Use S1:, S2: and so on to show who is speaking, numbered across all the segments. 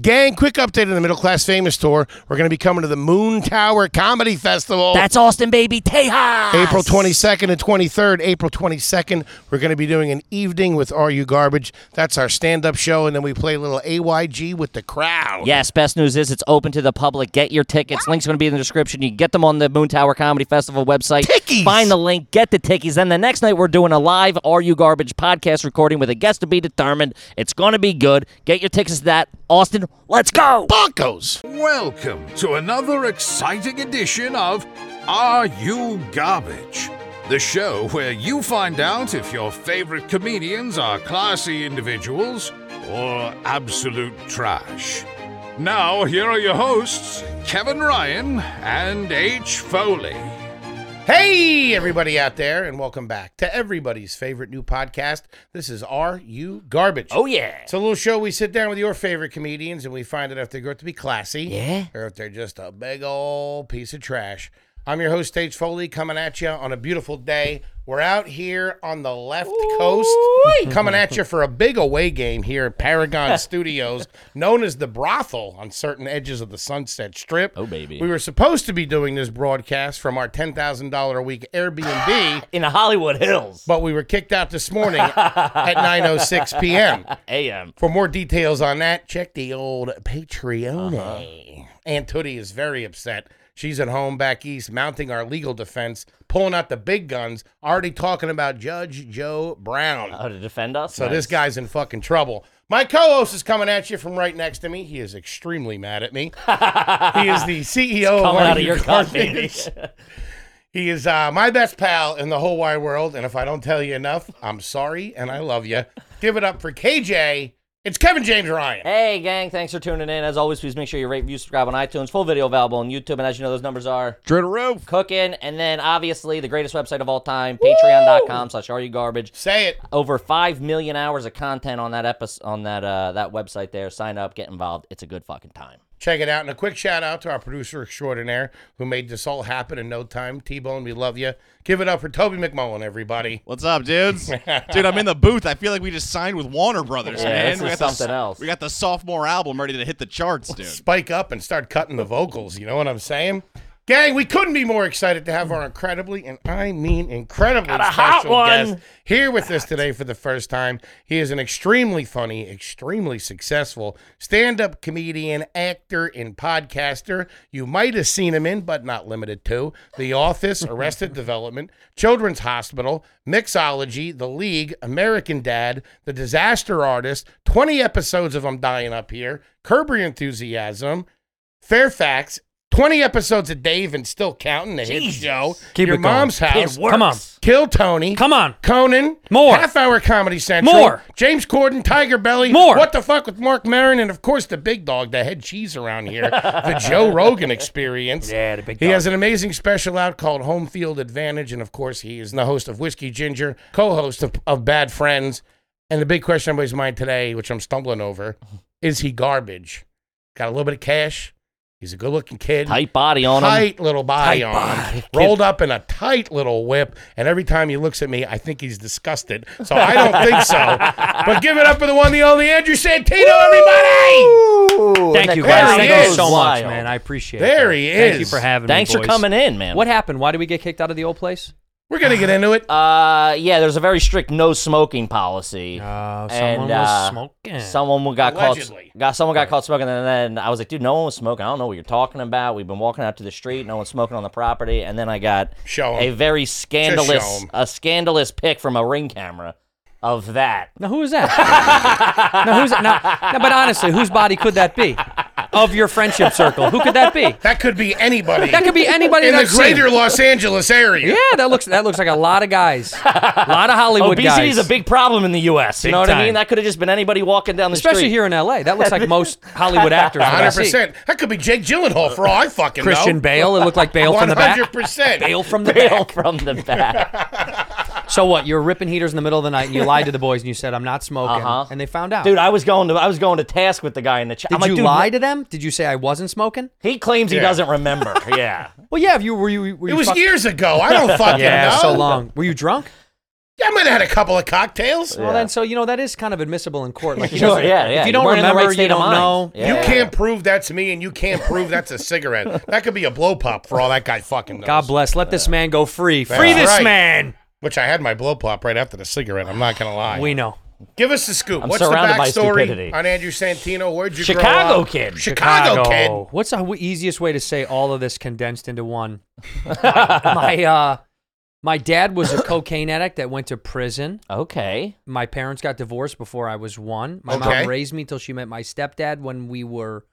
S1: Gang, quick update on the Middle Class Famous Tour. We're going to be coming to the Moon Tower Comedy Festival.
S2: That's Austin, baby. Tejas.
S1: April 22nd and 23rd. April 22nd, we're going to be doing an evening with Are You Garbage. That's our stand up show, and then we play a little AYG with the crowd.
S2: Yes, best news is it's open to the public. Get your tickets. Link's going to be in the description. You can get them on the Moon Tower Comedy Festival website.
S1: Tickies!
S2: Find the link, get the tickies. Then the next night, we're doing a live Are You Garbage podcast recording with a guest to be determined. It's going to be good. Get your tickets to that. Austin, let's go.
S1: Bonkos!
S3: Welcome to another exciting edition of Are You Garbage? The show where you find out if your favorite comedians are classy individuals or absolute trash. Now, here are your hosts, Kevin Ryan and H. Foley.
S1: Hey, everybody out there, and welcome back to everybody's favorite new podcast. This is Are You Garbage?
S2: Oh, yeah.
S1: It's a little show we sit down with your favorite comedians and we find out if they're going to be classy
S2: Yeah.
S1: or if they're just a big old piece of trash. I'm your host, Stage Foley, coming at you on a beautiful day. We're out here on the left coast, coming at you for a big away game here at Paragon Studios, known as the brothel on certain edges of the Sunset Strip. Oh,
S2: baby.
S1: We were supposed to be doing this broadcast from our $10,000 a week Airbnb.
S2: In the Hollywood Hills.
S1: But we were kicked out this morning at 9:06 p.m.
S2: AM.
S1: For more details on that, check the old Patreon. Aunt Tootie is very upset. She's at home back east, mounting our legal defense, pulling out the big guns, already talking about Judge Joe Brown.
S2: Oh, to defend us?
S1: so this guy's in fucking trouble. My co-host is coming at you from right next to me. He is extremely mad at me. he is the CEO of,
S2: Coming
S1: Are
S2: out of
S1: You
S2: your
S1: Garbage?
S2: coffee.
S1: He is uh, my best pal in the whole wide world, and if I don't tell you enough, I'm sorry and I love you. Give it up for KJ. It's Kevin James Ryan.
S2: Hey, gang, thanks for tuning in. As always, please make sure you rate, view, subscribe on iTunes. Full video available on YouTube. And as you know, those numbers are
S3: Dritaroo.
S2: cooking. And then, obviously, the greatest website of all time, patreon.com slash are you garbage.
S1: Say it.
S2: Over 5 million hours of content on that episode, on that, uh, that website there. Sign up, get involved. It's a good fucking time.
S1: Check it out. And a quick shout out to our producer extraordinaire who made this all happen in no time. T Bone, we love you. Give it up for Toby McMullen, everybody.
S4: What's up, dudes? Dude, I'm in the booth. I feel like we just signed with Warner Brothers,
S2: Yeah,
S4: man.
S2: this
S4: we
S2: is
S4: got the-
S2: something else.
S4: We got the sophomore album ready to hit the charts, dude.
S1: Spike up and start cutting the vocals. You know what I'm saying? Gang, we couldn't be more excited to have our incredibly, and I mean incredibly
S2: a
S1: special
S2: hot one.
S1: guest here with us today for the first time. He is an extremely funny, extremely successful stand up comedian, actor, and podcaster. You might have seen him in, but not limited to, The Office, Arrested Development, Children's Hospital, Mixology, The League, American Dad, The Disaster Artist, 20 episodes of I'm Dying Up Here, Curb Your Enthusiasm, Fairfax. 20 episodes of Dave and still counting the hit show.
S5: Keep
S1: Your
S5: it going.
S1: mom's house.
S5: Come on.
S1: Kill Tony.
S5: Come on.
S1: Conan.
S5: More.
S1: Half Hour Comedy Central.
S5: More.
S1: James Corden, Tiger Belly.
S5: More.
S1: What the fuck with Mark Maron and of course the big dog, the head cheese around here, the Joe Rogan experience.
S5: Yeah, the big
S1: He
S5: dog.
S1: has an amazing special out called Home Field Advantage, and of course he is the host of Whiskey Ginger, co-host of, of Bad Friends. And the big question on everybody's mind today, which I'm stumbling over, is he garbage? Got a little bit of cash. He's a good-looking kid
S2: Tight body on him.
S1: tight little body on him, rolled up in a tight little whip. And every time he looks at me, I think he's disgusted. So I don't think so. But give it up for the one, the only Andrew Santino, everybody!
S5: Thank
S2: that
S5: you
S1: crowd
S5: guys. Thank you
S1: goes
S5: so much,
S2: wild.
S5: man. I appreciate it.
S1: There
S5: guys.
S1: he
S5: Thank you
S1: is.
S5: for having
S2: Thanks
S5: me.
S2: for
S5: boys.
S2: coming in, man.
S5: What happened? Why did we get kicked out of the old place?
S1: We're gonna get into it.
S2: Uh, yeah, there's a very strict no smoking policy.
S5: Oh,
S2: and,
S5: someone was
S2: uh,
S5: smoking.
S2: Someone wa- got
S1: Allegedly.
S2: caught. Got someone got caught smoking, and then I was like, "Dude, no one was smoking. I don't know what you're talking about. We've been walking out to the street. No one's smoking on the property." And then I got
S1: Show 'em.
S2: a very scandalous,
S1: 'em.
S2: a scandalous pic from a ring camera of that.
S5: now, who is that? now, who's that? Now, now, but honestly, whose body could that be? Of your friendship circle, who could that be?
S1: That could be anybody.
S5: That could be anybody
S1: in
S5: that
S1: the
S5: I've
S1: greater
S5: Seen.
S1: Los Angeles area.
S5: Yeah, that looks that looks like a lot of guys, a lot of Hollywood
S2: Obesity
S5: guys,
S2: is a big problem in the U.S. You
S5: Big
S2: know what I
S5: time.
S2: mean? That could have just been anybody walking down the
S5: especially
S2: street.
S5: here in L.A. That looks like most Hollywood actors. that I
S1: Hundred
S5: see.
S1: percent. That could be Jake Gyllenhaal for all I fucking
S5: Christian
S1: know.
S5: Bale. It looked like Bale from
S1: One
S5: the back.
S1: hundred percent.
S5: Bale from the back.
S2: Bail from the back.
S5: So what? You're ripping heaters in the middle of the night, and you lied to the boys, and you said I'm not smoking,
S2: Uh-huh.
S5: and they found out.
S2: dude, I was going to I was going to task with the guy in the chat.
S5: Did
S2: I'm like,
S5: you
S2: dude,
S5: lie to them? Did you say I wasn't smoking?
S2: He claims he
S1: Yeah.
S2: doesn't remember. yeah.
S5: Well, yeah. If you were you, were you
S1: It was
S5: fuck-
S1: years ago. I don't fucking
S5: Yeah,
S1: know.
S5: so long. Were you drunk?
S1: I might have had a couple of cocktails.
S5: Well, then, so you know that is kind of admissible in court. Like,
S2: Sure, yeah, yeah.
S5: If you don't
S2: weren't in the
S5: remember,
S2: right state
S5: you
S2: of
S5: don't
S2: mind.
S5: know.
S2: Yeah.
S1: You can't prove that's me, and you can't prove that's a cigarette. that could be a blow pop for all that guy fucking knows.
S5: God bless. Let this man go free.
S1: That's
S5: Free this
S1: right.
S5: man.
S1: Which I had my blow pop right after the cigarette. I'm not gonna lie.
S5: We know.
S1: Give us the scoop. What's the
S2: surrounded by
S1: backstory
S2: stupidity.
S1: on Andrew Santino? Where'd you
S2: Chicago
S1: grow up?
S2: kid.
S1: Chicago, kid.
S5: What's the w- easiest way to say all of this condensed into one? my uh, my dad was a cocaine addict that went to prison.
S2: Okay.
S5: My parents got divorced before I was one. My
S1: Okay.
S5: mom raised me till she met my stepdad when we were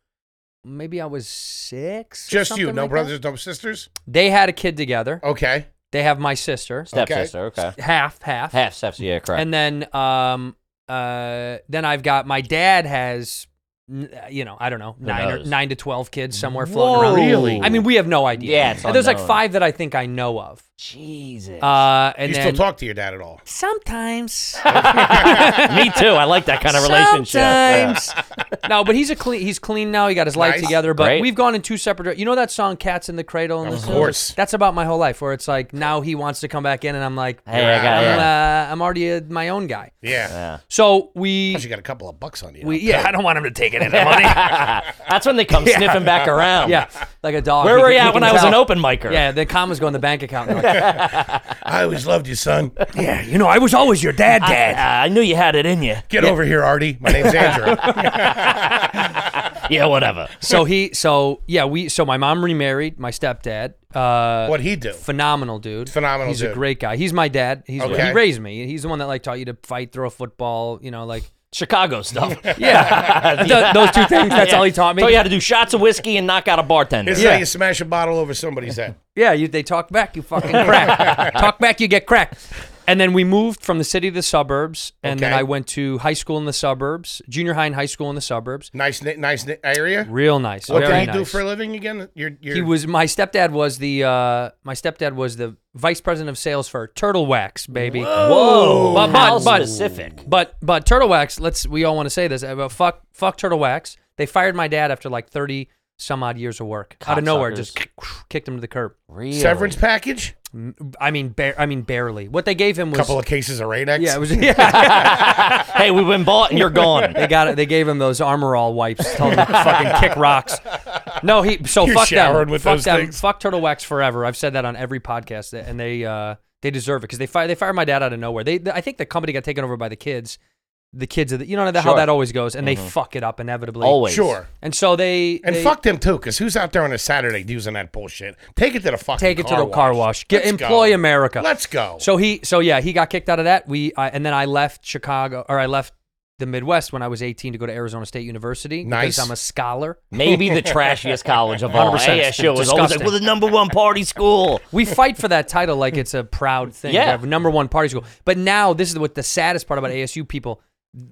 S5: maybe I was six. or
S1: Just you,
S5: something
S1: no
S5: like that.
S1: brothers, Oh. no sisters.
S5: They had a kid together.
S1: Okay.
S5: They have my sister,
S2: Stepsister. Okay.
S5: half, half,
S2: Half steps. Yeah, correct.
S5: and then um uh then I've got my dad has. n- uh, You know, I don't know, nine or,
S2: knows?
S5: nine to twelve kids somewhere floating around.
S1: Really?
S5: I mean, we have no idea.
S2: Yeah, it's
S5: And there's like
S2: unknown.
S5: five that I think I know of.
S2: Jesus.
S5: Uh, and
S1: you
S5: then
S1: still talk to your dad at all?
S5: sometimes,
S2: Me too. I like that kind of relationship.
S5: sometimes. no, but he's a clean. He's clean now. He got his life
S1: Nice.
S5: together. But
S2: Great.
S5: we've gone in two separate. dir- You know that song "Cats in the Cradle"? And
S1: Of
S5: the Silver?
S1: course.
S5: That's about my whole life. Where it's like now he wants to come back in, and I'm like,
S2: Hey, I got
S5: I'm,
S2: yeah.
S5: uh, I'm already uh my own guy.
S1: Yeah.
S5: So we,
S1: Plus, you got a couple of bucks on you.
S5: we
S1: now.
S5: yeah, I don't want him to take it in the money.
S2: That's when they come sniffing back around.
S5: yeah, like a dog.
S2: Where
S5: He
S2: were
S5: can-
S2: you
S5: he
S2: at when
S5: can
S2: I was
S5: tell.
S2: an open micer?
S5: Yeah, the commas go in the bank account. and they're like,
S1: I always loved you, son.
S5: yeah, you know, I was always your dad,
S2: I, Uh, I knew you had it in you.
S1: Get over here, Artie. My name's Andrew.
S2: Yeah, whatever.
S5: so he so yeah we so my mom remarried my stepdad uh
S1: What'd he do?
S5: phenomenal dude
S1: Phenomenal
S5: he's
S1: dude.
S5: a great guy he's my dad he's
S1: Okay.
S5: he raised me he's the one that like taught you to fight throw a football you know like
S2: Chicago stuff.
S5: yeah Th- those two things that's all he taught me
S2: So you had to do shots of whiskey and knock out a bartender.
S1: It's
S5: Yeah.
S1: how you smash a bottle over somebody's head.
S5: yeah you, they talk back you fucking crack talk back you get cracked and then we moved from the city to the suburbs and then
S1: Okay.
S5: i went to high school in the suburbs junior high and high school in the suburbs
S1: Nice, ni- nice ni- area.
S5: real nice
S1: What
S5: very
S1: did he do
S5: nice.
S1: for a living again? Your, your,
S5: he was my stepdad was the uh, my stepdad was the vice president of sales for Turtle Wax, baby.
S2: Whoa.
S5: But- but-
S2: How
S5: but-
S2: specific.
S5: But but Turtle Wax, let's we all want to say this, uh, but fuck fuck Turtle Wax. They fired my dad after like 30 some odd years of work. Out of nowhere, just kicked him to the curb.
S2: Really?
S1: severance package.
S5: I mean bare, I mean barely. What they gave him was
S1: couple of cases of Radex.
S5: Yeah, it was yeah.
S2: Hey, we've been bought and you're gone.
S5: they got it. They gave him those armor all wipes. Told him to fucking kick rocks. No, he so
S1: You're
S5: fuck them.
S1: showered with
S5: fuck
S1: those
S5: them.
S1: things.
S5: Fuck Turtle Wax forever. I've said that on every podcast, and they uh, they deserve it because they fired they fired my dad out of nowhere. They, I think the company got taken over by the kids. The kids, of the, you know how
S2: Sure.
S5: that always goes, and they fuck it up inevitably.
S2: Always.
S1: sure.
S5: And so they
S1: Mm-hmm. And
S5: they
S1: fuck them too, because who's out there on a Saturday using that bullshit? Take it to the fucking
S5: take it to the car wash. Get
S1: Let's go.
S5: employ America.
S1: Let's go.
S5: So he, so yeah, he got kicked out of that. We, I, and then I left Chicago, or I left the Midwest when I was 18 to go to Arizona State University.
S1: Nice.
S5: Because I'm a scholar.
S2: Maybe the trashiest college of all.
S5: 100%.
S2: ASU was always like,
S5: Disgusting.
S2: we're the number one party school.
S5: We fight for that title like it's a proud thing.
S2: Yeah.
S5: To have number one party school. But now this is what the saddest part about ASU people.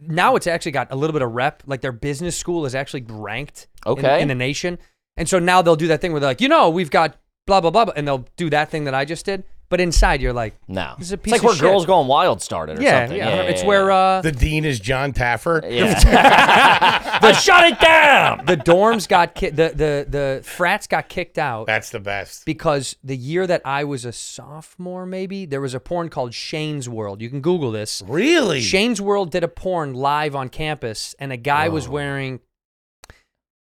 S5: Now it's actually got a little bit of rep. Like their business school is actually ranked in-
S2: Okay.
S5: in, the nation. And so now they'll do that thing where they're like, you know, we've got blah, blah, blah. blah, And they'll do that thing that I just did. But inside you're like,
S2: No.
S5: This is a
S2: it's like
S5: piece
S2: where
S5: of shit.
S2: Girls Gone Wild started or
S5: yeah,
S2: something.
S5: yeah, It's where uh,
S1: the dean is John Taffer.
S2: I shut it down.
S5: the dorms got ki- the, the the frats got kicked out
S1: That's the best.
S5: because the year that I was a sophomore, maybe there was a porn called Shane's World. You can Google this.
S1: Really?
S5: Shane's World did a porn live on campus, and a guy
S2: Oh.
S5: was wearing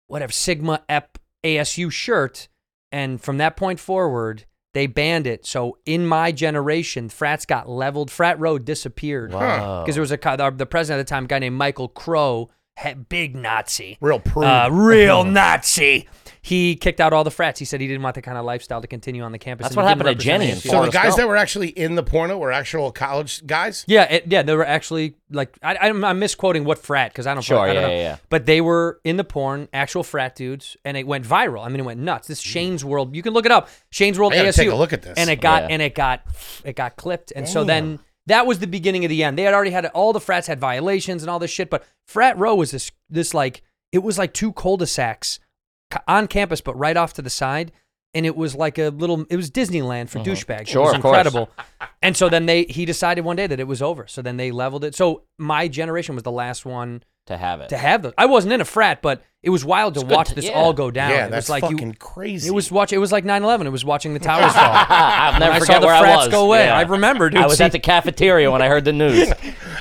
S5: whatever Sigma Ep ASU shirt, and from that point forward. They banned it. So in my generation, frats got leveled. Frat Road disappeared.
S1: Wow.
S5: Because there was a co- the the president at the time, a guy named Michael Crow, he- big Nazi.
S1: Real prude.
S5: Uh, real Nazi. He kicked out all the frats. He said he didn't want the kind of lifestyle to continue on the campus.
S2: That's
S5: and he
S2: what
S5: didn't
S2: happened to
S5: represent
S2: Jenny in
S5: ASU.
S1: so the
S2: Forrest
S1: guys
S2: Gump.
S1: that were actually in the porno were actual college guys.
S5: Yeah, it, yeah, they were actually like I, I'm, I'm misquoting what frat because I don't.
S2: Sure,
S5: I don't
S2: yeah,
S5: know.
S2: yeah, yeah.
S5: But they were in the porn, actual frat dudes, and it went viral. I mean, it went nuts. This Shane's World, you can look it up. Shane's World
S1: Mm. I gotta
S5: ASU.
S1: take a look at this.
S5: And it got
S2: Yeah.
S5: and it got it got clipped, and so then that was the beginning of the end. They had already had all the frats had violations and all this shit, but frat row was this this like it was like two cul-de-sacs ca- on campus, but right off to the side. And it was like a little. It was Disneyland for douchebags.
S2: Mm-hmm. Sure,
S5: it was
S2: of course.
S5: incredible. And so then they he decided one day that it was over. So then they leveled it. So my generation was the last one
S2: to have it.
S5: to have those. I wasn't in a frat, but it was wild to
S2: good
S5: watch
S2: to-
S5: this
S2: yeah.
S5: all go down.
S1: yeah,
S5: it
S1: that's
S5: was like
S1: fucking
S5: you,
S1: crazy.
S5: It was watch. It was like 9/11. It was watching the towers fall.
S2: I'll never
S5: I saw
S2: forget
S5: the
S2: where I
S5: frats
S2: was.
S5: go away.
S2: Yeah.
S5: I remember, dude.
S2: I was
S5: See-
S2: at the cafeteria when I heard the news.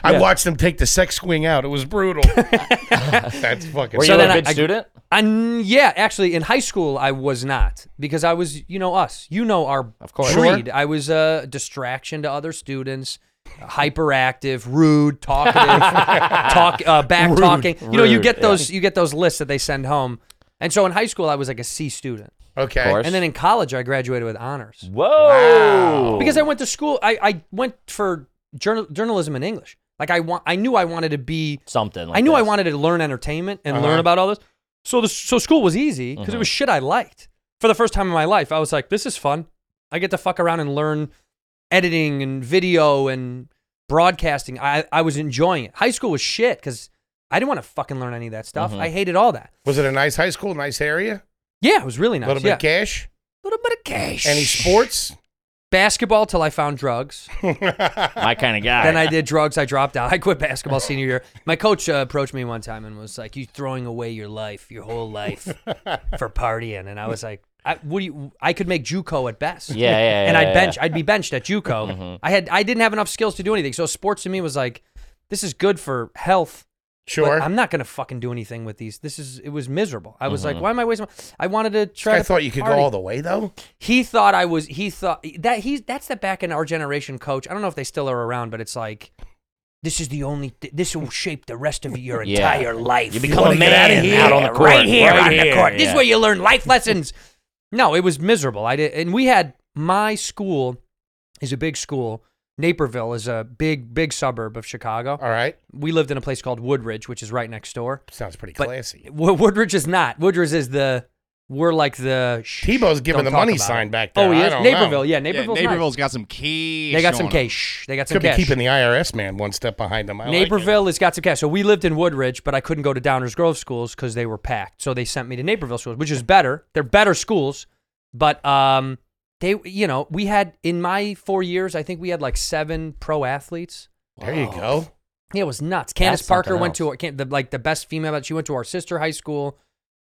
S1: I watched them take the sex swing out. It was brutal. that's fucking.
S2: Were
S5: So
S2: you
S5: then
S2: a
S5: I-
S2: good
S5: I-
S2: student?
S5: And yeah, actually, in high school, I was not because I was, you know, us. You know our of
S2: course.
S5: creed. I was a distraction to other students, hyperactive, rude, talkative, talk uh, back talking. You know, you
S2: Rude,
S5: get
S2: yeah.
S5: those you get those lists that they send home. And so in high school, I was like a C student,
S1: okay.
S2: course.
S5: and then in college, I graduated with honors
S2: Whoa!
S5: because I went to school. I, I went for journal, journalism and English. Like I want, I knew I wanted to be
S2: something. Like
S5: I knew I
S2: this.
S5: wanted to learn entertainment and
S1: Uh-huh.
S5: learn about all this. So the so school was easy because it was shit I liked. For the first time in my life, I was like, this is fun. I get to fuck around and learn editing and video and broadcasting. I, I was enjoying it. High school was shit because I didn't want to fucking learn any of that stuff.
S1: Uh-huh.
S5: I hated all that.
S1: Was it a nice high school? Nice area?
S5: Yeah, it was really
S1: A
S5: nice.
S1: little bit
S5: yeah.
S1: of cash?
S5: little bit of cash.
S1: Any sports?
S5: Basketball till I found drugs.
S2: My kind of guy.
S5: then I did drugs. I dropped out. I quit basketball senior year. My coach uh, approached me one time and was like, "You throwing away your life, your whole life for partying?" And I was like, "I what do you? I could make JUCO at best.
S2: Yeah, yeah, yeah,
S5: and I'd
S2: yeah,
S5: bench. I'd be benched at JUCO.
S1: Mm-hmm.
S5: I had. I didn't have enough skills to do anything. So sports to me was like, this is good for health. but
S1: sure.
S5: I'm not gonna fucking do anything with these. This is. It was miserable. I was like, why am I wasting? My, I wanted to
S1: I
S5: try. to
S1: Mm-hmm. thought you could
S5: party
S1: go all the way though.
S5: he thought I was. He thought that he's. That's the back in our generation coach. I don't know if they still are around, but it's like this is the only. Th- this will shape the rest of your
S2: Yeah.
S5: entire life.
S2: You become a man out on the court,
S5: right here
S2: right
S5: on the
S2: here,
S5: court. This
S2: yeah.
S5: is where you learn life lessons. no, it was miserable. I did, and we had my school is a big school. Naperville is a big, big suburb of Chicago.
S1: All right.
S5: We lived in a place called Woodridge, which is right next door.
S1: Sounds pretty
S5: But-
S1: classy.
S5: Wo- Woodridge is not. Woodridge is the. We're like the. sh-
S1: Tebo's
S5: don't
S1: giving the
S5: talk
S1: money
S5: about
S1: sign
S5: it.
S1: back there.
S5: Oh, he
S1: I
S5: is?
S1: don't know.
S5: Naperville, yeah,
S4: Yeah,
S5: Naperville's, nice.
S4: Naperville's got some cash.
S5: They got some
S4: on 'em.
S5: cash. They got some
S1: Could be
S5: cash.
S1: keeping the IRS man one step behind him. I like it.
S5: Naperville has got some cash. So we lived in Woodridge, but I couldn't go to Downers Grove schools because they were packed. So they sent me to Naperville schools, which is better. They're better schools, but um, they you know we had in my four years, I think we had like seven pro athletes.
S1: There you
S5: Oh,
S1: go.
S5: Yeah, it was nuts. Candace
S2: That's
S5: Parker
S2: something
S5: went to can the, like the best female. But she went to our sister high school.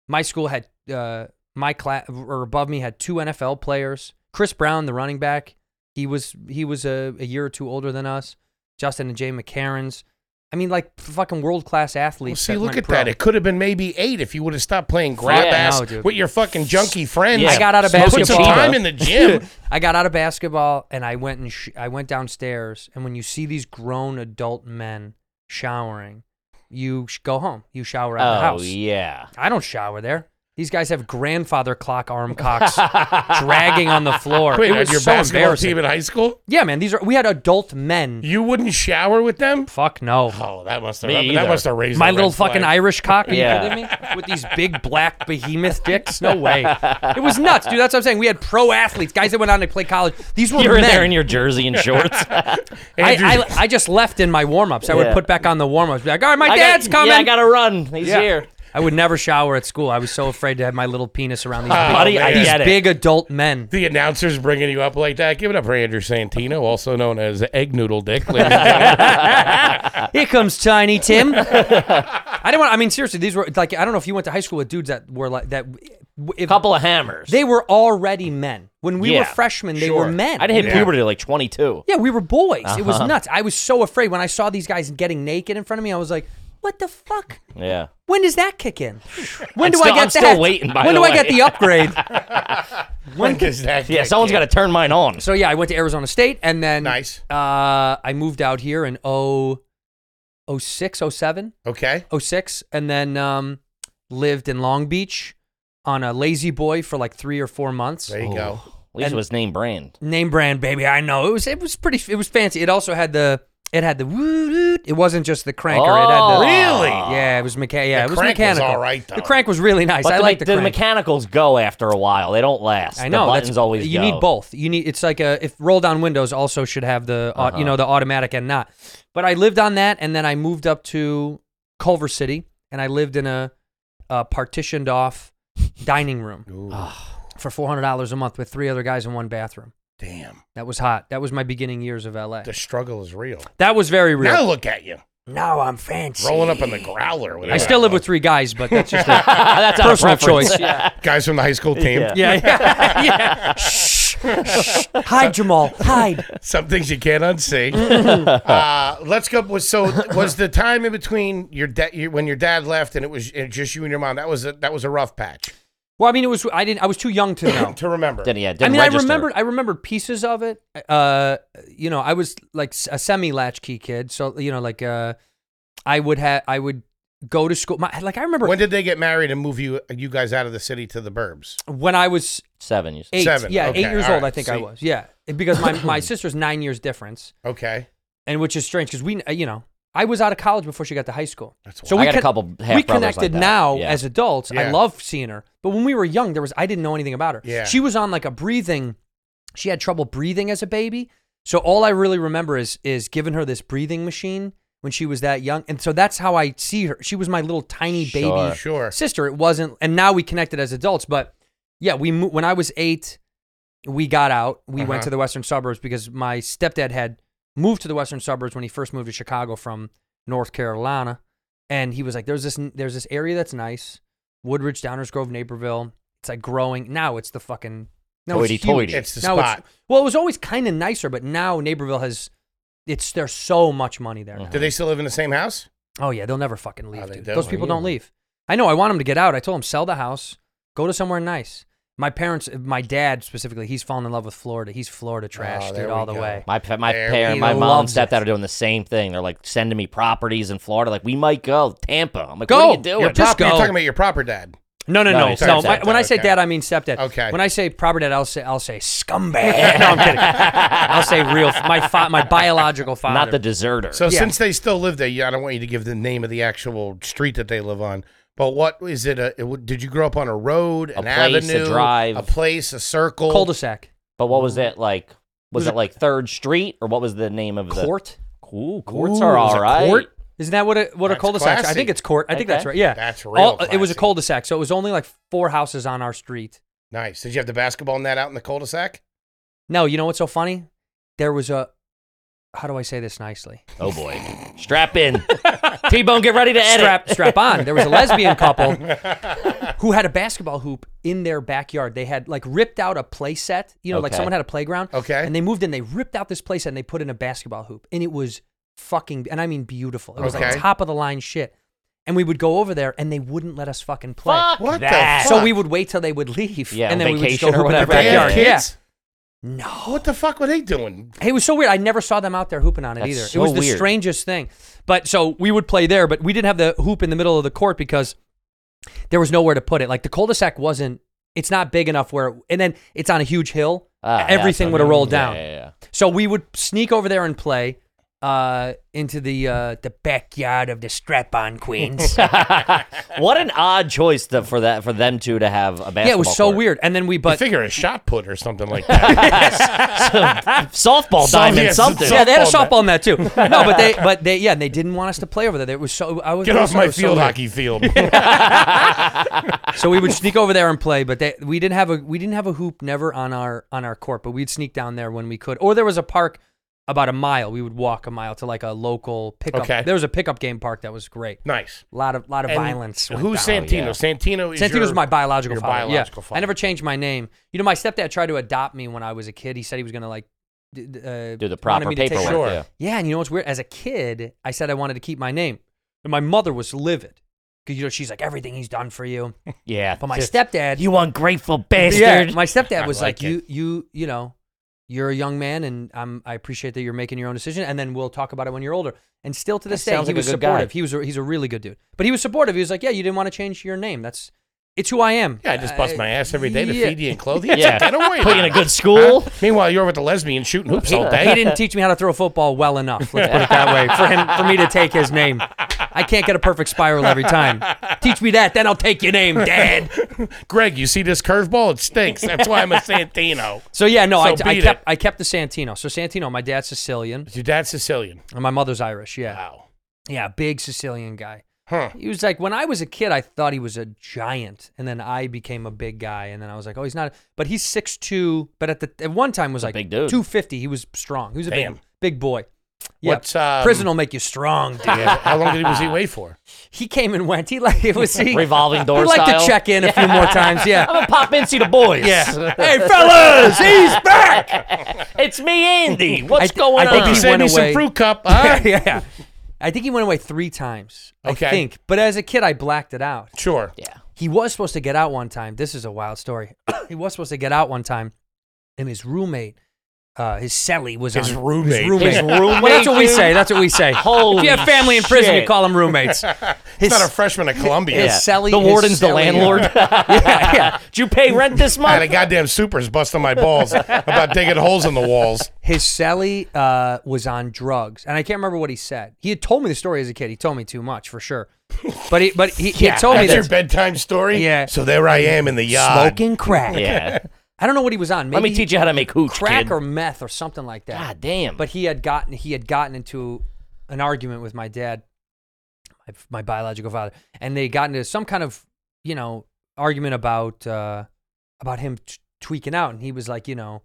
S5: My school had uh, my class or above me had two NFL players. Chris Brown, the running back, he was he was a, a year or two older than us. Justin and Jay McCarron's. I mean, like fucking world class
S1: Well,
S5: athletes.
S1: see,
S5: that
S1: look
S5: went
S1: at
S5: pro.
S1: that. It could have been maybe eight if you would have stopped playing grab
S2: Yeah, I
S1: ass
S5: know, dude.
S1: with your fucking junky friends.
S2: Yeah.
S5: I got out of
S2: Smoking
S1: Put some
S5: basketball.
S2: Chiba.
S1: time in the gym.
S5: I got out of basketball and I went and sh- I went downstairs and when you see these grown adult men showering, you sh- go home. You shower out of the
S2: Oh
S5: house.
S2: yeah.
S5: I don't shower there. These guys have grandfather clock arm cocks dragging on the floor.
S1: Wait,
S5: it was
S1: your
S5: so
S1: basketball team
S5: embarrassing.
S1: in high school?
S5: Yeah, man, these are we had adult men.
S1: You wouldn't shower with them?
S5: Fuck no.
S1: Oh, that must have
S2: Me
S1: that
S2: either.
S1: must have raised the
S5: My little
S1: red flag.
S5: fucking Irish cock, are
S2: Yeah.
S5: you kidding me? With these big black behemoth dicks? No way. It was nuts, dude. That's what I'm saying. We had pro athletes, guys that went on to play college. These were
S2: You're in
S5: men.
S2: there in your jersey and shorts.
S1: Andrew-
S5: I, I, I just left in my warm ups. I would
S2: Yeah.
S5: put back on the warm ups. Be like, all right, my
S2: I got-
S5: dad's coming.
S2: Yeah, I gotta run. He's
S5: Yeah.
S2: here.
S5: I would never shower at school. I was so afraid to have my little penis around these, big,
S2: Buddy, I
S1: man.
S5: Oh, these
S2: get it.
S5: big adult men.
S1: the announcers bringing you up like that. Give it up for Andrew Santino, also known as Egg Noodle Dick. ladies and gentlemen.
S5: Here comes Tiny Tim. I didn't want. I mean, seriously, these were like I don't know if you went to high school with dudes that were like that. If,
S2: Couple of hammers.
S5: They were already men when we were
S2: Yeah,
S5: freshmen. They
S2: Sure.
S5: were men.
S2: I didn't hit Uh-huh. puberty till like 22.
S5: Yeah, we were boys. It was nuts. I was so afraid when I saw these guys getting naked in front of me. I was like, "What the fuck?
S2: Yeah.
S5: When does that kick in? When
S2: I'm
S5: do
S2: still-
S5: I get
S2: I'm still
S5: that?
S2: waiting, by
S5: when
S2: the
S5: do I get
S2: way.
S5: the upgrade?
S1: when does that
S2: Yeah, someone's got to turn mine on.
S5: so yeah, I went to Arizona State, and then
S1: Nice.
S5: Uh, I moved out here in oh, oh six, oh seven.
S1: Okay.
S5: 06 and then um, lived in Long Beach on a lazy boy for like 3 or 4 months.
S1: There you go.
S5: Oh.
S2: At least it was name brand.
S5: Name brand baby, I know. It was it was pretty it was fancy. It also had the it had the woo- woo- it wasn't just the cranker, it had
S2: Oh.
S5: the
S1: Really?
S5: Yeah, it was mecha- yeah,
S1: The
S5: it was
S1: crank was
S5: mechanical.
S1: all right, though.
S5: The crank was really nice.
S2: But
S5: I
S2: the,
S5: like
S2: me-
S5: the crank.
S2: mechanicals go after a while. They don't last.
S5: I know
S2: The
S5: that's
S2: buttons always
S5: you
S2: go.
S5: need both. You need it's like a if roll down windows also should have the au-
S2: Uh-huh.
S5: you know the automatic and not. But I lived on that, and then I moved up to Culver City, and I lived in a, a partitioned off dining room Ah, for four hundred dollars a month with three other guys in one bathroom.
S1: Damn.
S5: That was hot. That was my beginning years of LA.
S1: The struggle is real.
S5: That was very real.
S1: Now look at you.
S5: Now I'm fancy.
S1: Rolling up on the growler. or Whatever.
S5: I still live with three guys, but that's just a
S2: Uh, that's out of
S5: personal
S2: preference.
S5: choice. Yeah.
S1: guys from the high school team.
S2: Yeah.
S5: Yeah. yeah. Shh. Shh. Hide, Jamal. Hide.
S1: Some things you can't unsee. uh, let's go. Was so was the time in between your dad your, when your dad left and it was and just you and your mom. That was a, that was a rough patch
S5: Well, I mean, it was. I didn't. I was too young to know.
S1: to remember.
S2: Didn't, yeah,
S5: I
S2: didn't
S5: mean,
S2: register.
S5: I remembered. I remembered pieces of it. Uh, you know, I was like s- a semi latchkey kid, so you know, like uh, I would have. I would go to school. My, like I remember
S1: When
S5: when,
S1: did they get married and move you you guys out of the city to the burbs?
S5: I was
S2: seven. You said.
S5: eight.
S1: Seven,
S5: Yeah,
S1: okay,
S5: eight years
S1: all
S5: old. I
S1: right,
S5: think
S1: so
S5: I
S1: you-
S5: was. Yeah, because my my sister's nine years difference,
S1: Okay,
S5: and which is strange because we, uh, you know, I was out of college before she got to high school.
S1: that's
S5: So
S1: so.
S2: I
S5: we
S2: got a
S5: con-
S2: couple
S5: we
S2: half-brothers like
S5: connected
S2: that.
S5: now
S2: Yeah.
S5: as adults. I
S1: Yeah.
S5: love seeing her, but when we were young, there was I didn't know anything about her.
S1: Yeah.
S5: she was on like a breathing. She had trouble breathing as a baby, so all I really remember is is giving her this breathing machine when she was that young, and so that's how I see her. She was my little tiny
S2: Sure.
S5: baby
S1: Sure.
S5: sister. It wasn't, and now we connected as adults. But yeah, we mo- when I was eight, we got out. We
S1: Uh-huh.
S5: went to the western suburbs because my stepdad had moved to the western suburbs when he first moved to Chicago from North Carolina, and he was like, "There's this, there's this area that's nice, Woodridge, Downers Grove, Naperville. It's like growing. Now it's the fucking no, it's huge.
S2: Hoity-toity.
S1: It's the
S5: Now
S1: spot.
S5: well, it was always kind of nicer, but now Naperville has." It's there's so much money there. now.
S1: Do they still live in the same house?
S5: Oh yeah, they'll never fucking leave.
S1: Oh, they
S5: dude.
S1: don't.
S5: Those people don't
S2: Really?
S5: leave. I know. I want them to get out. I told them sell the house, go to somewhere nice. My parents, uh, my dad specifically, he's fallen in love with Florida. He's Florida trash,
S1: Oh, there
S5: dude, all
S1: we
S5: the
S1: go.
S5: way.
S2: My pa- my
S1: There
S2: parent,
S5: we
S2: my
S5: go.
S2: mom and
S5: Loves it.
S2: stepdad are doing the same thing. They're like sending me properties in Florida. Like we might go Tampa. I'm like,
S5: Go!
S2: what are you doing?
S5: You're
S1: Proper,
S5: Oh, Just go.
S1: You're talking about your proper dad.
S5: No, no,
S2: No,
S5: no,
S2: he's stepdad.
S5: no. My, when I say
S1: Okay.
S5: dad, I mean stepdad.
S1: Okay.
S5: When I say proper dad, I'll say I'll say scumbag. no, I'm kidding. I'll say real. My fa- my biological father.
S2: Not the deserter.
S1: So
S5: Yeah.
S1: since they still live there, yeah, I don't want you to give the name of the actual street that they live on. But what is it? A, it w- did you grow up on a road, an
S2: place, a
S1: avenue,
S2: drive.
S1: a place, a circle?
S5: cul-de-sac
S2: but what was it like? Was,
S5: Was
S2: it
S5: it-
S2: like Third Street or what was the name of the
S5: court.
S2: Ooh, courts
S1: Ooh,
S2: are
S1: is
S2: all
S1: it
S2: right.
S1: court?
S5: Isn't that what a what a
S1: That's
S5: cul-de-sac? I
S1: classy.
S5: think it's court. I think that's
S2: Okay.
S5: right. Yeah.
S1: That's real.
S5: All, it was a
S1: classy.
S5: cul-de-sac, so it was only like four houses on our street.
S1: Nice. Did you have the basketball net out in the cul-de-sac?
S5: No, you know what's so funny? There was a. How do I say this nicely?
S2: Oh boy, strap in. T Bone, get ready to edit.
S5: Strap, strap on. There was a lesbian couple who had a basketball hoop in their backyard. They had like ripped out a play set. You know, like
S2: Okay.
S5: someone had a playground.
S1: Okay.
S5: And they moved in. They ripped out this play set and they put in a basketball hoop. And it was fucking, and I mean beautiful. It was
S1: Okay.
S5: like top of the line shit. And we would go over there and they wouldn't let us fucking play.
S2: Fuck
S1: What the
S2: that.
S5: So
S1: fuck?
S5: we would wait till they would leave.
S2: Yeah,
S5: and then we would just
S2: vacation
S5: go
S2: or
S5: hoop in their
S2: whatever. Did
S1: They had
S5: backyard. Yeah.
S1: kids.
S5: No.
S1: What the fuck were they doing?
S5: Hey, It was so weird. I never saw them out there hooping on it
S2: That's
S5: either.
S2: so
S5: it was the
S2: weird.
S5: strangest thing. But so we would play there, but we didn't have the hoop in the middle of the court because there was nowhere to put it. Like the cul-de-sac wasn't. It's not big enough where, and then it's on a huge hill.
S2: Ah, yeah,
S5: Everything
S2: so-
S5: would have rolled
S2: yeah,
S5: down.
S2: Yeah, yeah.
S5: So we would sneak over there and play uh, into the uh, the backyard of the strap-on queens. yeah,
S2: what an odd choice to, for that for them two to have a basketball.
S5: it was so
S2: court.
S5: weird. And then we,
S1: I
S5: but
S1: figure a shot put or something like that.
S2: softball diamond,
S1: yeah,
S2: something.
S5: yeah, they had a
S1: softball
S5: softball net too. No, but they, but they, yeah, and they didn't want us to play over there. It was so. I was
S1: Get
S5: it
S1: off
S5: was- it
S1: my
S5: was so
S1: field
S5: weird.
S1: hockey field.
S5: So we would sneak over there and play, but they, we didn't have a we didn't have a hoop never on our on our court, but we'd sneak down there when we could. Or there was a park about a mile. We would walk a mile to like a local pickup.
S1: Okay.
S5: There was a pickup game park that was great.
S1: nice.
S5: A lot of lot of
S1: And
S5: violence. went
S1: Who's
S5: down.
S1: Santino? Santino is
S5: Santino's
S1: your-
S5: my biological
S1: your
S5: father. Yeah.
S1: biological father.
S5: I never changed my name. You know, my stepdad tried to adopt me when I was a kid. He said he was going to like d- d-
S2: Do
S5: uh,
S2: the
S5: wanted
S2: proper
S5: me to take
S2: paperwork.
S1: Sure.
S5: my-
S2: Yeah.
S5: yeah, and you know what's weird? As a kid, I said I wanted to keep my name, and my mother was livid because you know she's like everything he's done for you.
S2: yeah.
S5: But my
S2: Just-
S5: stepdad,
S2: You ungrateful
S5: yeah,
S2: bastard.
S5: my stepdad
S1: I
S5: was
S1: like
S5: like, you, you, you know, you're a young man, and I'm, I appreciate that you're making your own decision, and then we'll talk about it when you're older. And still to this
S2: That
S5: day, he
S2: sounds like a
S5: was
S2: good guy.
S5: supportive. He was, a, he's a really good dude, but he was supportive. He was like, yeah, you didn't want to change your name. That's, it's who I am.
S1: Yeah, I just bust
S5: Uh,
S1: my ass every day to
S5: yeah.
S1: feed you and clothe you. It's
S2: Yeah.
S1: okay, don't worry.
S2: Put you in
S1: about
S2: a
S1: it.
S2: good school.
S1: Huh? Meanwhile, you're with the lesbian shooting hoops all
S5: He
S1: day.
S5: didn't teach me how to throw a football well enough. Let's put it that way. For him, for me to take his name, I can't get a perfect spiral every time. Teach me that, then I'll take your name, Dad.
S1: Greg, you see this curveball? It stinks. That's why I'm a Santino.
S5: So yeah, no,
S1: So
S5: I, I
S1: beat
S5: kept,
S1: it.
S5: I kept the Santino. So Santino, my dad's Sicilian,
S1: Is your dad Sicilian?
S5: and my mother's Irish. Yeah.
S1: Wow.
S5: Yeah, big Sicilian guy.
S1: Huh.
S5: He was like, when I was a kid, I thought he was a giant, and then I became a big guy, and then I was like, oh, he's not. But he's six two. But at the at one time was
S2: a
S5: like
S2: big dude.
S5: two fifty. He was strong. He was a
S1: Damn.
S5: big big boy. Yeah.
S1: What's um,
S5: Prison will make you strong. Dude.
S1: yeah, how long did he was he wait for?
S5: He came and went. He like it was he
S2: Revolving door
S5: He like to
S2: style.
S5: check in a few more times.
S2: I'm
S5: Yeah.
S2: gonna pop in see the boys.
S5: Yeah. hey fellas, he's back.
S2: it's me, Andy. What's
S5: I th-
S2: going
S5: I think
S2: on?
S5: he
S1: He sent
S5: went
S1: me some
S5: away.
S1: fruit cup. huh?
S5: yeah, yeah. I think he went away three times.
S1: Okay.
S5: I think. But as a kid, I blacked it out.
S1: Sure.
S2: yeah.
S5: He was supposed to get out one time. This is a wild story. he was supposed to get out one time, and his roommate, uh, his cellie was
S1: His
S5: on
S1: roommate.
S5: His roommate.
S2: His
S5: well, that's what we
S2: roommate,
S5: say. That's what we say.
S2: Holy
S5: if you have family in prison,
S2: shit.
S5: you call them roommates.
S1: He's not a freshman at Columbia.
S5: His cellie-
S2: the
S5: his
S2: warden's the
S5: cellie-
S2: landlord.
S5: yeah, yeah.
S2: Did you pay rent this
S1: I had a
S2: month?
S1: goddamn super's busting my balls about digging holes in the walls.
S5: His cellie uh, was on drugs, and I can't remember what he said. He had told me the story as a kid. He told me too much for sure, but he but he, he had told me
S1: That's your
S5: that
S1: bedtime story.
S5: Oh, Yeah.
S1: So there I am in the yard.
S5: smoking crack.
S2: yeah.
S5: I don't know what he was on. Maybe
S2: Let me teach you how to make hooch,
S5: crack
S2: kid.
S5: or meth or something like that.
S2: God damn.
S5: But he had gotten he had gotten into an argument with my dad, my, my biological father, and they got into some kind of you know argument about uh, about him t- tweaking out, and he was like, you know,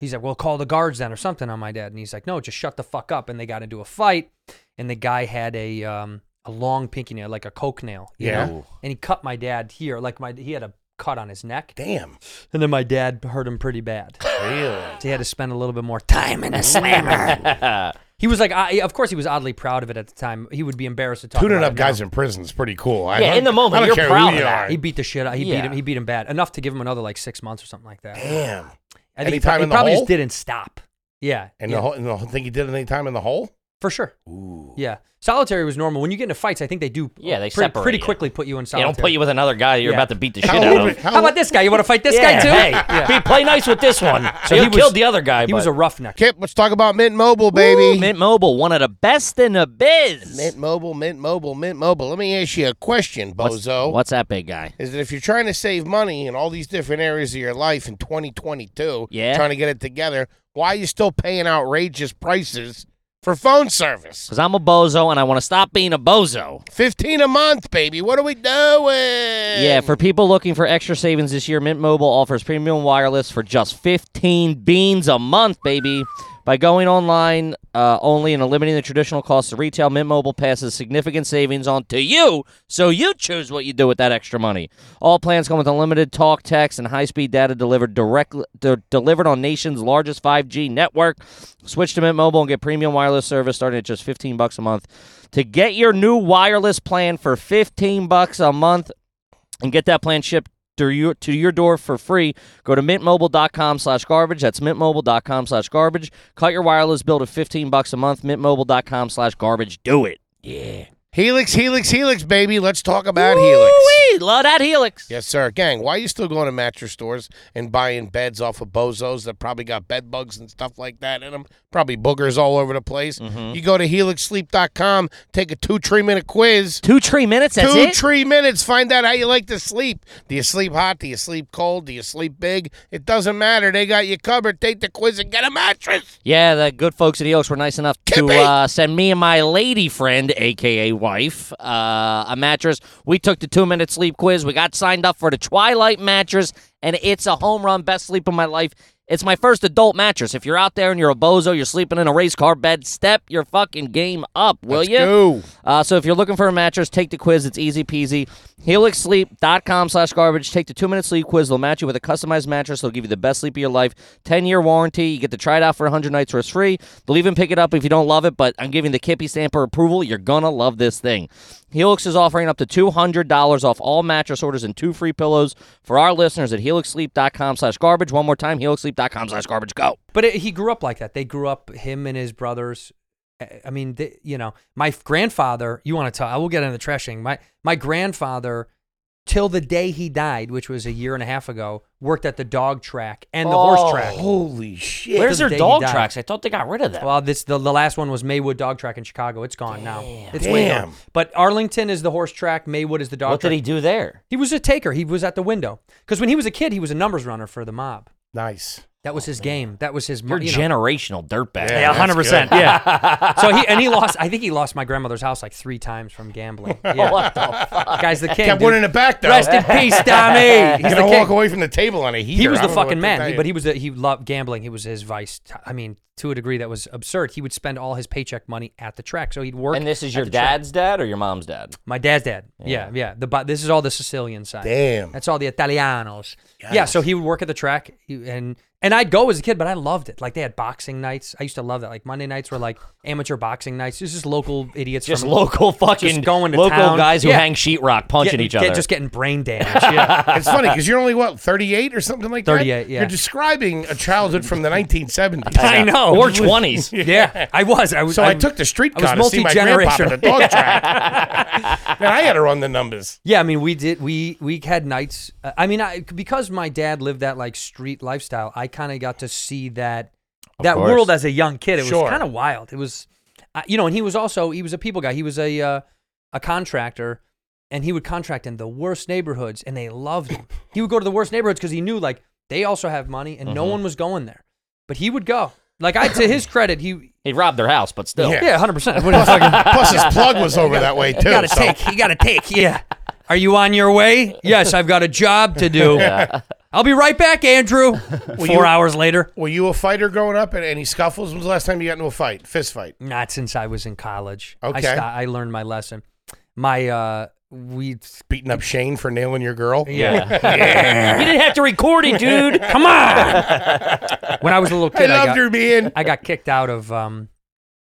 S5: he's like, well, call the guards then or something on my dad, and he's like, no, just shut the fuck up, and they got into a fight, and the guy had a um, a long pinky nail, like a coke nail, you
S1: Yeah.
S5: know? and he cut my dad here, like my he had a cut on his neck,
S1: Damn.
S5: and then my dad hurt him pretty bad.
S1: Really?
S5: So he had to spend a little bit more time in a slammer. he was like, I, of course, he was oddly proud of it at the time. He would be embarrassed to talk
S1: Tuning
S5: about
S1: up
S5: it
S1: guys
S5: now.
S1: in prison is pretty cool. I
S2: Yeah,
S1: don't-
S2: in the moment,
S1: I don't
S2: you're
S1: care
S2: proud
S1: who
S2: of
S1: you
S2: that.
S1: are.
S5: He beat the shit out. He beat
S2: Yeah.
S5: him. He beat him bad enough to give him another like six months or something like that. I
S1: Damn.
S5: think
S1: Any
S5: he, pro-
S1: time
S5: he
S1: in the
S5: probably
S1: hole?
S5: just didn't stop. Yeah,
S1: And
S5: yeah,
S1: the whole, and the whole thing he did any time in the hole?
S5: for sure.
S1: Ooh.
S5: Yeah, solitary was normal. When you get into fights, I think they do. uh,
S2: Yeah, they
S5: pretty,
S2: separate
S5: pretty
S2: you.
S5: quickly put you in
S2: Yeah,
S5: solitary.
S2: don't put you with another guy you're
S5: Yeah.
S2: about to beat the shit
S1: How
S2: out
S1: old,
S2: of.
S1: how
S5: How
S1: old-
S5: about this guy? You want to fight this guy
S2: Yeah,
S5: too?
S2: Hey,
S5: Yeah.
S2: be play nice with this one. So
S5: he
S2: you
S5: was-
S2: killed the other guy.
S5: He was a
S2: but-
S5: roughneck.
S1: Kip, let's talk about Mint Mobile, baby.
S2: Mint Mobile, one of the best in the biz.
S1: Mint Mobile, Mint Mobile, Mint Mobile. Let me ask you a question,
S2: What's-
S1: bozo.
S2: What's that big guy?
S1: Is that if you're trying to save money in all these different areas of your life in 2022,
S2: Yeah.
S1: trying to get it together, why are you still paying outrageous prices for phone service?
S2: Because I'm a bozo and I want to stop being a bozo.
S1: 15 a month, baby. What are we doing?
S2: Yeah, for people looking for extra savings this year, Mint Mobile offers premium wireless for just 15 beans a month, baby. By going online uh, only and eliminating the traditional costs of retail, Mint Mobile passes significant savings on to you, so you choose what you do with that extra money. All plans come with unlimited talk, text, and high-speed data delivered directly de- delivered on nation's largest 5G network. Switch to Mint Mobile and get premium wireless service starting at just 15 bucks a month. To get your new wireless plan for 15 bucks a month, and get that plan shipped to your, to your door for free go to mintmobile.com slash garbage that's mintmobile.com slash garbage cut your wireless bill to 15 bucks a month mintmobile.com slash garbage do it yeah
S1: Helix, Helix, Helix, baby. Let's talk about Helix.
S2: Woo-wee! love that helix
S1: Yes, sir. Gang, why are you still going to mattress stores and buying beds off of bozos that probably got bed bugs and stuff like that in them? Probably boogers all over the place.
S5: Mm-hmm.
S1: You go to helixsleep.com, take a two, three minute quiz.
S2: two three minutes that's
S1: two,
S2: it
S1: three minutes. Find out how you like to sleep. Do you sleep hot? Do you sleep cold? Do you sleep big? It doesn't matter. They got you covered. Take the quiz and get a mattress.
S2: yeah the good folks at helix were nice enough to
S1: Kippy!
S2: uh, send me and my lady friend aka wife uh, a mattress we took the two minute sleep quiz we got signed up for the twilight mattress and it's a home run best sleep of my life It's my first adult mattress. If you're out there and you're a bozo, you're sleeping in a race car bed, step your fucking game up, will you?
S1: go.
S2: Uh, so if you're looking for a mattress, take the quiz. It's easy peasy. HelixSleep.com slash garbage. Take the two-minute sleep quiz. They'll match you with a customized mattress. They'll give you the best sleep of your life. 10-year warranty. You get to try it out for 100 nights for free. They'll even pick it up if you don't love it, but I'm giving the Kippy stamper approval. You're going to love this thing. Helix is offering up to $200 off all mattress orders and two free pillows for our listeners at HelixSleep.com slash garbage. One more time, HelixSleep.com slash garbage. Go.
S5: But it, he grew up like that. They grew up him and his brothers. eh, I- I mean, they, you know, my f- grandfather. You want to tell? I will get into the trashing. My my grandfather, till the day he died, which was a year and a half ago, worked at the dog track and the
S2: Oh.
S5: horse track.
S1: Holy shit.
S2: Where's
S5: the
S2: their
S5: day he
S2: dog
S5: died.
S2: tracks? I thought they got rid of them.
S5: Well, this the, the last one was Maywood Dog Track in Chicago. It's gone now. It's way
S1: Damn.
S5: gone. But Arlington is the horse track. Maywood is the dog
S2: what
S5: track.
S2: did he do there?
S5: he was a taker. He was at the window because when he was a kid, he was a numbers runner for the mob.
S1: Nice.
S5: That was his game. That was his. mo-
S2: Oh, You're
S5: you know.
S2: generational dirtbag.
S1: Yeah, that's
S4: 100%,
S1: good.
S4: Yeah.
S5: So he and he lost. I think he lost my grandmother's house like three times from gambling. Yeah.
S2: What the fuck?
S5: Guys, the king.
S1: Kept
S5: dude.
S1: winning it back, though.
S5: Rest in peace, Tommy.
S1: you
S5: He's the
S1: don't
S5: king.
S1: walk away from the table on a heater.
S5: He was
S1: I
S5: the
S1: don't know what
S5: fucking
S1: to
S5: man,
S1: tell
S5: he-
S1: you.
S5: but he was a, he loved gambling. He was his vice. I mean, to a degree that was absurd. He would spend all his paycheck money at the track. So he'd work.
S2: And this is
S5: at
S2: your
S5: the track.
S2: dad's dad or your mom's dad?
S5: My dad's dad. Yeah, yeah. The bo- this is all the Sicilian side.
S1: Damn.
S5: That's all the Italianos. Yeah, so he would work at the track, he- and and I'd go as a kid, but I loved it. Like they had boxing nights. I used to love that. Like Monday nights were like amateur boxing nights. It's just local idiots.
S2: Just
S5: from,
S2: local fucking
S5: going to
S2: local
S5: town.
S2: guys who
S5: Yeah.
S2: hang sheetrock punching
S5: get-
S2: each
S5: get-
S2: other.
S5: just getting brain damaged. Yeah.
S1: It's funny because you're only what 38 or something like
S5: 38,
S1: that.
S5: yeah.
S1: You're describing a childhood from the 1970s.
S5: I know.
S2: Or twenties.
S5: yeah, I was. I was.
S1: So I,
S5: I
S1: took the
S5: I
S1: streetcar to
S5: was
S1: see my grandpa at the
S5: multi-generational.
S1: dog track. Man, I had to run the numbers.
S5: Yeah, I mean, we did. We we had nights. Uh, I mean, I, because my dad lived that like street lifestyle, I kind of got to see that that
S2: course.
S5: world as a young kid. It
S1: Sure.
S5: was kind of wild. It was, uh, you know, and he was also he was a people guy. He was a uh, a contractor, and he would contract in the worst neighborhoods, and they loved him. he would go to the worst neighborhoods because he knew like they also have money, and no
S1: Mm-hmm.
S5: one was going there, but he would go. Like I, to his credit, he
S2: He robbed their house, but still.
S1: Yeah.
S5: yeah, hundred percent. What are you talking?
S1: Plus, his plug was over that way too.
S5: You gotta
S1: so-
S5: take. You gotta take. Yeah. Are you on your way? Yes, I've got a job to do. I'll be right back, Andrew. Four
S1: you-
S5: hours later.
S1: Were you a fighter growing up? And any scuffles? When was the last time you got into a fight? Fist fight?
S5: Not since I was in college. I,
S1: Okay.
S5: sto- I learned my lesson. My uh, we.
S1: Beating up Shane for nailing your girl?
S5: Yeah.
S2: You didn't have to record it, dude.
S5: Come on. when I was a little
S1: I
S5: kid, I,
S1: loved
S5: got,
S1: her, man.
S5: I got kicked out of. Um,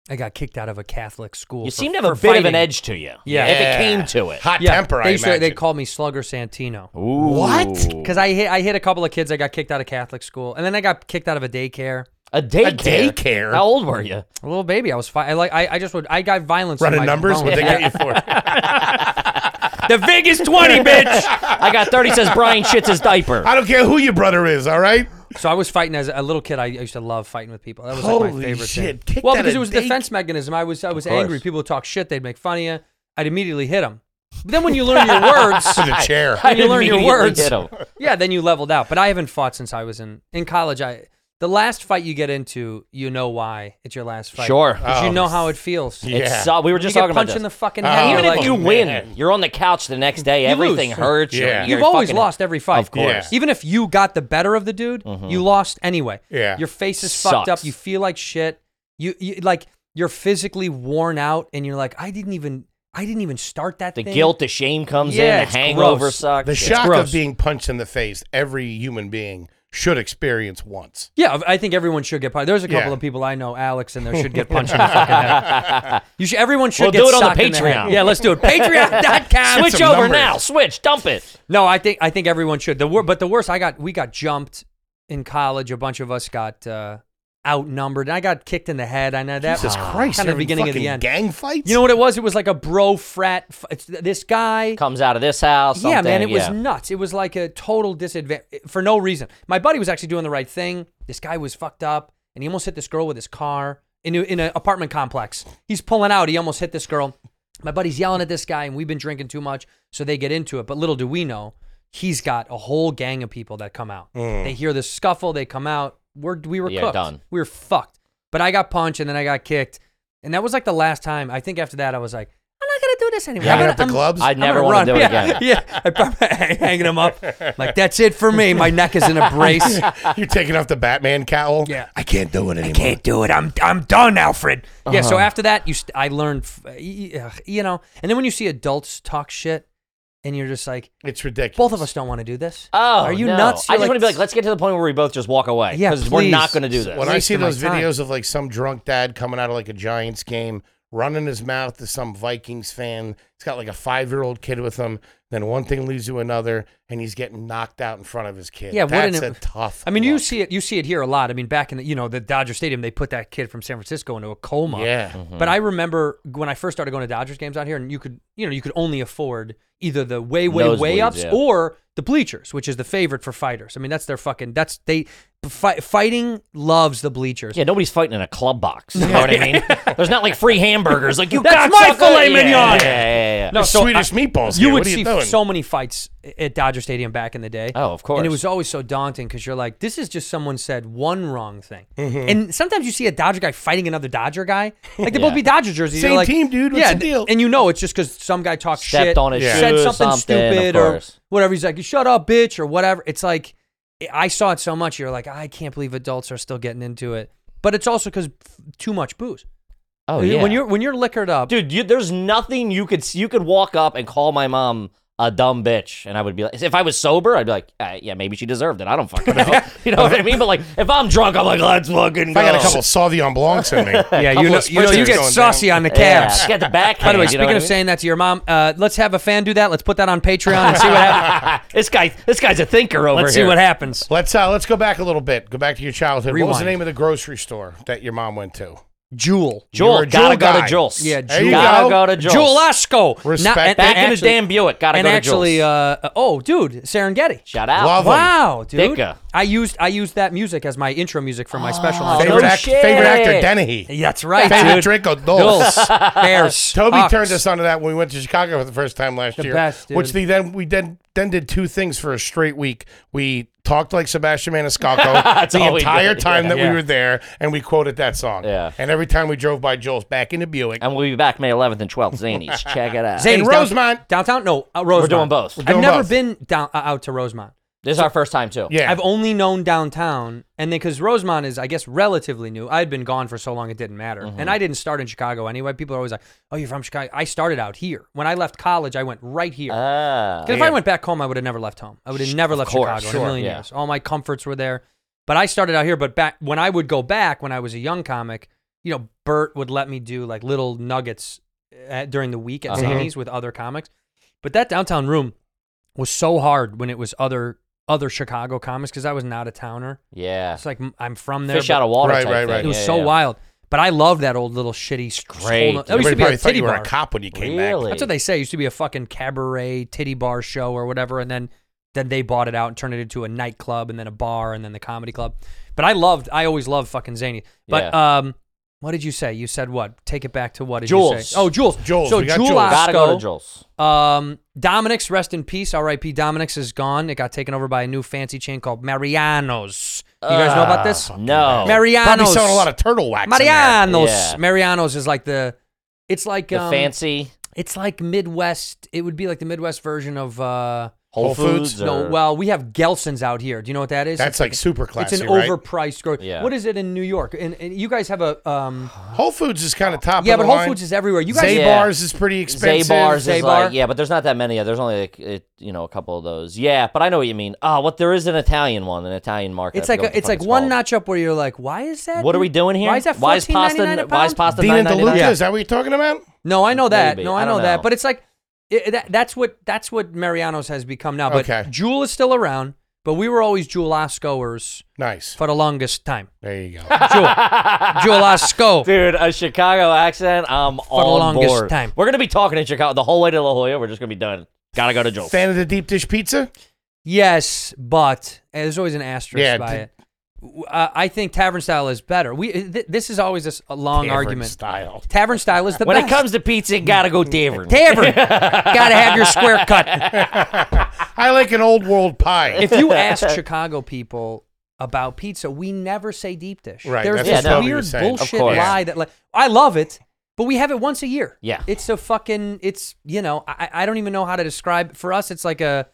S5: I got kicked out of a Catholic school.
S2: You
S5: for-
S2: seem to have a
S5: for
S2: bit of an
S5: fighting.
S2: edge to you.
S5: Yeah.
S2: If it
S1: Yeah.
S2: came to it.
S1: Hot
S5: Yeah,
S1: temper.
S5: They,
S1: I
S5: used to- they
S1: imagine.
S5: called me Slugger Santino.
S2: What?
S5: Because I hit, I hit a couple of kids. I got kicked out of Catholic school, and then I got kicked out of a daycare.
S2: A daycare.
S1: daycare?
S2: How old were you?
S5: A little baby. I was fine. I like. I, I just would. I got violence. in
S1: Running
S5: my
S1: numbers? What
S5: bones.
S1: they get you for?
S2: The Vegas 20, bitch. I got 30 says Brian shits his diaper.
S1: I don't care who your brother is. All right.
S5: So I was fighting as a little kid. I used to love fighting with people. That was like my
S1: Holy
S5: favorite
S1: shit,
S5: thing.
S1: kicked
S5: Well,
S1: out
S5: because
S1: of
S5: it was a
S1: daycare.
S5: defense mechanism. I was I was
S2: course.
S5: angry. People would talk shit. They'd make fun of you. I'd immediately hit them. But then when you learn your words,
S1: The chair.
S2: I
S5: when you learn your
S2: immediately
S5: words,
S2: hit him.
S5: yeah, then you leveled out. But I haven't fought since I was in in college. I the last fight you get into, you know why it's your last fight.
S2: Sure.
S5: 'Cause you know how it feels.
S1: Yeah.
S2: It's, so- we were
S5: You
S2: just
S5: get
S2: talking about
S5: punched
S2: this.
S5: in the fucking
S1: Oh,
S5: head.
S1: yeah.
S5: you're
S2: Even if
S5: like,
S2: you
S1: man.
S2: win, you're on the couch the next day. Everything
S5: lose.
S2: hurts. you.
S1: Yeah.
S2: You're
S5: You've always
S2: fucking-
S5: lost every fight.
S2: Of course. Mm-hmm.
S5: Even if you got the better of the dude, you lost anyway.
S1: Yeah.
S5: Your face is fucked
S2: Sucks.
S5: up. You feel like shit. You, you like you're physically worn out, and you're like, I didn't even, I didn't even start that.
S2: The
S5: thing.
S2: guilt, the shame comes
S5: Yeah,
S2: in.
S5: it's
S2: The hangover
S5: gross.
S2: sucks.
S1: The
S2: It's
S1: shock
S5: gross.
S1: of being punched in the face, every human being should experience once.
S5: Yeah, I think everyone should get punched. There's a couple
S1: Yeah.
S5: of people I know, Alex, and there should get punched in the fucking head. You should. Everyone should
S2: We'll
S5: get
S2: do it on the
S5: socked in head.
S2: Patreon.
S5: Yeah, let's do it. Patreon.com.
S2: Switch
S1: some
S2: over
S1: numbers.
S2: now. Switch. Dump it.
S5: No, I think I think everyone should. The wor- but the worst, I got we got jumped in college. A bunch of us got uh, outnumbered. I got kicked in the head. I know that.
S1: Jesus
S5: was
S1: Christ.
S5: Kind of
S1: they're
S5: the
S1: in
S5: Ah. beginning of
S1: fucking
S5: the end.
S1: Gang fights?
S5: You know what it was? It was like a bro frat. F- it's th- this guy.
S2: Comes out of this house.
S5: Yeah, man, it
S2: something,
S5: was
S2: yeah.
S5: nuts. It was like a total disadvantage for no reason. My buddy was actually doing the right thing. This guy was fucked up, and he almost hit this girl with his car in a- in an apartment complex. He's pulling out. He almost hit this girl. My buddy's yelling at this guy, and we've been drinking too much, so they get into it. But little do we know, he's got a whole gang of people that come out. They hear this scuffle, they come out. We're, we were
S2: Yeah,
S5: cooked.
S2: done.
S5: We were fucked. But I got punched, and then I got kicked, and that was like the last time. I think after that, I was like. I'm not gonna do this anymore.
S1: You
S5: I'm
S1: hanging
S5: gonna-
S1: up the
S5: I'm-
S1: gloves?
S2: I never
S5: I'm gonna
S2: want to do
S5: run.
S2: it
S5: yeah,
S2: again.
S5: Yeah, I probably hanging them up. Like that's it for me. My neck is in a brace.
S1: You're taking off the Batman cowl?
S5: Yeah.
S1: I can't do it anymore.
S5: Can't do it. I'm I'm done, Alfred. Yeah. So
S2: Uh-huh.
S5: after that, you st- I learned, f- y- y- ugh, you know. And then when you see adults talk shit, and you're just like,
S1: It's ridiculous.
S5: both of us don't want to do this.
S2: Oh,
S5: are you
S2: no.
S5: nuts?
S2: I
S5: You're
S2: just want to be like, let's get to the point where we both just walk away.
S5: Yeah,
S2: because we're
S5: please.
S2: not going to do this.
S1: When I
S5: waste
S1: see
S5: of my
S1: those
S5: time.
S1: videos of like some drunk dad coming out of like a Giants game, running his mouth to some Vikings fan, he's got like a five year old kid with him. Then one thing leads to another, and he's getting knocked out in front of his kid.
S5: Yeah, wouldn't
S1: that's
S5: it-
S1: a tough.
S5: I mean, you
S1: look.
S5: see it. You see it here a lot. I mean, back in the you know the Dodger Stadium, they put that kid from San Francisco into a coma.
S1: yeah,
S2: Mm-hmm.
S5: But I remember when I first started going to Dodgers games out here, and you could, you know, you could only afford either the way, way, way
S2: Nosebleeds,
S5: ups
S2: yeah.
S5: or the bleachers, which is the favorite for fighters. I mean, that's their fucking. That's they fi- fighting loves the bleachers.
S2: Yeah, nobody's fighting in a club box. You know what I mean? There's not like free hamburgers. Like you
S5: That's
S2: got
S5: my
S2: sucker.
S5: filet
S2: Yeah,
S5: mignon.
S2: Yeah, yeah, yeah. yeah.
S5: No,
S1: There's
S5: so
S1: Swedish meatballs.
S5: You
S1: here.
S5: would
S1: what are
S5: see
S1: you doing?
S5: so many fights at Dodger Stadium back in the day.
S2: Oh, of course.
S5: And it was always so daunting because you're like, this is just someone said one wrong thing. And sometimes you see a Dodger guy fighting another Dodger guy. Like they both be Dodger jerseys. You're
S1: Same
S5: like,
S1: team, dude. What's
S5: yeah,
S1: the deal?
S5: And you know it's just because some guy talked
S2: Stepped
S5: shit,
S2: on his
S1: Yeah.
S5: said
S2: shoe or
S5: something,
S2: something, of
S5: stupid or
S2: course.
S5: whatever. He's like, shut up, bitch, or whatever. It's like I saw it so much. You're like, I can't believe adults are still getting into it. but it's also because too much booze.
S2: Oh
S5: When
S2: yeah.
S5: you- When you're when you're liquored up,
S2: dude, you, there's nothing you could s- you could walk up and call my mom a dumb bitch, and I would be like, if I was sober, I'd be like, uh, yeah, maybe she deserved it. I don't fucking know. you know what I mean? But like, if I'm drunk, I'm like, let's fucking
S1: If I got
S2: go.
S1: a couple Sauvignon Blancs in me.
S5: yeah,
S1: couple
S5: you know,
S1: of
S5: you know, you
S1: spritzers
S5: get
S1: going
S5: saucy
S1: down.
S5: on the
S2: Yeah,
S5: calves.
S2: get the back.
S5: By the way, speaking of saying that to your mom, uh, let's have a fan do that. Let's put that on Patreon and see what happens.
S2: this guy, this guy's a thinker over
S5: Let's see
S2: here.
S5: what happens.
S1: Let's uh, let's go back a little bit. Go back to your childhood. What was the
S5: Rewind.
S1: name of the grocery store that your mom went to?
S5: Jewel.
S1: You're
S2: Joel,
S1: a
S2: gotta
S1: Juul
S2: go to
S1: guy.
S2: Jules.
S5: Yeah,
S1: There you
S2: gotta
S1: go.
S2: go to Jules.
S5: Jewel Osco.
S1: Respect.
S2: Back in the damn Buick, gotta
S5: and
S2: go to
S5: actually,
S2: Jules.
S5: uh, oh, dude, Serengeti.
S2: Shout out.
S1: Love 'em.
S5: Wow, dude.
S2: Thicka.
S5: I used I used that music as my intro music for my special.
S2: Oh,
S5: Favorite-
S1: Favorite,
S2: no
S1: act-
S2: shit.
S1: favorite actor, Dennehy.
S5: That's right,
S1: Favorite
S5: dude.
S1: drink, O'Dulce.
S5: Dulce, Bears, Ah,
S1: Toby
S5: Hawks.
S1: turned us onto that when we went to Chicago for the first time last year.
S5: best, dude.
S1: Which they then we then then did two things for a straight week. We talked like Sebastian Maniscalco
S2: That's
S1: the
S2: all we
S1: entire
S2: did,
S1: time
S2: yeah.
S1: that
S5: Yeah.
S1: we were there, and we quoted that song.
S2: Yeah.
S1: And every time we drove by Joel's back into Buick,
S2: And we'll be back May 11th and 12th. Zanies, check it out.
S5: Zany's
S1: In
S5: down-
S1: Rosemont.
S5: downtown. No, uh, Rosemont.
S2: doing both. We're
S1: doing
S5: I've never
S1: both.
S5: been down uh, out to Rosemont.
S2: This is our first time too.
S1: yeah,
S5: I've only known downtown, and then because Rosemont is, I guess, relatively new. I had been gone for so long, it didn't matter. And I didn't start in Chicago anyway. People are always like, "Oh, you're from Chicago." I started out here. When I left college, I went right here.
S2: Ah.
S5: 'Cause if I went back home, I would have never left home. I would have never left
S2: course,
S5: Chicago in
S2: sure,
S5: a million
S2: yeah.
S5: years. All my comforts were there. But I started out here. But back when I would go back when I was a young comic, you know, Bert would let me do like little nuggets at, during the week at
S2: Uh-huh.
S5: Zany's with other comics. But that downtown room was so hard when it was other other Chicago comics because I was not a towner.
S2: yeah.
S5: It's like m- I'm from there.
S2: Fish
S5: but
S2: out of water.
S1: Right,
S2: type
S1: right,
S2: thing.
S1: right.
S5: It was
S2: Yeah,
S5: so
S2: yeah.
S5: wild. But I love that old little shitty. s-
S2: Great.
S5: hole- That used to be
S1: Everybody
S5: a
S1: thought
S5: titty
S1: you were
S5: bar.
S1: a cop when you came
S2: Really?
S1: back.
S5: That's what they say. It used to be a fucking cabaret titty bar show or whatever, and then then they bought it out and turned it into a nightclub and then a bar and then the comedy club. But I loved, I always loved fucking Zany. But um, what did you say? You said what? Take it back to what did you
S2: Jules.
S5: say? Oh, Jules.
S1: Jules.
S5: So
S1: We got
S5: Jewel
S1: Jules.
S2: Gotta go to
S5: Osco,
S2: Jules.
S5: um, Dominic's rest in peace. R.I.P. Dominic's is gone. It got taken over by a new fancy chain called Mariano's. Ah, You guys know about
S2: Ah,
S5: this?
S2: No.
S5: Mariano's.
S1: Probably selling a lot of turtle wax. in there.
S5: Mariano's.
S2: Yeah.
S5: Mariano's is like the. It's like
S2: the
S5: um,
S2: fancy
S5: it's like Midwest. It would be like the Midwest version of uh
S2: Whole,
S1: Whole
S2: Foods.
S1: Foods?
S2: or,
S5: no. Well, we have Gelson's out here. Do you know what that is?
S1: That's like super
S5: it's
S1: classy,
S5: an
S1: right?
S5: overpriced grocery.
S2: Yeah.
S5: What is it in New York? And, and you guys have a um
S1: Whole Foods is kind of top.
S5: yeah,
S1: of
S5: but
S1: the
S5: Whole
S1: line.
S5: Foods is everywhere. You guys
S1: Zay
S2: Yeah.
S1: bars is pretty expensive.
S2: Zay bars
S5: Zay
S2: is
S5: bar?
S2: like yeah, but there's not that many. There's only like it, you know a couple of those. Yeah, but I know what you mean. Oh, what there is an Italian one, an Italian market.
S5: it's
S2: I forget
S5: like
S2: what the
S5: a, it's
S2: fuck
S5: like one
S2: called.
S5: notch up where you're like, why is that?
S2: What are we doing here?
S5: Why is that
S2: Why is pasta?
S5: $14.99 a
S2: Why is
S5: pound?
S2: pasta?
S1: Dean and
S2: $9.99?
S1: DeLuca, is that what you're talking about?
S5: No, I know that.
S2: Maybe.
S5: No, I,
S2: I
S5: know,
S2: don't
S5: that.
S2: know.
S5: But it's like it, that, that's what that's what Mariano's has become now. But
S1: Okay.
S5: Jewel is still around. But we were always Jewel Oscoers
S1: Nice.
S5: for the longest time.
S1: There you go.
S5: Jewel, Jewel Osco.
S2: Dude, a Chicago accent. I'm
S5: the
S2: on
S5: longest
S2: board.
S5: time.
S2: We're gonna be talking in Chicago the whole way to La Jolla. We're just gonna be done. Gotta go to Joel.
S1: Fan of the deep dish pizza?
S5: Yes, but and there's always an asterisk
S1: Yeah,
S5: by
S1: d-
S5: it. W- Uh, I think tavern style is better. We th- this is always a, s- a long
S1: Tavern
S5: argument.
S1: style.
S5: Tavern style is the
S2: When
S5: best.
S2: it comes to pizza, gotta go tavern.
S5: tavern, gotta have your square cut.
S1: I like an old world pie.
S5: If you ask Chicago people about pizza, we never say deep dish.
S1: Right,
S5: There's
S1: that's
S5: this
S2: what Toby
S5: weird
S1: was saying. Of
S5: bullshit
S2: course.
S5: lie that like I love it, but we have it once a year.
S2: Yeah.
S5: it's a fucking. It's you know I I don't even know how to describe. For us, it's like a.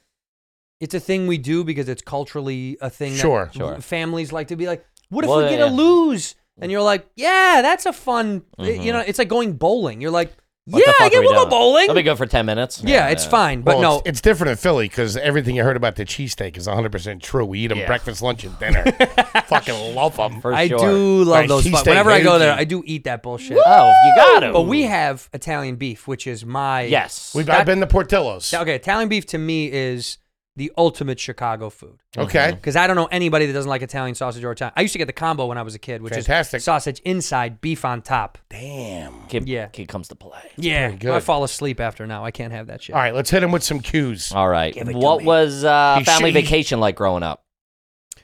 S5: It's a thing we do because it's culturally a thing. that
S1: Sure.
S2: Sure.
S5: families like to be like, what if
S2: Well,
S5: we get
S2: yeah.
S5: a lose? And you're like, yeah, that's a fun, you know, it's like going bowling. You're like,
S2: Mm-hmm. What the fuck
S5: yeah, I
S2: are
S5: get,
S2: we
S5: we'll go
S2: doing?
S5: bowling.
S2: Let me go for ten minutes.
S5: yeah, it's fine. But
S1: Well,
S5: no,
S1: it's, it's different in Philly because everything you heard about the cheesesteak is 100% true. We eat them breakfast, lunch, and dinner. Fucking love them.
S2: For
S5: I
S2: sure.
S5: do love
S1: Right,
S5: those.
S1: cheese
S5: fu-
S1: steak,
S5: Whenever I go there,
S1: baby.
S5: I do eat that bullshit.
S2: Oh, you got it.
S5: But we have Italian beef, which is my
S2: yes.
S1: We've, I've been to Portillo's.
S5: Okay, Italian beef to me is the ultimate Chicago food.
S1: Okay.
S5: Because I don't know anybody that doesn't like Italian sausage or Italian. I used to get the combo when I was a kid, which
S1: Fantastic.
S5: is sausage inside, beef on top.
S1: Damn.
S2: kid,
S5: yeah.
S2: kid comes to play.
S5: Yeah,
S1: good.
S5: I fall asleep after now. I can't have that shit.
S1: All right, let's hit him with some cues.
S2: All right. What was uh,
S1: He
S2: family
S1: should- he-
S2: vacation like growing up?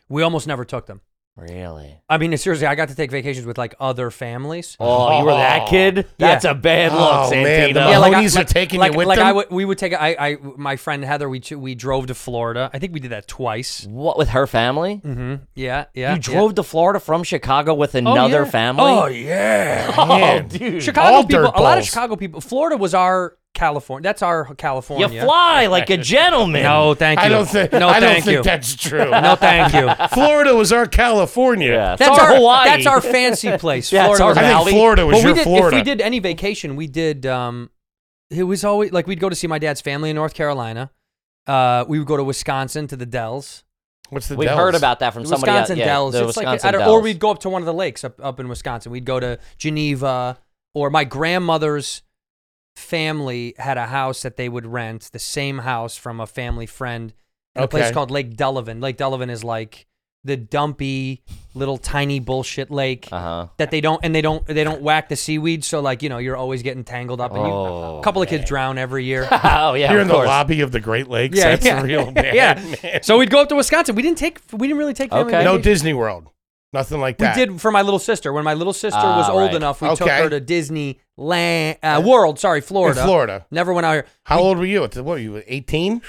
S5: We almost never took them.
S2: Really?
S5: I mean, seriously, I got to take vacations with like other families.
S2: Oh, you were that kid? That's a bad look,
S1: Oh, man,
S2: Santino.
S1: the
S5: like I,
S1: Mahoney's are taking
S5: like,
S1: you with
S5: like I
S1: them?
S5: would, we would take. I, I, my friend Heather, we we drove to Florida. I think we did that twice.
S2: what with her family?
S5: hmm Yeah, yeah.
S2: You drove to Florida from Chicago with
S5: yeah.
S2: another family?
S5: Oh yeah,
S2: Oh, dude.
S5: Chicago
S1: All
S5: people.
S1: dirt
S5: A lot of
S1: balls.
S5: Chicago people. Florida was our California. That's our
S2: You
S5: California.
S2: fly like a gentleman.
S5: No, thank you.
S1: I don't think.
S5: No,
S1: I don't
S5: thank
S1: think
S5: you.
S1: that's true.
S5: no, thank you.
S1: Florida was our California.
S2: Yeah, it's
S5: That's
S2: our,
S5: our
S2: Hawaii.
S5: That's our fancy place.
S2: Yeah, it's
S5: Florida
S2: our
S5: was
S1: I think
S2: Valley.
S1: Florida was
S5: well, we
S1: your
S5: did,
S1: Florida.
S5: If we did any vacation, we did. Um, it was always like we'd go to see my dad's family in North Carolina. Uh, we would go to Wisconsin to the Dells,
S1: What's the
S2: We've
S1: Dells?
S2: heard about that from
S5: The
S2: somebody else.
S5: Wisconsin
S2: Yeah,
S5: Dells.
S2: the
S5: it's
S2: Wisconsin
S5: like I don't,
S2: Dells.
S5: or we'd go up to one of the lakes up up in Wisconsin. We'd go to Geneva, or my grandmother's family had a house that they would rent, the same house from a family friend in a place
S1: Okay.
S5: called Lake Delavan. Lake Delavan is like the dumpy little tiny bullshit lake
S2: Uh huh.
S5: that they don't and they don't they don't whack the seaweed so like you know you're always getting tangled up and you,
S2: Oh,
S5: a couple of kids drown every year
S2: oh yeah.
S1: You're
S2: of
S1: in the
S2: course.
S1: lobby of the Great Lakes.
S5: Yeah,
S1: that's
S5: yeah.
S1: real bad.
S5: Yeah.
S1: man.
S5: so we'd go up to wisconsin we didn't take we didn't really take family
S2: Okay.
S1: No
S5: vacations.
S1: Disney World. Nothing like
S5: we
S1: that.
S5: did for my little sister when my little sister was
S2: Ah,
S5: old
S2: right.
S5: enough we took
S1: Okay.
S5: her to disney land uh, world sorry florida
S1: in Florida.
S5: never went out here
S1: How old were you? At the- What were you? 18?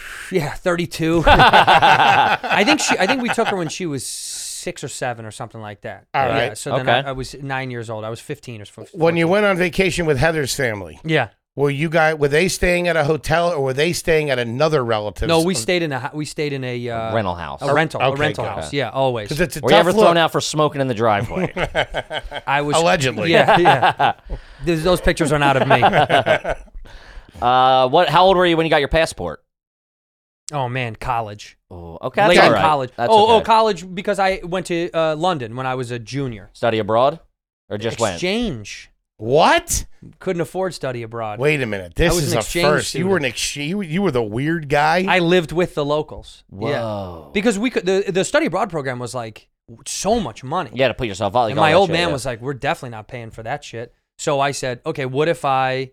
S5: yeah 32 i think she i think we took her when she was six or seven or something like that
S1: All
S5: yeah,
S1: right.
S5: so then I-
S2: Okay.
S5: I, was nine years old i was 15 or something
S1: When you went on vacation with Heather's family,
S5: yeah
S1: were you guys were they staying at a hotel or were they staying at another relative's?
S5: no we stayed in a hou- we stayed in a uh,
S2: rental house.
S5: a rental, a
S1: Okay,
S5: rental
S1: good.
S5: house. Yeah, always.
S1: 'Cause it's a
S2: Were you
S1: tough
S2: ever
S1: look.
S2: thrown out for smoking in the driveway?
S5: I was
S1: Allegedly.
S5: Yeah, yeah. Those- Those pictures are not of me.
S2: uh, what? How old were you when you got your passport?
S5: Oh man, college.
S2: Oh, okay. that's
S5: Late
S2: all
S5: in
S2: right.
S5: college.
S2: That's
S5: oh,
S2: okay.
S5: oh, college because I went to uh, London when I was a junior.
S2: Study abroad, or just went?
S5: exchange.
S1: What?
S5: Couldn't afford study abroad.
S1: Wait a minute.
S5: I
S1: This
S5: was
S1: is
S5: an
S1: a
S5: exchange
S1: first. You were an
S5: student.
S1: exchange. You, you were the weird guy.
S5: I lived with the locals. Yeah.
S2: Whoa.
S5: Because we could the, the study abroad program was like so much money.
S2: You had to put yourself out. like
S5: And
S2: all
S5: my
S2: that
S5: old
S2: shit,
S5: man
S2: yeah.
S5: was like, "We're definitely not paying for that shit." So I said, "Okay, what if I,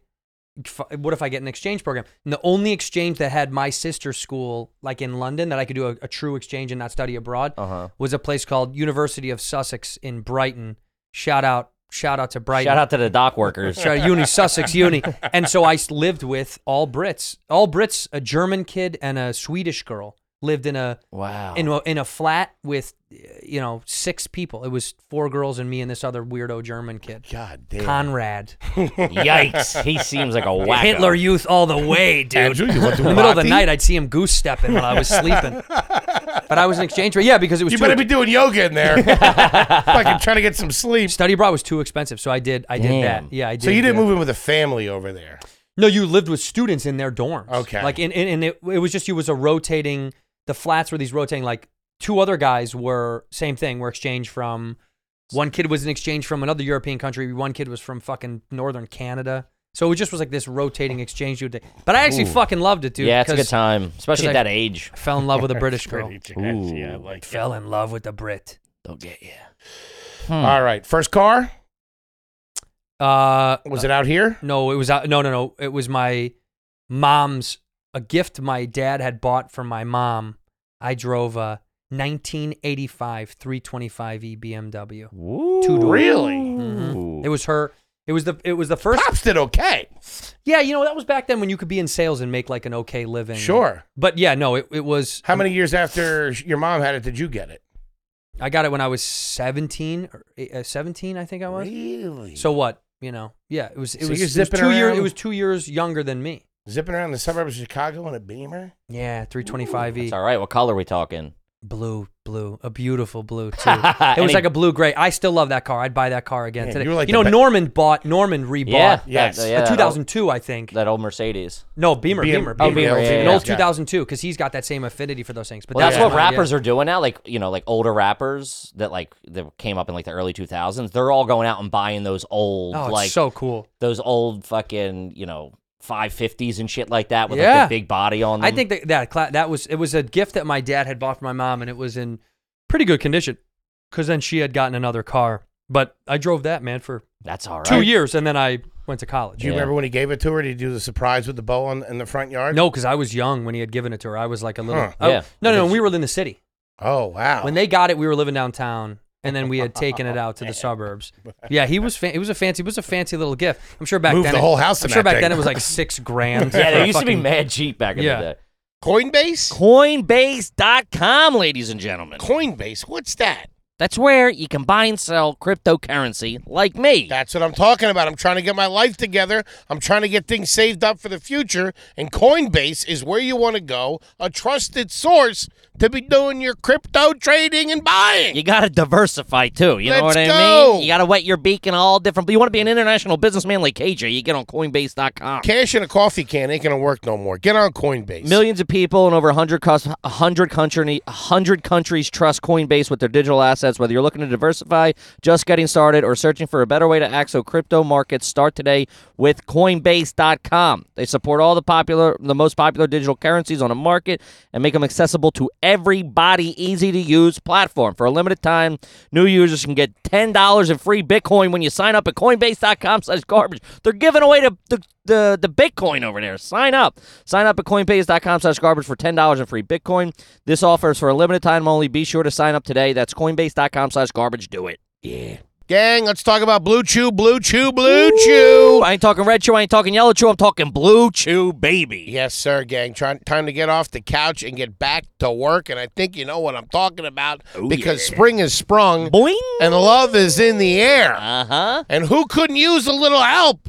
S5: f- what if I get an exchange program?" And the only exchange that had my sister's school, like in London, that I could do a, a true exchange and not study abroad,
S2: Uh-huh.
S5: was a place called University of Sussex in Brighton. Shout out, shout out to Brighton.
S2: Shout out to the dock workers.
S5: Shout out Uni Sussex Uni. And so I s- lived with all Brits, all Brits, a German kid and a Swedish girl lived in a
S2: wow.
S5: in a, in a flat with uh, you know six people. It was four girls and me and this other weirdo German kid,
S1: God damn.
S5: Conrad.
S2: Yikes. He seems like a wacko.
S5: Hitler Youth all the way, dude.
S1: Andrew, you went to
S5: In the middle of the
S1: Wati?
S5: night, I'd see him goose stepping while I was sleeping. But I was an exchange rate, yeah, because it was
S1: You
S5: too
S1: better be doing yoga in there. Fucking trying to get some sleep.
S5: study abroad was too expensive, so I did I did
S2: Damn.
S5: that. Yeah, I did.
S1: So you didn't
S5: yeah.
S1: move in with a family over there.
S5: No, you lived with students in their dorms.
S1: Okay.
S5: Like in, in, and it, it was just you was a rotating. The flats were these rotating. Like two other guys were same thing. Were exchanged from. One kid was an exchange from another European country. One kid was from fucking northern Canada. So it just was like this rotating exchange. you would- But I actually fucking loved it, dude.
S2: yeah, it's a good
S5: 'cause
S2: time, especially at
S5: I-
S2: that age.
S5: I fell in love with a British girl.
S1: Pretty jazz,
S2: Ooh.
S1: yeah, I like it.
S5: Fell in love with a Brit.
S2: They'll get you.
S5: Hmm.
S1: All right. First car?
S5: Uh,
S1: Was it out here?
S5: No, it was uh, no, no, no. It was my mom's a gift my dad had bought for my mom. I drove a 1985 325e BMW.
S2: Ooh.
S1: Really?
S5: Mm-hmm. It was her. It was the. It was the first.
S1: Pops did okay.
S5: Yeah, you know that was back then when you could be in sales and make like an okay living.
S1: Sure.
S5: But yeah, no, it, it was.
S1: How many years after sh- your mom had it did you get it?
S5: I got it when I was 17 or uh, 17, I think I was.
S1: Really?
S5: So what? You know, yeah, it was. It
S1: So
S5: was,
S1: you're
S5: it was
S1: zipping
S5: two years.
S1: around?
S5: It was two years younger than me.
S1: Zipping around the suburbs of Chicago in a Beamer?
S5: Yeah, E. 325e.
S2: It's all right. What color are we talking?
S5: blue, blue, a beautiful blue too. it was
S2: Any-
S5: like a blue gray. I still love that car. I'd buy that car again
S1: Yeah,
S5: today.
S1: you
S5: You,
S1: were like
S5: know,
S1: the be-
S5: Norman bought Norman rebought
S2: Yeah.
S1: Yes.
S2: That,
S5: a
S2: yeah, that
S5: 2002, I think.
S2: old- That old Mercedes.
S5: no, Beamer,
S1: Beam-
S5: Beamer,
S1: Oh,
S5: Beamer,
S2: Beamer, yeah,
S5: an
S2: yeah,
S5: old
S1: yeah.
S5: 2002 because he's got that same affinity for those things. But
S2: Well, that's what
S5: my- yeah.
S2: rappers are doing now. Like you know, like older rappers that like that came up in like the early two thousands. They're all going out and buying those old,
S5: Oh, it's
S2: like
S5: so cool.
S2: those old fucking you know five fifties and shit like that with
S5: Yeah.
S2: like the big body on them.
S5: I think that that, cla- that was it was a gift that my dad had bought for my mom, and it was in pretty good condition because then she had gotten another car. But I drove that man for
S2: that's all right.
S5: two years, and then I went to college.
S1: Do you
S2: Yeah.
S1: remember when he gave it to her? Did he do the surprise with the bow on, in the front yard?
S5: No, because I was young when he had given it to her. I was like a little.
S1: Huh.
S5: I-
S2: Yeah.
S5: No, no, no. We were in the city.
S1: Oh, wow.
S5: When they got it, we were living downtown, and then we had taken it out to the suburbs. Yeah, he was. Fan- it was a fancy. It was a fancy little gift. I'm sure back
S1: Moved
S5: then.
S1: the
S5: it-
S1: whole house
S5: I'm
S1: in
S5: sure
S1: that
S5: back then
S1: thing.
S5: it was like six grand.
S2: Yeah,
S5: for a
S2: they used to be
S5: fucking-
S2: mad cheap back in
S5: Yeah.
S2: the day.
S1: Coinbase?
S2: Coinbase.com, ladies and gentlemen.
S1: Coinbase? What's that?
S2: That's where you can buy and sell cryptocurrency like me.
S1: That's what I'm talking about. I'm trying to get my life together. I'm trying to get things saved up for the future. And Coinbase is where you want to go, a trusted source to be doing your crypto trading and buying.
S2: You got to diversify too. You know
S1: Let's
S2: what I
S1: go.
S2: mean? You got to wet your beak in all different. You want to be an international businessman like KJ? You get on Coinbase.com.
S1: Cash in a coffee can ain't going to work no more. Get on Coinbase.
S2: Millions of people in over 100, cus- 100, country, 100 countries trust Coinbase with their digital assets. Whether you're looking to diversify, just getting started, or searching for a better way to access crypto markets, start today with Coinbase.com. They support all the popular, the most popular digital currencies on the market and make them accessible to everybody. Easy to use platform. For a limited time, new users can get $10 in free Bitcoin when you sign up at Coinbase.com slash garbage. They're giving away the, the the the Bitcoin over there. Sign up. Sign up at coinbase.com slash garbage for $10 in free Bitcoin. This offer is for a limited time only. Be sure to sign up today. That's coinbase.com slash garbage. Do it. Yeah.
S1: Gang, let's talk about Blue Chew, Blue Chew, Blue Chew.
S2: I ain't talking red chew. I ain't talking yellow chew. I'm talking blue chew, baby.
S1: Yes, sir, gang. Try, time to get off the couch and get back to work. And I think you know what I'm talking about because spring is sprung
S2: Boing.
S1: and love is in the air.
S2: Uh huh.
S1: And who couldn't use a little help?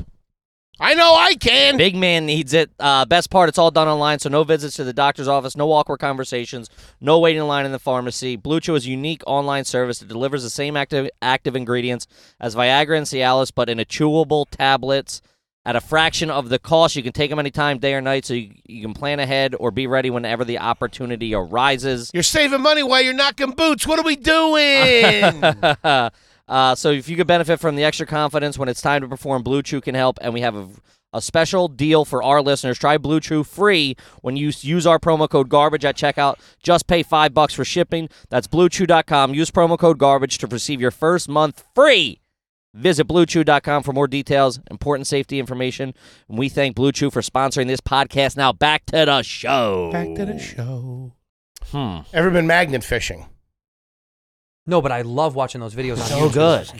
S1: I know I can.
S2: Big man needs it. Uh, best part, it's all done online, so no visits to the doctor's office, no awkward conversations, no waiting in line in the pharmacy. Blue Chew is a unique online service that delivers the same active active ingredients as Viagra and Cialis, but in a chewable tablets at a fraction of the cost. You can take them anytime, day or night, so you, you can plan ahead or be ready whenever the opportunity arises.
S1: You're saving money while you're knocking boots. What are we doing?
S2: uh, so if you could benefit from the extra confidence when it's time to perform, Blue Chew can help, and we have a, a special deal for our listeners. Try Blue Chew free when you s- use our promo code garbage at checkout. Just pay five bucks for shipping. That's BlueChew.com. Use promo code garbage to receive your first month free. Visit BlueChew.com for more details, important safety information. And we thank Blue Chew for sponsoring this podcast. Now back to the show.
S1: Back to the show.
S2: Hmm.
S1: Ever been magnet fishing?
S5: No, but I love watching those videos. on
S2: So
S5: YouTube.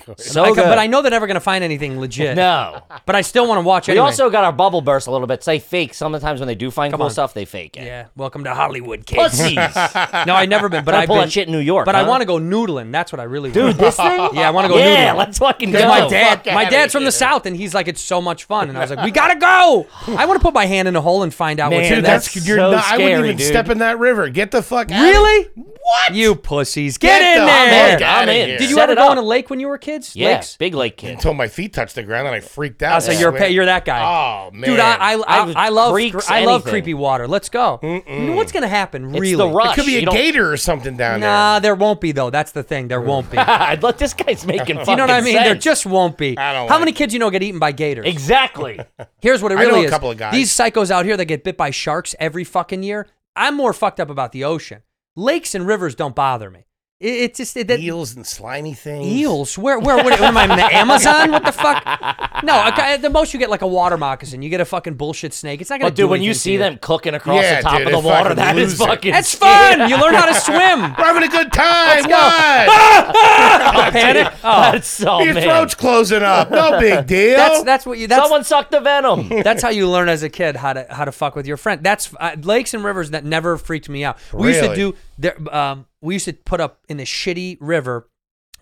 S2: good. So
S5: I
S2: good.
S5: ca- But I know they're never going to find anything legit.
S2: no.
S5: But I still want to watch it.
S2: We also got our bubble burst a little bit. Say fake. Sometimes when they do find
S5: Come
S2: cool
S5: on.
S2: stuff, they fake it.
S5: yeah. Welcome to Hollywood, kids.
S2: Pussies.
S5: no, I never been, but
S2: Gotta
S5: I've
S2: pull
S5: been.
S2: that shit in New York.
S5: but I
S2: huh?
S5: want to go noodling. That's what I really
S2: Dude,
S5: want.
S2: this thing?
S5: Yeah, I want to go
S2: Yeah,
S5: noodling.
S2: let's fucking go.
S5: Because my
S1: fuck
S5: dad, my
S1: outta
S5: dad's from
S1: here.
S5: the south, and he's like, "It's so much fun," and I was like, "We gotta go! I want to put my hand in a hole and find out what's
S2: Man,
S5: in
S1: Dude,
S5: there."
S1: that's,
S2: that's
S1: you're
S2: so
S1: not, I wouldn't
S2: scary,
S1: even
S2: dude.
S1: step in that river. Get the fuck out.
S5: Really?
S1: What?
S5: You pussies,
S1: Get
S5: get, in
S1: the
S5: there!
S1: fuck
S2: I'm
S1: outta
S2: in.
S1: here.
S5: Did you
S2: Set
S5: ever
S2: it
S5: go
S2: up.
S5: on a lake when you were kids?
S2: Yeah,
S5: Lakes?
S2: big lake kid.
S1: Until my feet touched the ground and I freaked out.
S5: Oh, so
S1: I
S5: you're
S1: swear.
S5: pa- you're that guy.
S1: Oh man,
S5: Dude,
S2: I
S5: I I, I,
S2: was
S5: I love
S2: creeks,
S5: cre- I love
S2: anything.
S5: creepy water. Let's go. You know What's gonna happen?
S2: the
S5: Really?
S1: it
S2: rush.
S1: could be
S2: You
S1: a
S2: don't-
S1: gator or something down
S5: Nah, there won't be though. That's the thing. There won't be. you
S2: God, look, this guy's making fun.
S5: know what I mean? There just won't be.
S1: I don't
S5: How
S1: like
S5: many kids you know get eaten by gators?
S2: Exactly.
S5: Here's what it
S1: I know
S5: really
S1: a
S5: is.
S1: couple of guys.
S5: These psychos out here that get bit by sharks every fucking year. I'm more fucked up about the ocean. Lakes and rivers don't bother me. It, it just it,
S1: there.
S5: that,
S1: Eels and slimy things.
S5: eels. Where where what, am I in the Amazon? What the fuck? No, okay, the most you get like a water moccasin. You get a fucking bullshit snake. It's not gonna.
S2: But dude,
S5: do
S2: when you
S5: anything to
S2: see them cooking across
S1: Yeah,
S2: the top
S1: dude,
S2: of the
S1: it
S2: water,
S1: fucking
S2: that is
S1: loses it.
S2: fucking.
S5: that's fun. You learn how to swim.
S1: We're having a good time.
S5: go.
S1: What?
S5: Panic. Oh,
S2: That's so
S1: Your
S2: man.
S1: throat's closing up. No big deal.
S5: that's that's what you. That's
S2: Someone sucked the venom.
S5: That's how you learn as a kid how to how to fuck with your friend. That's uh, lakes and rivers that never freaked me out. We used to
S1: Really?
S5: do there. Um, we used to put up in the shitty river.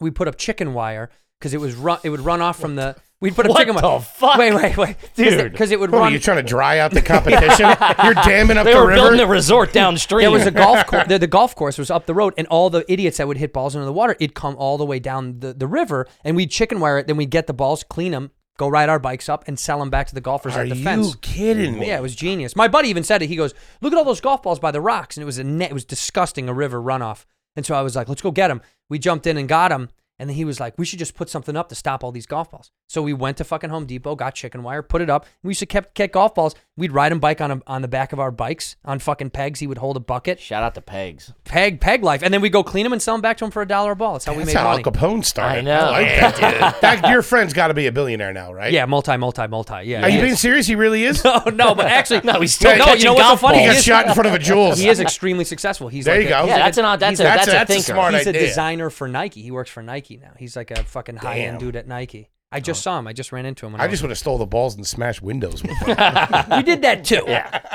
S5: We put up chicken wire because it was run. It would run off from the. We'd put up
S2: What
S5: chicken wire.
S2: the fuck?
S5: Wait, wait, wait,
S2: Dude.
S5: Because it would
S1: what are
S5: run.
S1: you trying to dry out the competition? you're damming up
S2: They
S1: the
S2: were
S1: river.
S2: building a resort downstream.
S5: there was a golf course. The, the golf course was up the road, and all the idiots that would hit balls into the water, it'd come all the way down the, the river, and we'd chicken wire it. Then we'd get the balls, clean them, go ride our bikes up, and sell them back to the golfers
S1: are
S5: at the
S1: you
S5: fence.
S1: kidding me?
S5: Yeah, it was genius. My buddy even said it. He goes, "Look at all those golf balls by the rocks," and it was a net. It was disgusting, a river runoff. And so I was like, "Let's go get them." We jumped in and got them. And then he was like, "We should just put something up to stop all these golf balls." So we went to fucking Home Depot, got chicken wire, put it up. We used to kept get golf balls. We'd ride him bike on a, on the back of our bikes on fucking pegs. He would hold a bucket,
S2: Shout out to Pegs.
S5: peg peg life, and then we would go clean them and sell them back to him for a dollar a ball. That's how we
S1: That's
S5: made
S1: how
S5: money.
S1: Al Capone started.
S2: I know.
S1: like that, dude. That- your friend's got to be a billionaire now, right?
S5: yeah, multi, multi, multi. Yeah.
S1: Are you
S5: yeah.
S1: being serious? He really is.
S5: no, no, but actually,
S2: No, he's still
S5: no.
S2: catching
S5: You know what's so
S2: golf
S5: funny?
S1: He
S5: He
S1: got
S5: is-
S1: shot in front of a Jules.
S5: he is extremely successful. He's
S1: There
S5: like
S1: you
S5: a-
S1: go.
S5: he's
S2: Yeah,
S5: like
S2: that's
S5: a-
S2: an odd- that's
S5: he's
S2: a
S5: like
S2: that's,
S1: that's a
S2: thinker.
S1: smart-
S5: he's
S1: idea.
S5: a designer for Nike. He works for Nike now. He's like a fucking high end
S1: Damn.
S5: dude at Nike.
S2: Oh.
S5: I just saw him. I just ran into him. when
S1: I
S5: was-
S1: just would have stole the balls and smashed windows with them.
S5: we did that too.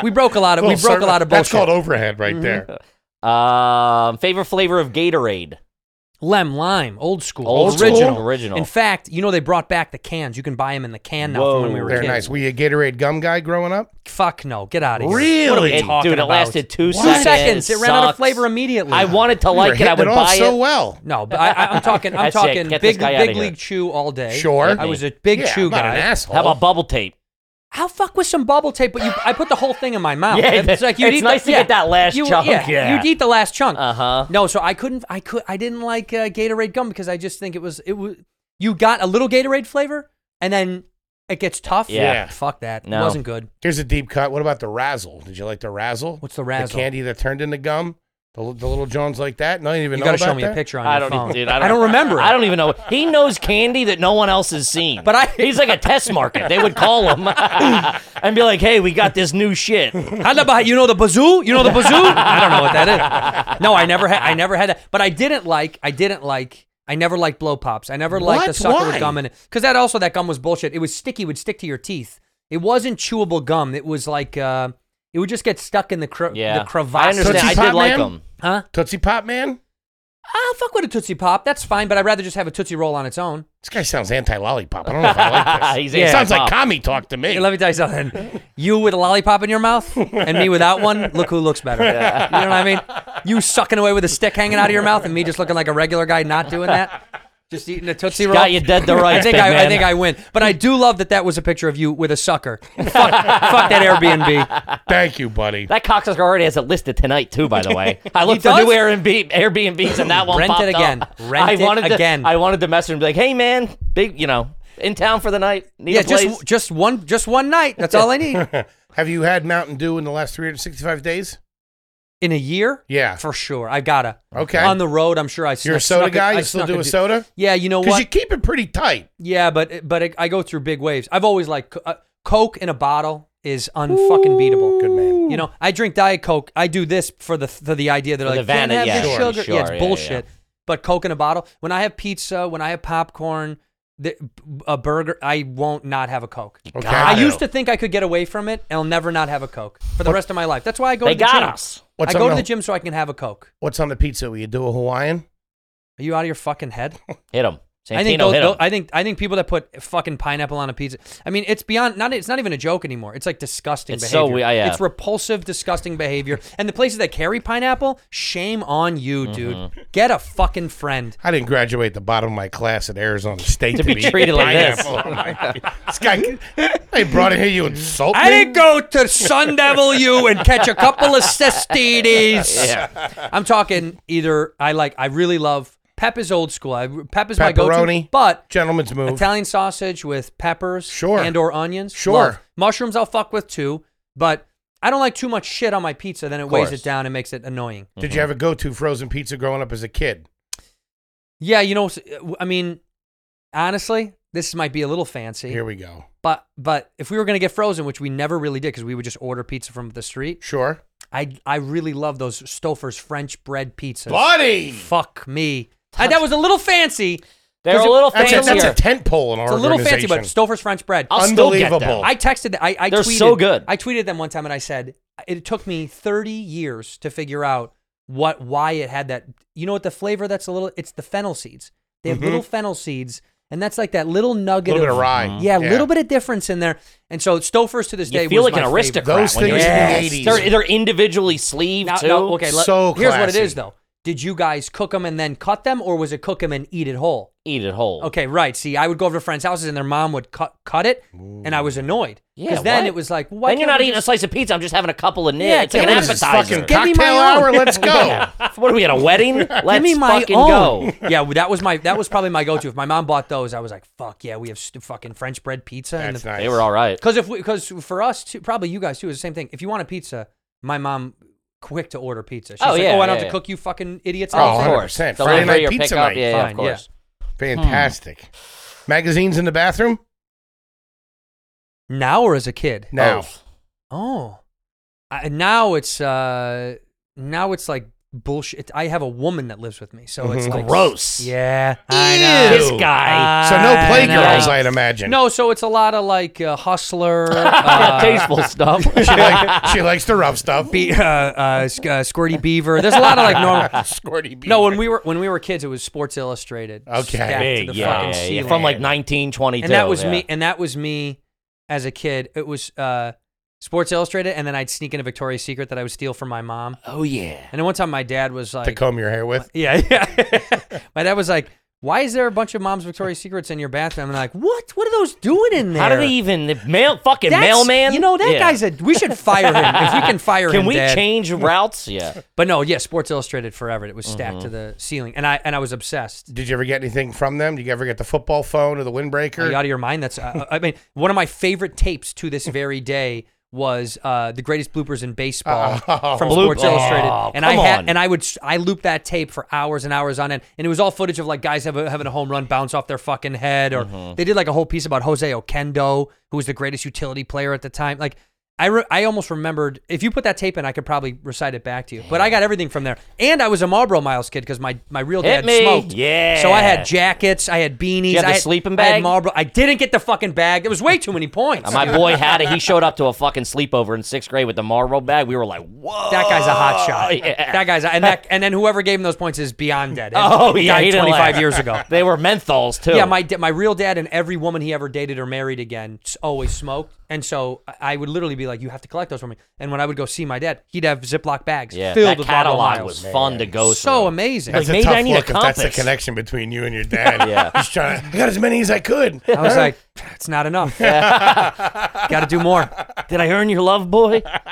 S5: We broke a lot of we
S1: Little
S5: broke a
S1: circle-
S5: lot of bullshit.
S1: That's called overhead right there.
S2: Um, favorite flavor of Gatorade.
S5: Lem Lime, old school,
S2: Old school,
S5: original,
S2: original.
S5: In fact, you know they brought back the cans. You can buy them in the can now from when we were
S1: They're
S5: kids.
S1: nice. Were you a Gatorade gum guy growing up?
S5: Fuck no, get out of here.
S1: Really?
S5: What are we
S2: It-
S5: talking
S2: dude, it
S5: about?
S2: lasted two
S5: Two seconds.
S2: seconds.
S5: It ran out of
S2: Sucks.
S5: flavor immediately.
S2: I wanted to
S1: You were
S2: like it. I
S1: hitting
S2: would
S1: off
S2: buy
S1: so
S2: it.
S1: well.
S5: No, but I, I- I'm talking. I'm
S2: That's it.
S5: talking
S2: Get this
S5: big,
S2: guy outta
S5: big
S2: here.
S5: league chew all day.
S1: Sure.
S5: I was a big
S1: yeah,
S5: chew
S1: I'm not
S5: guy.
S1: an asshole.
S2: How about bubble tape?
S5: How fuck with some bubble tape? But you, I put the whole thing in my mouth.
S2: Yeah,
S5: it's like you
S2: it's
S5: eat
S2: nice to
S5: the, yeah.
S2: get that last
S5: you,
S2: chunk,
S5: Yeah,
S2: yeah.
S5: you'd eat the last chunk.
S2: Uh huh.
S5: No, so I couldn't. I could. I didn't like uh, Gatorade gum because I just think it was. It was. You got a little Gatorade flavor, and then it gets tough.
S2: Yeah.
S1: Yeah.
S5: Fuck that.
S2: No.
S5: Wasn't good.
S1: Here's a deep cut. What about the Razzle? Did you like the Razzle?
S5: What's the Razzle?
S1: The candy that turned into gum? The, the little Jones like that? No, you didn't even
S5: You
S1: know
S5: gotta
S1: about
S5: show me
S1: that?
S5: a picture on
S2: I
S5: your
S2: don't,
S5: phone.
S2: even, dude, I, don't,
S5: I don't remember.
S2: I don't even know. He knows candy that no one else has seen.
S5: But I-
S2: he's like a test market. They would call him and be like, "Hey, we got this new shit." It
S5: How about you know the bazoo? You know the bazoo? I don't know what that is. No, I never had. I never had that. But I didn't like. I didn't like. I never liked blow pops. I never liked the
S1: What?
S5: sucker
S1: Why?
S5: with gum in it because that also that gum was bullshit. It was sticky. It would stick to your teeth. It wasn't chewable gum. It was like. uh It would just get stuck in the cr-
S2: Yeah.
S5: the crevasse.
S2: I understand.
S1: Tootsie
S2: I did
S1: Pop
S2: like
S1: Man?
S2: them.
S5: Huh?
S1: Tootsie Pop Man?
S5: Ah, fuck with a Tootsie Pop. That's fine, but I'd rather just have a Tootsie Roll on its own.
S1: This guy sounds anti lollipop. I don't know if I like this.
S2: He's
S1: It sounds like
S2: anti-pop.
S1: commie talk to me.
S5: Hey, let me tell you something. You with a lollipop in your mouth and me without one, look who looks better. You know what I mean? You sucking away with a stick hanging out of your mouth and me just looking like a regular guy not doing that. Just eating a Tootsie Roll.
S2: Got you dead to rights,
S5: I think
S2: big
S5: I, I
S2: man.
S5: think I win, but I do love that that was a picture of you with a sucker. fuck, fuck that Airbnb.
S1: Thank you, buddy.
S2: That cocksucker already has it listed tonight too. By the way, I looked for
S5: does?
S2: new Airbnb Airbnbs and that one
S5: Rent it
S2: popped up.
S5: again. Rent
S2: I
S5: it
S2: wanted to,
S5: again.
S2: I wanted to message him and be like, "Hey, man, big, you know, in town for the night. Need
S5: Yeah,
S2: a place."
S5: just just one just one night. That's all I need
S1: Have you had Mountain Dew in the last 365 days?
S5: in a year.
S1: Yeah.
S5: for sure. I gotta.
S1: Okay.
S5: On the road, I'm sure I.
S1: You're a
S5: snuck-
S1: soda
S5: snuck
S1: guy?
S5: I
S1: You still
S5: snuck
S1: do a
S5: Dew-
S1: soda?
S5: Yeah, you know
S1: Because
S5: what?
S1: you keep it pretty tight.
S5: Yeah, but but I go through big waves. I've always liked co- uh, Coke in a bottle is unfucking beatable.
S1: Good man.
S5: You know, I drink Diet Coke. I do this for the for the idea that
S2: For
S5: like
S2: the
S5: can't
S2: vanity, yeah.
S5: have this
S2: Sure,
S5: sugar.
S2: sure,
S5: yeah, it's
S2: yeah, yeah.
S5: bullshit. But Coke in a bottle. When I have pizza, when I have popcorn, the, a burger, I won't not have a Coke.
S1: Okay.
S5: I used to think I could get away from it, and I'll never not have a Coke for the rest of my life. That's why I go
S2: They
S5: to the
S2: got
S5: gym.
S2: us.
S1: What's
S5: I go
S1: on
S5: to
S1: the-
S5: the gym so I can have a Coke.
S1: What's on the pizza? Will you do a Hawaiian?
S5: Are you out of your fucking head?
S2: hit him. Santino
S5: I think,
S2: hit
S5: those-
S2: him.
S5: those- I think I think people that put fucking pineapple on a pizza. I mean, it's beyond not. It's not even a joke anymore. It's like disgusting.
S2: It's so
S5: behavior.
S2: we- yeah.
S5: It's repulsive, disgusting behavior. And the places that carry pineapple, shame on you,
S2: Mm-hmm.
S5: dude. Get a fucking friend.
S1: I didn't graduate the bottom of my class at Arizona State to,
S2: be
S1: be
S2: treated like this.
S1: pineapple. this guy, they brought it here. You insult me.
S5: I didn't go to Sun Devil U and catch a couple of cystides. I'm talking either I like I really love Pep is old school. I, Pep is my go-to,
S1: Pepperoni.
S5: but
S1: Gentleman's move.
S5: Italian sausage with peppers,
S1: Sure.
S5: and or onions,
S1: Sure.
S5: Love. Mushrooms, I'll fuck with too, but I don't like too much shit on my pizza. Then it weighs
S1: course.
S5: it down and makes it annoying.
S1: Did you have a go-to frozen pizza growing up as a kid?
S5: Yeah, you know, s- uh, I mean, honestly, this might be a little fancy,
S1: Here we go.
S5: but but if we were gonna get frozen, which we never really did, because we would just order pizza from the street.
S1: Sure,
S5: I I really love those Stouffer's French bread pizzas.
S1: buddy.
S5: Fuck me, I- that was a little fancy.
S2: They're
S5: 'Cause
S2: a
S5: it-
S2: little
S1: That's a,
S2: fancier.
S1: that's a tent pole in our
S5: It's a little fancy,
S1: organization.
S5: but Stouffer's French bread.
S2: I'll still get them.
S1: Unbelievable.
S5: I texted. I, I
S2: They're
S5: tweeted,
S2: so good.
S5: I tweeted them one time, and I said it took me 30 years to figure out what why it had that. You know what the flavor? That's a little. It's the fennel seeds. They have
S2: Mm-hmm.
S5: little fennel seeds, and that's like that little nugget
S1: Little bit of rye.
S5: Yeah, a
S1: Yeah.
S5: little bit of difference in there. And so Stouffer's to this day
S2: Mm-hmm. You feel
S5: was
S2: like an
S5: my
S2: aristocrat.
S5: favorite.
S1: Those
S2: when you're
S1: things
S2: in
S1: in the
S2: Yes.
S1: 80s.
S2: They're, they're individually sleeved
S5: Now,
S2: too.
S5: no, okay, let,
S1: So
S5: here's what it
S1: classy.
S5: is though. Did you guys cook them and then cut them, or was it cook them and eat it whole?
S2: Eat it whole.
S5: Okay, right. See, I would go over to friends' houses and their mom would cut cut it, and I was annoyed because
S2: Yeah,
S5: then
S2: what?
S5: it was like, why
S2: Then you're
S5: can't
S2: not
S5: we
S2: eating a
S5: just-
S2: slice of pizza. I'm just having a couple of nips.
S5: Yeah,
S2: it's like an
S5: give me this
S2: appetizer.
S1: fucking
S5: Give me my
S1: cocktail
S5: own.
S1: hour. Let's go.
S2: what are we at a wedding? Let's
S5: Give me my
S2: fucking
S5: own.
S2: go.
S5: yeah, well, that was my that was probably my go-to. If my mom bought those, I was like, "Fuck yeah, we have st- fucking French bread pizza."
S1: That's nice.
S2: They were all right.
S5: Because if because for us too, probably you guys too is the same thing. If you want a pizza, my mom quick to order pizza. She's
S2: Oh,
S5: like,
S2: yeah,
S5: "Oh, I don't
S2: yeah,
S5: have to
S2: yeah.
S5: cook you fucking idiots."
S1: Oh,
S5: anything."
S2: of course.
S1: 100%. Friday
S2: Delivery
S1: night
S2: or
S1: pizza
S2: pickup,
S1: night.
S2: Yeah, yeah,
S5: Fine,
S2: of course.
S1: fantastic. Magazines in the bathroom
S5: Now or as a kid?
S2: Oh.
S1: now.
S2: Both.
S5: Oh, I, now it's uh now it's like bullshit. I have a woman that lives with me, so it's
S1: Mm-hmm.
S5: like
S6: Gross.
S5: Yeah, I know.
S6: This guy.
S1: So no
S5: I
S1: playgirls,
S5: know.
S1: I'd imagine.
S5: No, so it's a lot of like uh, hustler, uh,
S2: Tasteful stuff.
S1: She, like, she likes the rough stuff.
S5: be, uh, uh, sc- uh, Squirty Beaver. There's a lot of like normal.
S1: Squirty
S5: No, when we were when we were kids, it was Sports Illustrated.
S1: Okay.
S5: stacked
S2: Big,
S5: to the
S2: yeah,
S5: fucking
S2: yeah, yeah,
S5: ceiling.
S2: From like 1922.
S5: and that was
S2: yeah.
S5: me. And that was me as a kid. It was uh, Sports Illustrated, and then I'd sneak in a Victoria's Secret that I would steal from my mom.
S2: Oh, yeah.
S5: And then one time, my dad was
S1: to
S5: like,
S1: comb your hair with.
S5: Yeah, yeah. my dad was like, "Why is there a bunch of mom's Victoria's Secrets in your bathroom?" And I'm like, "What? What are those doing in there?"
S2: How do they even the mail fucking
S5: That's-
S2: mailman?
S5: You know that
S2: Yeah.
S5: guy's a. We should fire him if we can fire him.
S2: Can we
S5: Dad.
S2: change routes? Yeah.
S5: But no, yeah, Sports Illustrated forever. It was stacked
S2: Mm-hmm.
S5: to the ceiling, and I and I was obsessed.
S1: Did you ever get anything from them? Did you ever get the football phone or the
S5: Are
S1: windbreaker?
S5: you out of your mind? That's uh, I mean, one of my favorite tapes to this very day was uh, the greatest bloopers in baseball
S1: Oh.
S5: from
S2: Bloop-
S5: Sports Illustrated,
S2: Oh,
S5: and I
S2: come
S5: had
S2: on.
S5: and I would s- I looped that tape for hours and hours on end, and it was all footage of like guys have a, having a home run bounce off their fucking head, or
S2: Mm-hmm.
S5: they did like a whole piece about Jose Okendo, who was the greatest utility player at the time, like. I, re- I almost remembered if you put that tape in, I could probably recite it back to you. But I got everything from there, and I was a Marlboro Miles kid because my, my real
S2: Hit
S5: dad
S2: me.
S5: smoked.
S2: Yeah.
S5: So I had jackets, I had beanies,
S2: You had the
S5: I had
S2: sleeping
S5: I
S2: bag?
S5: had Marlboro. Oh, I didn't get the fucking bag. There was way too many
S2: And
S5: points.
S2: my boy had it. He showed up to a fucking sleepover in sixth grade with the Marlboro bag. We were like, whoa.
S5: that guy's a hot shot.
S2: yeah.
S5: That guy's a, and that and then whoever gave him those points is beyond dead.
S2: Oh, yeah, he
S5: died
S2: didn't
S5: twenty five
S2: laugh.
S5: years ago.
S2: They were menthols, too.
S5: Yeah, my da- my real dad and every woman he ever dated or married again s- always smoked, and so I- I would literally be like, "You have to collect those for me." And when I would go see my dad, he'd have Ziploc bags
S2: yeah,
S5: filled
S2: that
S5: with Marlboro
S2: catalog
S5: Miles.
S2: was fun to go
S5: so
S2: through.
S5: amazing.
S1: That's a
S2: Like, maybe
S1: tough
S2: I need a
S1: look if that's the
S2: compass.
S1: connection between you and your dad.
S2: Yeah.
S1: He's trying to, I got as many as I could.
S5: I was like, "It's not enough. Got to do more."
S2: Did I earn your love, boy?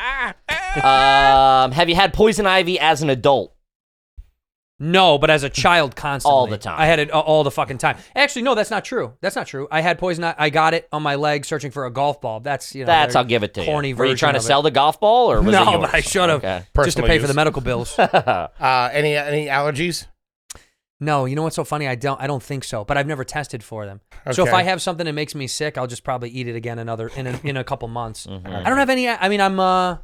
S2: um, have you had poison ivy as an adult?
S5: No, but as a child, constantly,
S2: All the time.
S5: I had it a- all the fucking time. Actually, no, that's not true. That's not true. I had poison. I, I got it on my leg searching for a golf ball. That's you know.
S2: That's
S5: very
S2: I'll give it to
S5: corny
S2: you.
S5: Version
S2: Were you trying to
S5: of it.
S2: sell the golf ball, or was it
S5: No,
S2: yours?
S5: but I should have
S2: Okay.
S5: just to
S1: Personal
S5: pay for
S1: use.
S5: the medical bills.
S1: Uh, any any allergies?
S5: no, you know what's so funny? I don't. I don't think so. But I've never tested for them. So if
S1: Okay.
S5: I have something that makes me sick, I'll just probably eat it again another in a, in a couple months.
S2: Mm-hmm.
S5: I don't have any. I mean, I'm. uh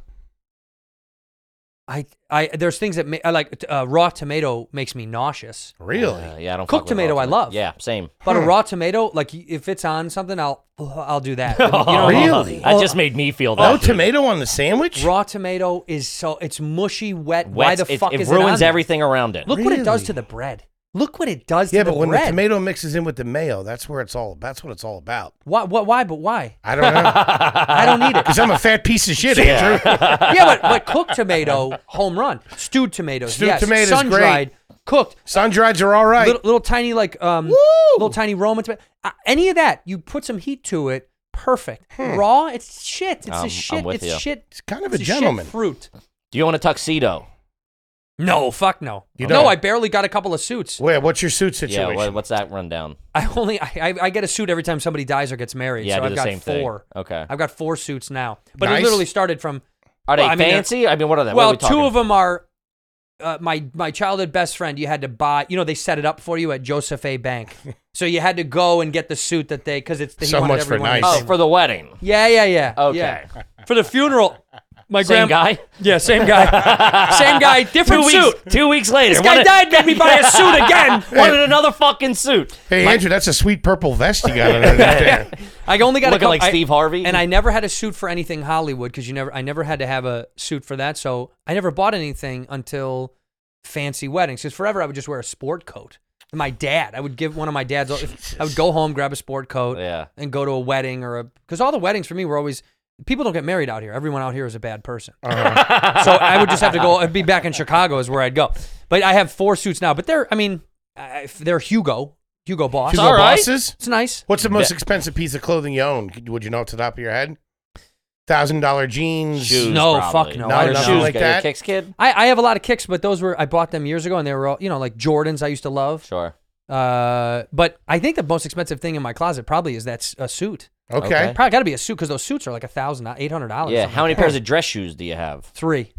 S5: I, I there's things that ma- I like uh, raw tomato makes me nauseous.
S1: Really?
S2: Uh, yeah, I don't.
S5: Cooked
S2: fuck with raw
S5: tomato I love.
S2: Yeah, same.
S5: But a raw tomato, like y- if it's on something, I'll I'll do that. You know what I mean?
S1: Really?
S2: That just made me feel that.
S1: no
S2: dude.
S1: Oh, tomato on the sandwich?
S5: Raw tomato is so it's mushy, wet. Why
S2: Wets-
S5: the
S2: it,
S5: fuck
S2: it
S5: is
S2: ruins
S5: it on there?
S2: everything around it?
S5: Look what it does
S1: Really?
S5: to the bread. Look what it does
S1: Yeah,
S5: to
S1: but
S5: the
S1: when
S5: bread.
S1: the tomato mixes in with the mayo, that's where it's all. That's what it's all about.
S5: why, why? Why? But why?
S1: I don't know
S5: I don't need it.
S1: because I'm a fat piece of shit, Andrew.
S5: yeah, but but cooked tomato, home run. Stewed tomatoes,
S1: Stewed
S5: yes.
S1: tomatoes,
S5: sun dried, cooked.
S1: Sun drieds are all right.
S5: Little, little tiny like um, little tiny Roman tomato. Uh, any of that, you put some heat to it. Perfect. Raw, it's shit. It's
S2: I'm-
S5: a
S2: I'm
S5: shit.
S2: with
S5: it's
S2: you.
S5: shit.
S1: Hmm. It's kind of
S5: It's
S1: a
S5: a shit
S1: gentleman.
S5: fruit.
S2: Do you want a tuxedo?
S5: No, fuck no.
S1: You
S5: no,
S1: don't?
S5: I barely got a couple of suits.
S1: Wait, what's your suit
S2: Yeah.
S1: situation?
S2: What, what's that rundown?
S5: I only I, I, I get a suit every time somebody dies or gets married.
S2: Yeah,
S5: so
S2: I do
S5: I've
S2: the
S5: got
S2: same thing.
S5: four.
S2: Okay.
S5: I've got four suits now. But
S1: Nice.
S5: it literally started from
S2: Are they
S5: Well, I mean, they're-
S2: fancy? I mean, what are they? What are
S5: well,
S2: we
S5: two
S2: talking?
S5: of them are uh, my my childhood best friend. You had to buy. You know, they set it up for you at Joseph A. Bank. so you had to go and get the suit that they because it's the, he
S1: So
S5: wanted
S1: much for
S5: everyone to
S1: nice.
S2: Oh,
S5: see.
S2: for the wedding.
S5: yeah, yeah, yeah.
S2: Okay.
S5: yeah. For the funeral, my
S2: Same
S5: grand-
S2: guy.
S5: Yeah, same guy. same guy, different
S2: Two
S5: suit.
S2: weeks. Two weeks later.
S5: This guy
S2: wanted-
S5: died, made me buy a suit again.
S2: Wanted another fucking suit.
S1: hey, Andrew, that's a sweet purple vest you got underneath there.
S5: I only got a
S2: Looking
S5: couple-
S2: like
S5: I-
S2: Steve Harvey.
S5: and I never had a suit for anything Hollywood because you never, I never had to have a suit for that. So I never bought anything until fancy weddings. Because forever I would just wear a sport coat. My dad, I would give one of my dad's. I would go home, grab a sport coat,
S2: Yeah.
S5: and go to a wedding or a. Because all the weddings for me were always people don't get married out here. Everyone out here is a bad person. so I would just have to go. I'd be back in Chicago is where I'd go. But I have four suits now. But they're, I mean, I, they're Hugo, Hugo Boss.
S1: Hugo
S2: all right.
S1: Bosses.
S5: It's nice.
S1: What's the most expensive piece of clothing you own? Would you know off the top of your head? Thousand dollar jeans.
S2: Shoes,
S5: No,
S2: probably.
S5: fuck no.
S1: No,
S2: Your
S1: nothing
S2: shoes,
S1: like
S2: get your
S1: that.
S2: Kicks kid.
S5: I, I have a lot of kicks, but those were I bought them years ago, and they were all you know like Jordans I used to love.
S2: Sure.
S5: Uh, but I think the most expensive thing in my closet probably is that s- a suit.
S1: Okay.
S2: Okay.
S5: Probably got to be a suit because those suits are like a thousand, eight hundred dollars.
S2: Yeah. How many pairs of dress shoes do you have?
S5: Three.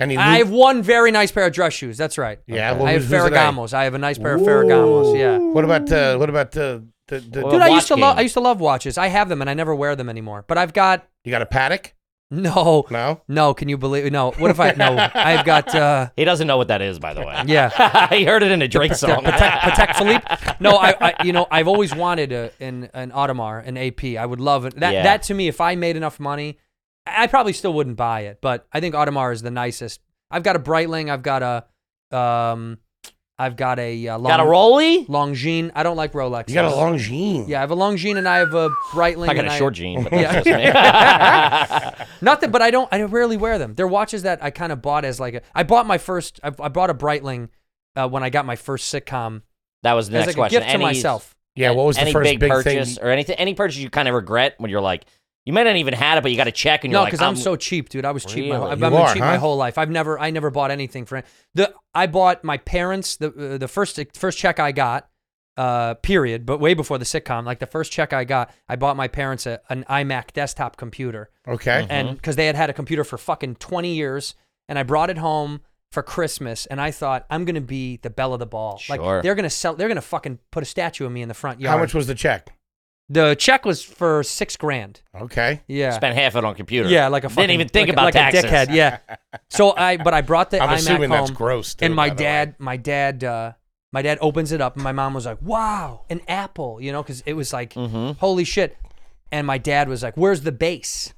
S1: Any
S5: I
S1: loop-
S5: have one very nice pair of dress shoes. That's right.
S1: yeah. well,
S5: I have
S1: who's- who's it I-
S5: Ferragamos. I have a nice pair of Ferragamos. Yeah.
S1: What about the? What about the? the, the
S2: Well,
S5: Dude, I used to
S2: watch
S5: love.
S2: game.
S5: I used to love watches. I have them, and I never wear them anymore. But I've got
S1: you got a paddock?
S5: No.
S1: No?
S5: No, can you believe no. What if I no, I've got uh
S2: He doesn't know what that is, by the way.
S5: yeah.
S2: he heard it in a Drake song.
S5: Patek, Patek Philippe. No, I, I, you know, I've always wanted a, an an Audemars, an AP. I would love it. That
S2: Yeah.
S5: that to me, if I made enough money, I I probably still wouldn't buy it. But I think Audemars is the nicest. I've got a Breitling. I've got a, um, I've got a uh, long,
S2: Got a Rolly?
S5: Longines. I don't like Rolex.
S1: You got a Longines.
S5: Yeah, I have a Longines and I have a Breitling.
S2: I got
S5: and
S2: a short jean, but
S5: Yeah.
S2: that's just me.
S5: Nothing, but I don't. I rarely wear them. They're watches that I kind of bought as like a. I bought my first. I, I bought a Breitling uh, when I got my first sitcom
S2: that was the
S5: as
S2: next
S5: like
S2: question.
S5: a gift to
S2: Any-
S5: myself.
S1: Yeah, what was the
S2: any
S1: first big,
S2: purchase
S1: thing?
S2: or anything? Any purchase you kind of regret when you're like, you might not even had it, but you got to check and you're
S5: No,
S2: like,
S5: because I'm, so cheap, dude. I was cheap. My whole,
S2: Really?
S5: I've
S1: You
S5: I've been
S1: are,
S5: cheap my
S1: huh?
S5: whole life. I've never, I never bought anything for the. I bought my parents the uh, the first first check I got, uh, period. But way before the sitcom, like the first check I got, I bought my parents a, an iMac desktop computer,
S2: Mm. Mm-hmm.
S1: Okay.
S5: and because they had had a computer for fucking 20 years, and I brought it home for Christmas, and I thought I'm gonna be the belle of the ball.
S2: Sure.
S5: Like they're gonna sell, they're gonna fucking put a statue of me in the front yard.
S1: How much was the check?
S5: The check was for six grand.
S1: Okay.
S5: Yeah.
S2: spent half it on computer.
S5: Yeah, like a fucking,
S2: didn't even think
S5: like,
S2: about
S5: like
S2: taxes.
S5: a dickhead. Yeah. So I, but I brought the
S1: I'm
S5: iMac
S1: assuming that's
S5: home,
S1: gross, too,
S5: and my
S1: by the way.
S5: dad, my dad, uh, my dad opens it up, and my mom was like, "Wow, an apple," you know, because it was like,
S2: Mm-hmm.
S5: "Holy shit!" And my dad was like, "Where's the base?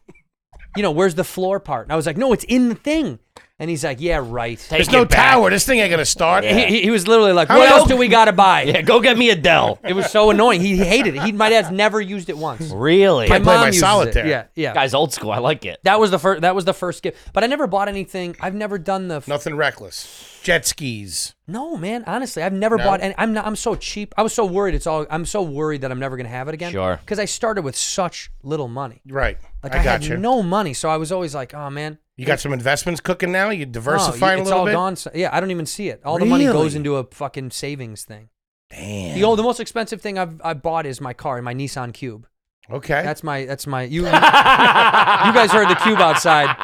S5: You know, where's the floor part?" And I was like, "No, it's in the thing." And he's like, "Yeah, right."
S2: Take
S1: There's no
S2: it back.
S1: tower. This thing ain't gonna start.
S5: He, he- he was literally like,
S1: How
S5: "What
S1: many-
S5: else do we gotta buy?"
S2: Yeah, go get me a Dell.
S5: It was so annoying. He hated it. He, my dad's never used it once.
S2: really,
S5: My
S1: play
S5: mom
S1: my
S5: uses
S1: solitaire.
S5: It. Yeah, yeah.
S2: guys, old school. I like it.
S5: That was the first. That was the first gift. But I never bought anything. I've never done the.
S1: Nothing reckless. Jet skis.
S5: No, man. Honestly, I've never
S1: No?
S5: bought any. I'm not. I'm so cheap. I was so worried. It's all. I'm so worried that I'm never gonna have it again.
S2: Sure.
S5: Because I started with such little money.
S1: Right.
S5: Like
S1: I,
S5: I,
S1: got
S5: had
S1: you.
S5: no money, so I was always like, oh man.
S1: you got some investments cooking now. You
S5: no,
S1: diversifying
S5: Oh,
S1: a
S5: it's
S1: little
S5: all
S1: bit.
S5: gone. So- Yeah, I don't even see it. All the money goes
S1: Really?
S5: into a fucking savings thing.
S1: Damn.
S5: The old, the most expensive thing I've I bought is my car, my Nissan Cube.
S1: okay.
S5: That's my that's my you. you guys heard the cube outside.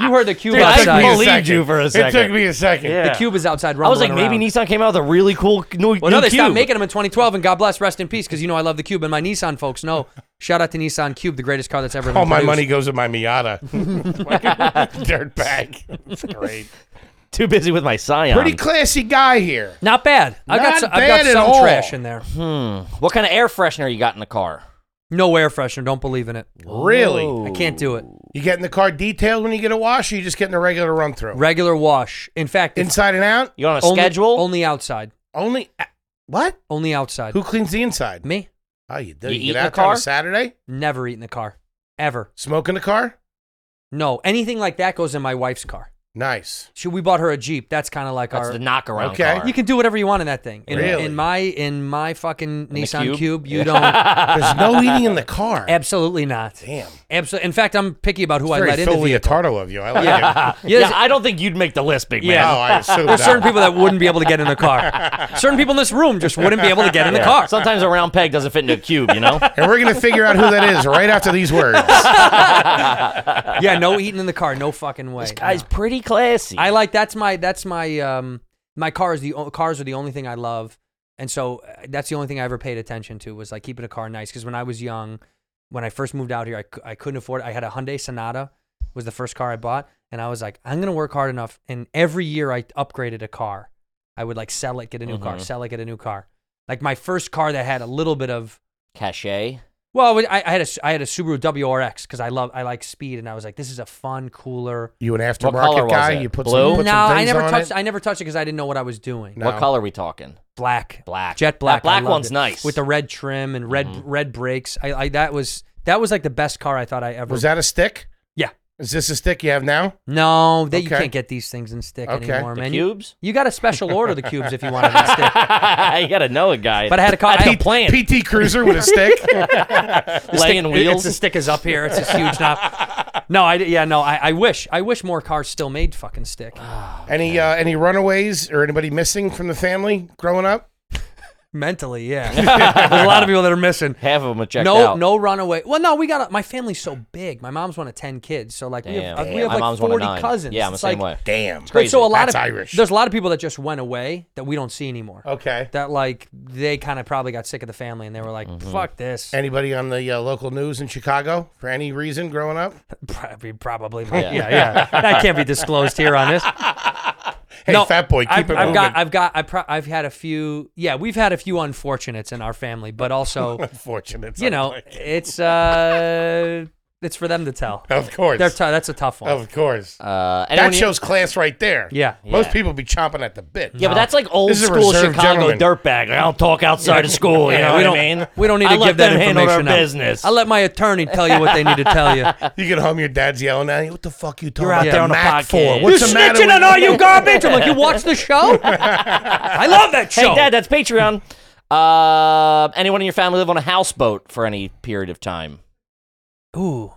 S5: You heard the cube
S2: Dude, I
S1: It took me a
S5: outside.
S2: believed
S1: second.
S2: you for a
S1: It took
S2: second.
S1: me a second.
S2: Yeah.
S5: The cube is outside.
S2: I was like,
S5: rumbling
S2: maybe
S5: around.
S2: Nissan came out with a really cool new,
S5: Well, no,
S2: new
S5: they
S2: cube.
S5: stopped making them in 2012, and God bless, rest in peace, because you know I love the Cube, and my Nissan folks know. Shout out to Nissan Cube, the greatest car that's ever.
S1: All
S5: been
S1: Oh, my
S5: produced.
S1: money goes in my Miata. Dirt bag. It's great.
S2: Too busy with my Scion.
S1: Pretty classy guy here.
S5: Not bad. I got.
S1: Not
S5: Some, I've got
S1: bad at
S5: some
S1: all.
S5: trash in there.
S2: what kind of air freshener you got in the car?
S5: No air freshener. Don't believe in it.
S1: Really?
S5: I can't do it.
S1: You getting the car detailed when you get a wash, or you just getting a regular run through?
S5: Regular wash. In fact, it's
S1: Inside and out?
S2: You on a
S5: only,
S2: schedule?
S5: Only outside.
S1: Only. What?
S5: Only outside.
S1: Who cleans the inside?
S5: Me?
S1: Oh, you do.
S2: You
S1: You,
S2: eat
S1: get
S2: in the
S1: out there on
S2: car?
S1: a Saturday?
S5: Never eat in the car, ever.
S1: Smoke in the car?
S5: No, anything like that goes in my wife's car.
S1: Nice.
S5: She, we bought her a Jeep. That's kind of like
S2: That's
S5: our
S2: the knockaround
S1: Okay.
S2: car.
S5: You can do whatever you want in that thing. In,
S1: Really?
S5: in my in my fucking
S2: the
S5: Nissan
S2: Cube?
S5: Cube, you don't.
S1: There's no eating in the car.
S5: absolutely not.
S1: Damn.
S5: Absolutely. In fact, I'm picky about who I
S1: Very
S5: let into
S1: Phil
S5: the.
S1: Leotardo of you. I like it.
S5: Yes,
S2: yeah, I don't think you'd make the list, big man.
S1: Oh, I assume
S5: there's
S1: that.
S5: certain people that wouldn't be able to get in the car. Certain people in this room just wouldn't be able to get in the car.
S2: Sometimes a round peg doesn't fit in a cube, you know?
S1: And we're going to figure out who that is right after these words.
S5: yeah, no eating in the car. No fucking way.
S2: Guy's Uh, pretty classy.
S5: I like that's my that's my um my car is the o- cars are the only thing I love, and so uh, that's the only thing I ever paid attention to was like keeping a car nice. Because when I was young, when I first moved out here, I, cou- I couldn't afford. it. I had a Hyundai Sonata, was the first car I bought, and I was like, I'm gonna work hard enough. And every year I upgraded a car. I would like sell it, get a new car, sell it, get a new car. Like my first car that had a little bit of
S2: Cachet.
S5: well, I, I had a s- I had a Subaru WRX because I love I like speed, and I was like, this is a fun, cooler.
S1: You an
S2: color
S1: aftermarket
S2: was
S1: guy?
S2: it?
S1: You put
S2: Blue?
S1: some, put
S5: no,
S1: some
S5: I
S1: things
S5: never
S1: on
S5: touched.
S1: it?
S5: I never touched it because I didn't know what I was doing.
S1: No.
S2: What color are we talking?
S5: Black,
S2: Black.
S5: jet
S2: That
S5: black. I
S2: black
S5: loved
S2: one's
S5: it.
S2: nice.
S5: with the red trim and red red brakes. I, I that was that was like the best car I thought I ever.
S1: Was that a stick?
S5: Yeah.
S1: Is this a stick you have now?
S5: No, that you
S1: Okay.
S5: can't get these things in stick
S1: Okay.
S5: anymore,
S2: The
S5: man. You,
S2: cubes?
S5: you got to special order the cubes if you wanted in stick.
S2: you gotta know a guy.
S5: But I had a car. I
S2: That's
S5: had
S2: the plan.
S1: PT Cruiser with a stick?
S2: Laying
S5: stick-
S2: wheels.
S5: It's the stick is up here. It's a huge knob. No, I yeah no. I, I wish I wish more cars still made fucking stick.
S1: Any uh, any runaways or anybody missing from the family growing up?
S5: mentally. Yeah, there's a lot of people that are missing.
S2: Half of them are checked
S5: no,
S2: out.
S5: no runaway. Well, no, we got a, my family's so big. My mom's one of ten kids, so like we have,
S2: Damn.
S5: we have
S2: My
S5: like
S2: mom's one of
S5: forty
S2: nine.
S5: cousins.
S2: Yeah, I'm the
S5: It's
S2: same
S5: like-
S2: way.
S1: Damn.
S5: but So a lot
S1: That's
S5: of
S1: Irish.
S5: there's a lot of people that just went away that we don't see anymore.
S1: Okay.
S5: That like they kind of probably got sick of the family and they were like,
S2: Mm-hmm.
S5: "Fuck this."
S1: Anybody on the uh, local news in Chicago for any reason growing up?
S5: Probably, probably. Yeah. yeah, That can't be disclosed here on this.
S1: Hey, fat boy, keep
S5: I've,
S1: it moving.
S5: I've got, I've got, I pro- I've had a few. Yeah, we've had a few unfortunates in our family, but also,
S1: Fortunate.
S5: you know, it's uh, it's for them to tell.
S1: of course,
S5: They're t- that's a tough one.
S1: of course.
S2: Uh, anyone
S1: that
S2: here-
S1: shows class right there.
S5: Yeah.
S1: Most
S2: Yeah.
S1: people be chomping at the bit.
S2: Yeah, but that's like old
S1: This is a
S2: school
S1: reserved
S2: Chicago
S1: gentleman.
S2: dirtbag. Like, I don't talk outside of school. You
S1: Yeah,
S2: know
S1: we
S2: what
S1: don't-
S2: I mean?
S5: We don't need to
S2: I let
S5: give that
S2: them handle their
S5: information out.
S2: business.
S5: I let my attorney tell you what they need to tell you.
S1: You can home your dad's yelling at you. What the fuck you talking
S2: You're out
S1: about?
S2: there on the
S1: Mac
S2: podcast.
S1: for?
S2: You
S1: What's the matter?
S5: Snitching
S1: with
S5: on all you garbage. I'm like, you watch the show? I love that
S2: hey,
S5: show.
S2: Dad, that's Patreon. Uh, anyone in your family live on a houseboat for any period of time?
S5: Ooh.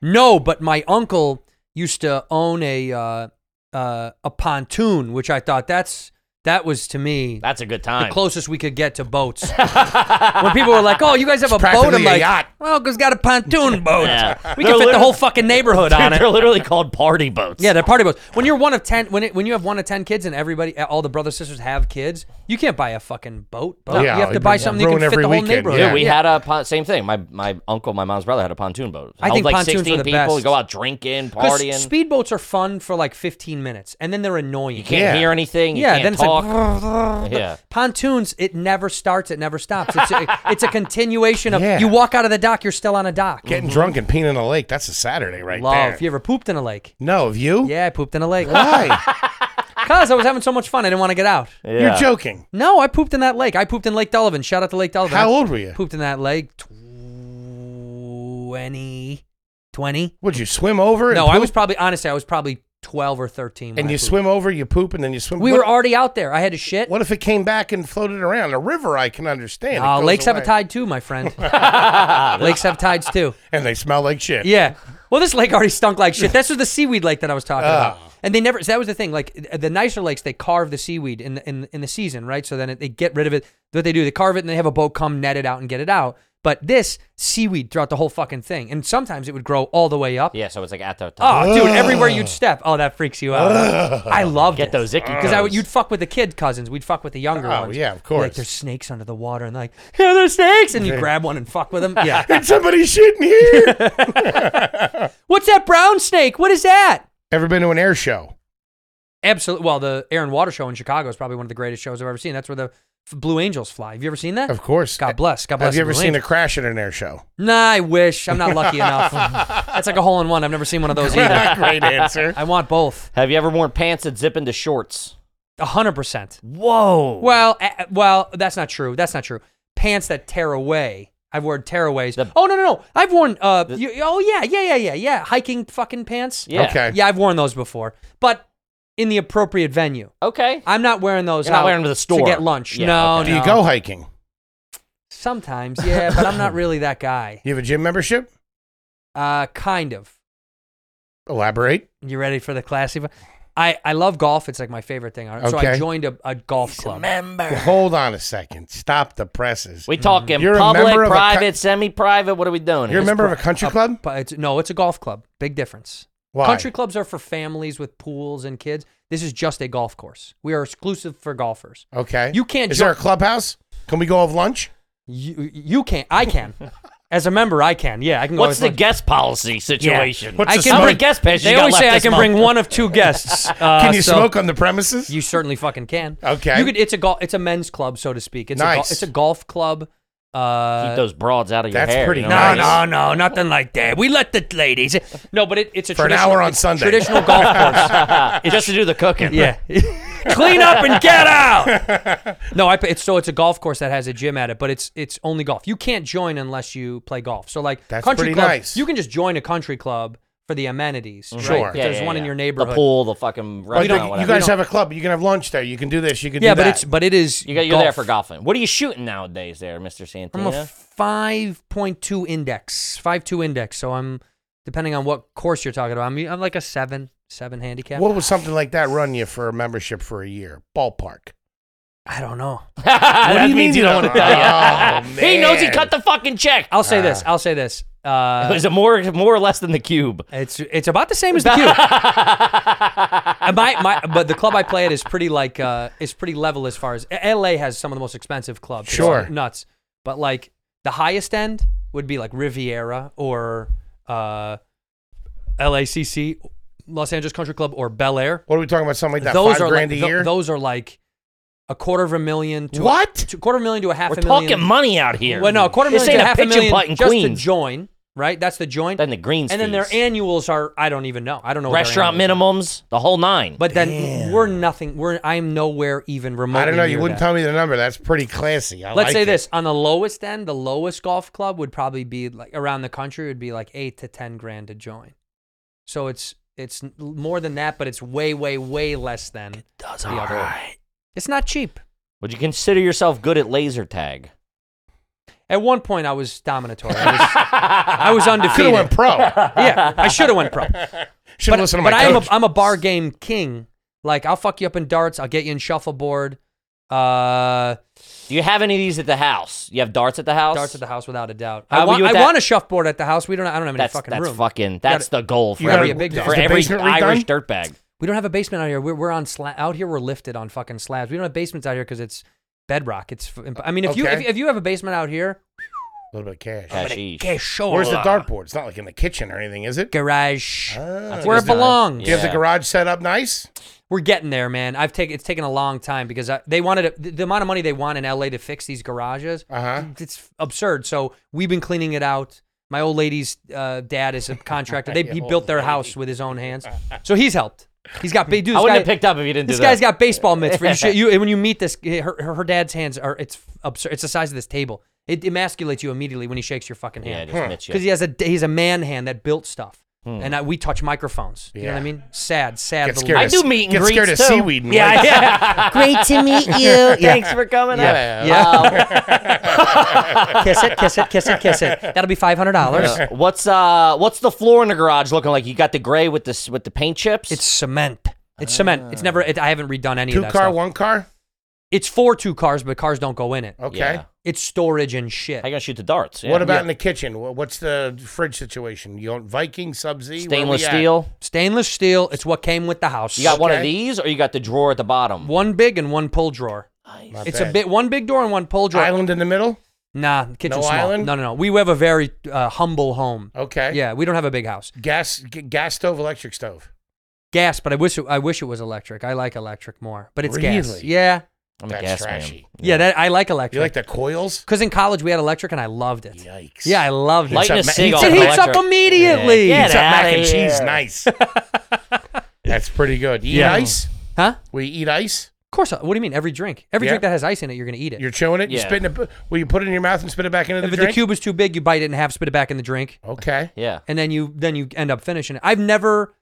S5: No, but my uncle used to own a uh, uh, a pontoon, which I thought that's that was to me
S2: That's a good
S5: the
S2: time.
S5: closest we could get to boats. when people were like, "Oh, you guys have a boat,"
S1: practically
S5: I'm
S1: a
S5: like,
S1: yacht.
S5: "Well, because got a pontoon boat.
S2: Yeah.
S5: We
S2: They're
S5: can fit the
S2: literally-
S5: whole fucking neighborhood on it."
S2: They're literally called party boats.
S5: Yeah, they're party boats. When you're one of ten, when it, when you have one of ten kids and everybody, uh, all the brothers sisters have kids, you can't buy a fucking boat. boat.
S1: Yeah,
S5: you have to
S1: it'd
S5: buy something that
S1: ruin
S5: can fit
S1: every
S5: the whole
S1: weekend,
S5: neighborhood.
S1: Oh, yeah.
S2: Dude, we had a pon- same thing. My my uncle, my mom's brother had a pontoon boat.
S5: I
S2: Held
S5: think
S2: like
S5: pontoons
S2: sixteen
S5: were the
S2: people.
S5: best.
S2: You go out drinking,
S5: Because
S2: partying.
S5: speedboats are fun for like 15 minutes, and then they're annoying.
S2: you can't
S1: Yeah.
S2: hear anything. You
S5: yeah,
S2: can't
S5: then it's
S2: talk.
S5: like
S2: yeah.
S5: pontoons. It never starts. It never stops. It's a, it's a continuation of
S1: Yeah.
S5: you walk out of the dock, you're still on a dock.
S1: Getting drunk and peeing in a lake. That's a Saturday right
S5: Mm-hmm. Love.
S1: there.
S5: You ever pooped in a lake?
S1: No, of you?
S5: Yeah, I pooped in a lake.
S1: Why?
S5: Cause I was having so much fun, I didn't want to get out.
S1: You're joking.
S5: No, I pooped in that lake. I pooped in Lake Dullivan. Shout out to Lake Dullivan.
S1: How
S5: I
S1: old were you?
S5: Pooped in that lake. 20. 20?
S1: Would you swim over? And
S5: No,
S1: poop?
S5: I was probably, honestly, I was probably 12 or 13. when
S1: And
S5: I
S1: you
S5: pooped.
S1: swim over, you poop, and then you swim.
S5: We
S1: what,
S5: were already out there. I had to shit.
S1: What if it came back and floated around? A river, I can understand. It
S5: Uh,
S1: goes
S5: lakes have
S1: away.
S5: a tide too, my friend. lakes have tides too.
S1: and they smell like shit.
S5: Yeah. Well, this lake already stunk like shit. This was the seaweed lake that I was talking
S1: Ah.
S5: about. And they never. So that was the thing. Like uh, the nicer lakes, they carve the seaweed in the, in in the season, right? So then it, they get rid of it. What they do, they carve it and they have a boat come net it out and get it out. But this seaweed throughout the whole fucking thing, and sometimes it would grow all the way up.
S2: Yeah, so it's like at the top.
S5: Oh, dude! Everywhere
S1: Ah.
S5: you'd step, oh, that freaks you out. I loved
S2: Get
S5: it.
S2: those icky
S5: because I would-
S2: toes.
S5: you'd fuck with the kid cousins. We'd fuck with the younger
S1: Oh,
S5: ones.
S1: yeah, of
S5: Be Like
S1: course.
S5: there's snakes under the water, and like yeah, there's snakes, and you grab one and fuck with them. Yeah,
S1: And somebody's shitting here.
S5: what's that brown snake? What is that?
S1: Ever been to an air show?
S5: Absolutely. Well, the Air and Water Show in Chicago is probably one of the greatest shows I've ever seen. That's where the f- Blue Angels fly. Have you ever seen that?
S1: Of course.
S5: God bless. God bless.
S1: Have you
S5: the
S1: ever
S5: Blue
S1: seen a
S5: Angels.
S1: crash at an air show?
S5: Nah, I wish. I'm not lucky enough. That's like a hole in one. I've never seen one of those either.
S1: Great answer.
S5: I want both.
S2: Have you ever worn pants that zip into shorts?
S5: A hundred percent.
S2: Whoa.
S5: Well, uh, well, that's not true. That's not true. Pants that tear away. I've worn tearaways. oh no no no! I've worn uh. you, oh yeah yeah yeah yeah yeah. Hiking fucking pants.
S2: Yeah.
S1: Okay.
S5: Yeah, I've worn those before, but in the appropriate venue.
S2: Okay.
S5: I'm not wearing those.
S2: You're not
S5: out
S2: wearing them to the store.
S5: to get lunch.
S2: Yeah,
S5: no,
S2: okay.
S5: no.
S1: Do you go hiking?
S5: Sometimes, yeah, but I'm not really that guy.
S1: You have a gym membership?
S5: Uh, kind of.
S1: Elaborate.
S5: You ready for the classy? one? I I love golf. It's like my favorite thing. So I
S1: Okay.
S5: joined a, a golf club.
S1: Hold on a second. Stop the presses.
S2: We talking
S1: Mm-hmm. You're a
S2: public,
S1: member of a co-
S2: private, semi-private. What are we doing?
S1: You're a
S2: here?
S1: member of a country club?
S5: But it's, no, it's a golf club. Big difference.
S1: Why?
S5: Country clubs are for families with pools and kids. This is just a golf course. We are exclusive for golfers.
S1: Okay.
S5: You can't
S1: Is
S5: jo-
S1: there a clubhouse? Can we go have lunch?
S5: You you can I can. As a member, I can. Yeah, I can. go
S2: What's
S5: as
S2: the
S5: much-
S2: guest policy situation?
S1: What's
S5: I
S1: the
S5: can
S1: smoke?
S5: bring
S2: guest pass you
S5: They
S2: got
S5: always
S2: left
S5: say I
S2: this
S5: can
S2: month?
S5: bring one of two guests.
S1: Can
S5: Uh,
S1: you
S5: so-
S1: smoke on the premises?
S5: You certainly fucking can.
S1: Okay.
S5: You could. It's a golf. It's a men's club, so to speak. It's A gol-
S1: Nice.
S5: it's a golf club. Uh,
S2: Keep those broads out of your
S1: That's
S2: hair.
S1: pretty
S2: you know
S5: no,
S1: nice.
S2: what I
S5: no, no, nothing like that. We let the ladies. No, but it, it's a
S1: For an
S5: traditional-
S1: hour on
S5: it's a
S1: Sunday.
S5: Traditional golf course.
S2: mean? Just to do the cooking.
S5: yeah. Clean up and get out. No, I. It's so it's a golf course that has a gym at it, but it's it's only golf. You can't join unless you play golf. So like
S1: That's
S5: country
S1: pretty
S5: club,
S1: nice. Mm-hmm.
S5: you can just join a country club for the amenities. right?
S1: Sure. Oh,
S5: If
S2: Mm-hmm. Yeah,
S5: There's
S2: yeah,
S5: one in
S2: yeah.
S5: your neighborhood.
S2: The pool, the fucking
S1: you,
S2: restaurant, whatever.
S1: guys have a club. You can have lunch there. You can do this. You can
S5: Yeah,
S1: do
S5: but
S1: that.
S5: it's but it is.
S2: You got, you're there
S5: golf.
S2: for golfing. What are you shooting nowadays, there, Mister
S5: I'm a
S2: Santana?
S5: five point two index, five two index. So I'm depending on what course you're talking about. I'm I'm like a seven seven handicap.
S1: What would something like that run you for a membership for a year? Ballpark.
S5: I don't know. Ah,
S1: What do you mean you don't Oh, want to tell you?
S2: He knows he cut the fucking check.
S5: I'll say
S1: Ah.
S5: this. I'll say this.
S2: It
S5: Uh,
S2: was a more more or less than the cube.
S5: it's it's about the same as the cube. And my, my but the club I play at is pretty like uh is pretty level as far as LA has some of the most expensive clubs. It's
S1: Sure.
S5: nuts. But like the highest end would be like Riviera or uh LACC, Los Angeles Country Club or Bel Air.
S1: What are we talking about? Something like that?
S5: those
S1: five
S5: are
S1: grand
S5: like,
S1: a
S5: tho-
S1: year.
S5: those are like a quarter of a million to
S1: What?
S5: A, to quarter of a million to a half
S2: We're
S5: a million.
S2: talking money out here.
S5: Well, no, a quarter
S2: This
S5: million to
S2: ain't
S5: half
S2: a
S5: a
S2: pitch and
S5: million
S2: putt in
S5: just to
S2: Queens.
S5: join, right? That's the join.
S2: Then the greens.
S5: and then their
S2: fees.
S5: annuals are I don't even know. I don't know. what their
S2: restaurant
S5: annuals are.
S2: minimums, the whole nine.
S5: But then we're nothing. We're I'm nowhere even remotely.
S1: I don't know. You
S5: near
S1: wouldn't
S5: that.
S1: tell me the number. That's pretty classy. I
S5: Let's
S1: like
S5: say
S1: it.
S5: this on the lowest end, the lowest golf club would probably be like around the country would be like eight to ten grand to join. So it's it's n- more than that, but it's way way way less than the other. It's not cheap.
S2: Would you consider yourself good at laser tag?
S5: At one point, I was dominatory. I was, I was
S1: Could have
S5: undefeated.
S1: went pro.
S5: yeah, I should have went pro.
S1: Should
S5: but
S1: have listened to my
S5: but I am a,
S1: coach.
S5: I'm a bar game king. Like I'll fuck you up in darts. I'll get you in shuffleboard. Uh,
S2: Do you have any of these at the house? You have darts at the house.
S5: Darts at the house without a doubt.
S2: How
S5: I,
S2: about
S5: want,
S2: you
S5: I
S2: with that-
S5: want a shuffboard at the house. We don't. I don't have any
S2: That's
S5: fucking
S2: that's
S5: room.
S2: fucking that's the goal for
S1: You gotta-
S2: every
S5: a big
S1: is
S5: dog.
S2: for
S1: the
S2: every
S1: basement redone?
S2: Irish dirtbag.
S5: we don't have a basement out here. We're, we're on sla- out here. We're lifted on fucking slabs. We don't have basements out here because it's bedrock. It's. f- imp- I mean, if you if,
S1: Okay.
S5: if you have a basement out here,
S1: A little bit of cash.
S2: Hashish.
S5: okay, sure.
S1: Where's the dartboard? It's not like in the kitchen or anything, is it?
S5: garage?
S1: Ah.
S5: Where it
S2: good sign.
S5: belongs.
S1: Do you have
S2: Yeah.
S1: the garage set up nice?
S5: We're getting there, man. I've taken it's taken a long time because I, they wanted to, the, the amount of money they want in LA to fix these garages.
S1: Uh-huh.
S5: It's absurd. So we've been cleaning it out. My old lady's uh, dad is a contractor. They, he built their house with his own hands, so he's helped. He's got big dude.
S2: I
S5: this
S2: wouldn't
S5: guy-
S2: have picked up if you didn't
S5: This
S2: do that.
S5: guy's got baseball mitts for you. should- you and when you meet this, eh, her, her, her dad's hands are it's absurd. It's the size of this table. It emasculates you immediately when he shakes your fucking
S2: yeah,
S5: hand
S2: just admit
S5: because
S2: you.
S5: he has a he's a man hand that built stuff,
S2: Hmm.
S5: and I, we touch microphones. You know what I
S1: Yeah.
S5: mean? Sad,
S1: Get
S5: sad. little-
S1: scared
S2: I
S1: of-
S2: do meet and
S1: Get
S2: greets
S1: scared of
S2: too.
S1: seaweed and
S2: Yeah,
S1: legs.
S2: yeah.
S6: Great to meet you.
S2: Thanks for coming.
S1: Yeah.
S2: up.
S5: Yeah.
S2: Um,
S5: kiss it, kiss it, kiss it, kiss it. That'll be five hundred dollars.
S2: Uh, what's uh what's the floor in the garage looking like? You got the gray with this with the paint chips.
S5: It's cement. It's cement. It's never. It, I haven't redone any
S1: Two
S5: of that
S1: car,
S5: stuff.
S1: one Oh. car?
S5: It's for two cars, but cars don't go in it.
S1: Okay.
S2: Yeah.
S5: It's storage and shit.
S2: How you gonna shoot the darts? Yeah.
S1: What about in the kitchen? Wha- What's the fridge situation? You want Viking, Sub Z?
S2: stainless steel?
S5: Stainless steel. It's what came with the house.
S2: You got one of
S1: Okay.
S2: these, or you got the drawer at the bottom?
S5: one big and one pull drawer. It's a bit one big door and one pull drawer.
S1: Island in the middle?
S5: Nah, the kitchen
S1: No
S5: small.
S1: island?
S5: No, no, no. We have a very uh, humble home.
S1: Okay.
S5: Yeah, we don't have a big house.
S1: Gas, g- gas stove, electric stove.
S5: Gas, but I wish it, I wish it was electric. I like electric more, but it's gas.
S1: Really?
S5: Yeah,
S2: I'm
S1: That's
S2: a gas
S1: trashy.
S5: yeah. that I like electric.
S1: You like the coils?
S5: Because in college we had electric and I loved it.
S1: Yikes.
S5: Yeah, I loved it.
S1: Lights
S2: Lighting a
S1: up ma-
S2: cig
S1: heats
S2: off
S5: it
S2: an
S5: heats up
S2: electric.
S5: immediately.
S2: Yeah.
S1: It's a
S2: Get
S1: mac
S2: outta
S1: and cheese.
S2: here.
S1: Nice. That's pretty good. You Eat
S5: Yeah.
S1: ice?
S5: Huh?
S1: Will you eat ice?
S5: Of course. What do you mean? Every drink, every
S1: Yeah.
S5: drink that has ice in it, you're gonna eat it.
S1: You're chewing it. You
S2: Yeah.
S1: spit in a, Will you put it in your mouth and spit it back into the
S5: if the
S1: drink?
S5: cube is too big, you bite it in half, spit it back in the drink,
S1: Okay.
S2: Yeah.
S5: and then you then you end up finishing it. I've never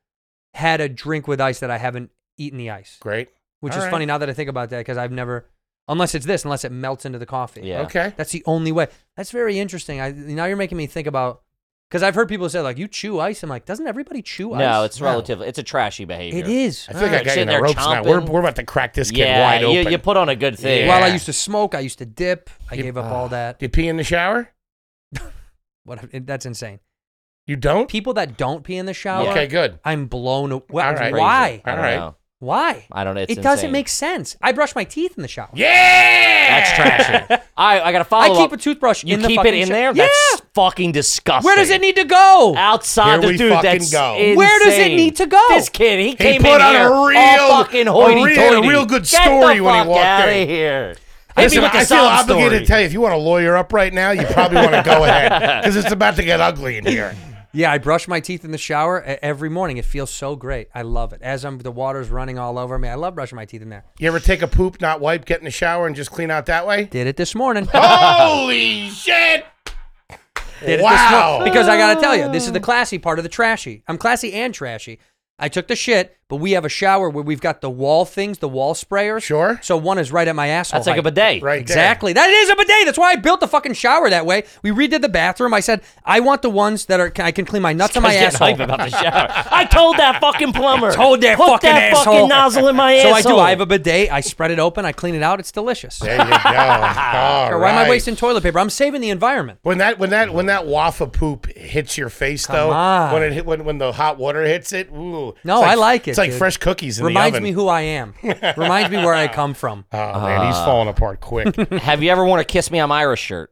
S5: had a drink with ice that I haven't eaten the ice.
S1: Great.
S5: which
S1: All
S5: is
S1: right.
S5: funny now that I think about that because I've never, unless it's this, unless it melts into the coffee.
S2: Yeah.
S1: Okay.
S5: that's the only way. That's very interesting. I now you're making me think about because I've heard people say like you chew ice. I'm like, doesn't everybody chew ice?
S2: No, it's relatively. It's a trashy behavior.
S5: It is.
S1: I feel like
S2: Alright,
S1: I got you
S2: sitting
S1: in the
S2: there
S1: ropes now. We're,
S2: chomping.
S1: we're about to crack this kid
S2: Yeah,
S1: wide
S2: you,
S1: open.
S2: you put on a good thing.
S5: While I
S1: Yeah.
S5: used to smoke, I used to dip. I
S1: You-
S5: gave up all that.
S1: Do you pee in the shower?
S5: What? That's insane.
S1: You don't?
S5: People that don't pee in the shower.
S1: Okay, good.
S5: I'm blown away.
S1: All right.
S5: Why?
S2: I don't
S1: All right.
S2: know.
S5: Why?
S2: I don't know.
S5: It
S2: It's
S5: doesn't
S2: insane.
S5: make sense. I brush my teeth in the shower.
S1: Yeah.
S2: That's trashy. I I got to follow
S5: I
S2: up.
S5: keep a toothbrush
S2: You
S5: in the
S2: keep it
S5: fucking
S2: in
S5: sho-
S2: there.
S5: Yeah.
S2: That's fucking disgusting.
S5: Where does it need to go?
S1: Here
S2: Outside the
S1: we
S2: dude,
S1: fucking
S2: that's
S1: go.
S5: Where does it
S2: insane.
S5: need to go?
S2: This kid, he
S1: He
S2: came
S1: put
S2: in
S1: on
S2: here
S1: a
S2: all
S1: real-
S2: fucking
S1: a
S2: hoity-toity.
S1: real- a real good story when he walked
S2: out
S1: in.
S2: of here. Hit
S1: Listen,
S2: me with the
S1: I feel
S2: sob
S1: obligated
S2: story.
S1: to tell you if you want to lawyer up right now, you probably want to go ahead because it's about to get ugly in here.
S5: Yeah, I brush my teeth in the shower e- every morning. It feels so great. I love it. As I'm the water's running all over me. I love brushing my teeth in there.
S1: You ever take a poop, not wipe, get in the shower, and just clean out that way?
S5: Did it this morning.
S1: Holy shit!
S5: Did it this
S1: wow. Oh.
S5: morning. Because I gotta tell you, this is the classy part of the trashy. I'm classy and trashy. I took the shit, But we have a shower where we've got the wall things, the wall sprayers.
S1: Sure.
S5: So one is right at my asshole.
S2: That's like a
S5: height.
S2: bidet.
S1: Right. there.
S5: Exactly. That is a bidet. That's why I built the fucking shower that way. We redid the bathroom. I said I want the ones that are can, I can clean my nuts and my
S2: I was getting
S5: asshole.
S2: hype about the shower. I told that fucking plumber.
S5: Hold that
S2: hook
S5: fucking
S2: that
S5: asshole.
S2: fucking nozzle in my
S5: so
S2: asshole.
S5: I do. I have a bidet. I spread it open. I clean it out. It's delicious.
S1: There you go. All
S5: Or why am I
S1: right.
S5: wasting toilet paper? I'm saving the environment.
S1: When that when that when that waff of poop hits your face though,
S5: on.
S1: when it hit, when when the hot water hits it, ooh.
S5: No,
S1: It's
S5: I like it,
S1: It's like
S5: dude.
S1: fresh cookies in
S5: Reminds
S1: the oven.
S5: me who I am. Reminds me where I come from.
S1: oh man,
S5: Ah.
S1: he's falling apart quick.
S2: Have you ever worn a "Kiss Me, I'm Irish" shirt?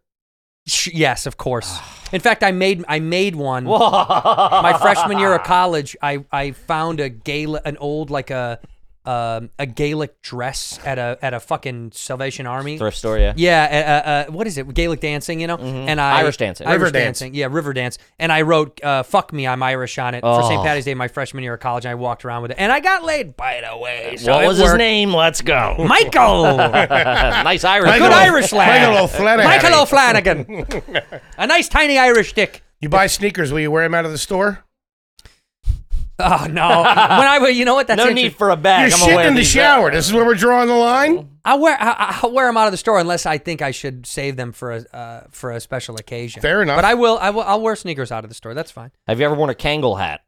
S5: Sh- Yes, of course. In fact, I made I made one
S2: Whoa.
S5: my freshman year of college. I, I found a Gaelic, an old like a um, a Gaelic dress at a at a fucking Salvation Army
S2: Thrift store, yeah.
S5: Yeah, uh, uh, what is it? Gaelic dancing, you know? And I
S2: Irish dancing.
S5: Irish
S1: River dance.
S5: dancing. Yeah, river dance. And I wrote uh, "Fuck me, I'm Irish" on it for
S2: Oh.
S5: St. Patty's Day, my freshman year of college. And I walked around with it, and I got laid. By the way, so
S2: what
S5: it
S2: was his
S5: worked.
S2: name? Let's go.
S5: Michael.
S2: nice Irish.
S5: Good
S1: Michael-
S5: Irish lad.
S1: Michael O'Flaherty.
S5: Michael O'Flanagan. a nice tiny Irish dick.
S1: You buy sneakers, will you wear them out of the store?
S5: Oh no! when I was, you know what? That's
S2: No
S5: interesting.
S2: need for a bag.
S1: You're
S2: I'm aware
S1: shitting in
S2: of
S1: the
S2: these-
S5: uh,
S1: shower. This is where we're drawing the line.
S5: I wear I, I wear them out of the store unless I think I should save them for a uh, for a special occasion.
S1: Fair enough.
S5: But I will I will I'll wear sneakers out of the store. That's fine.
S2: Have you ever worn a Kangol hat?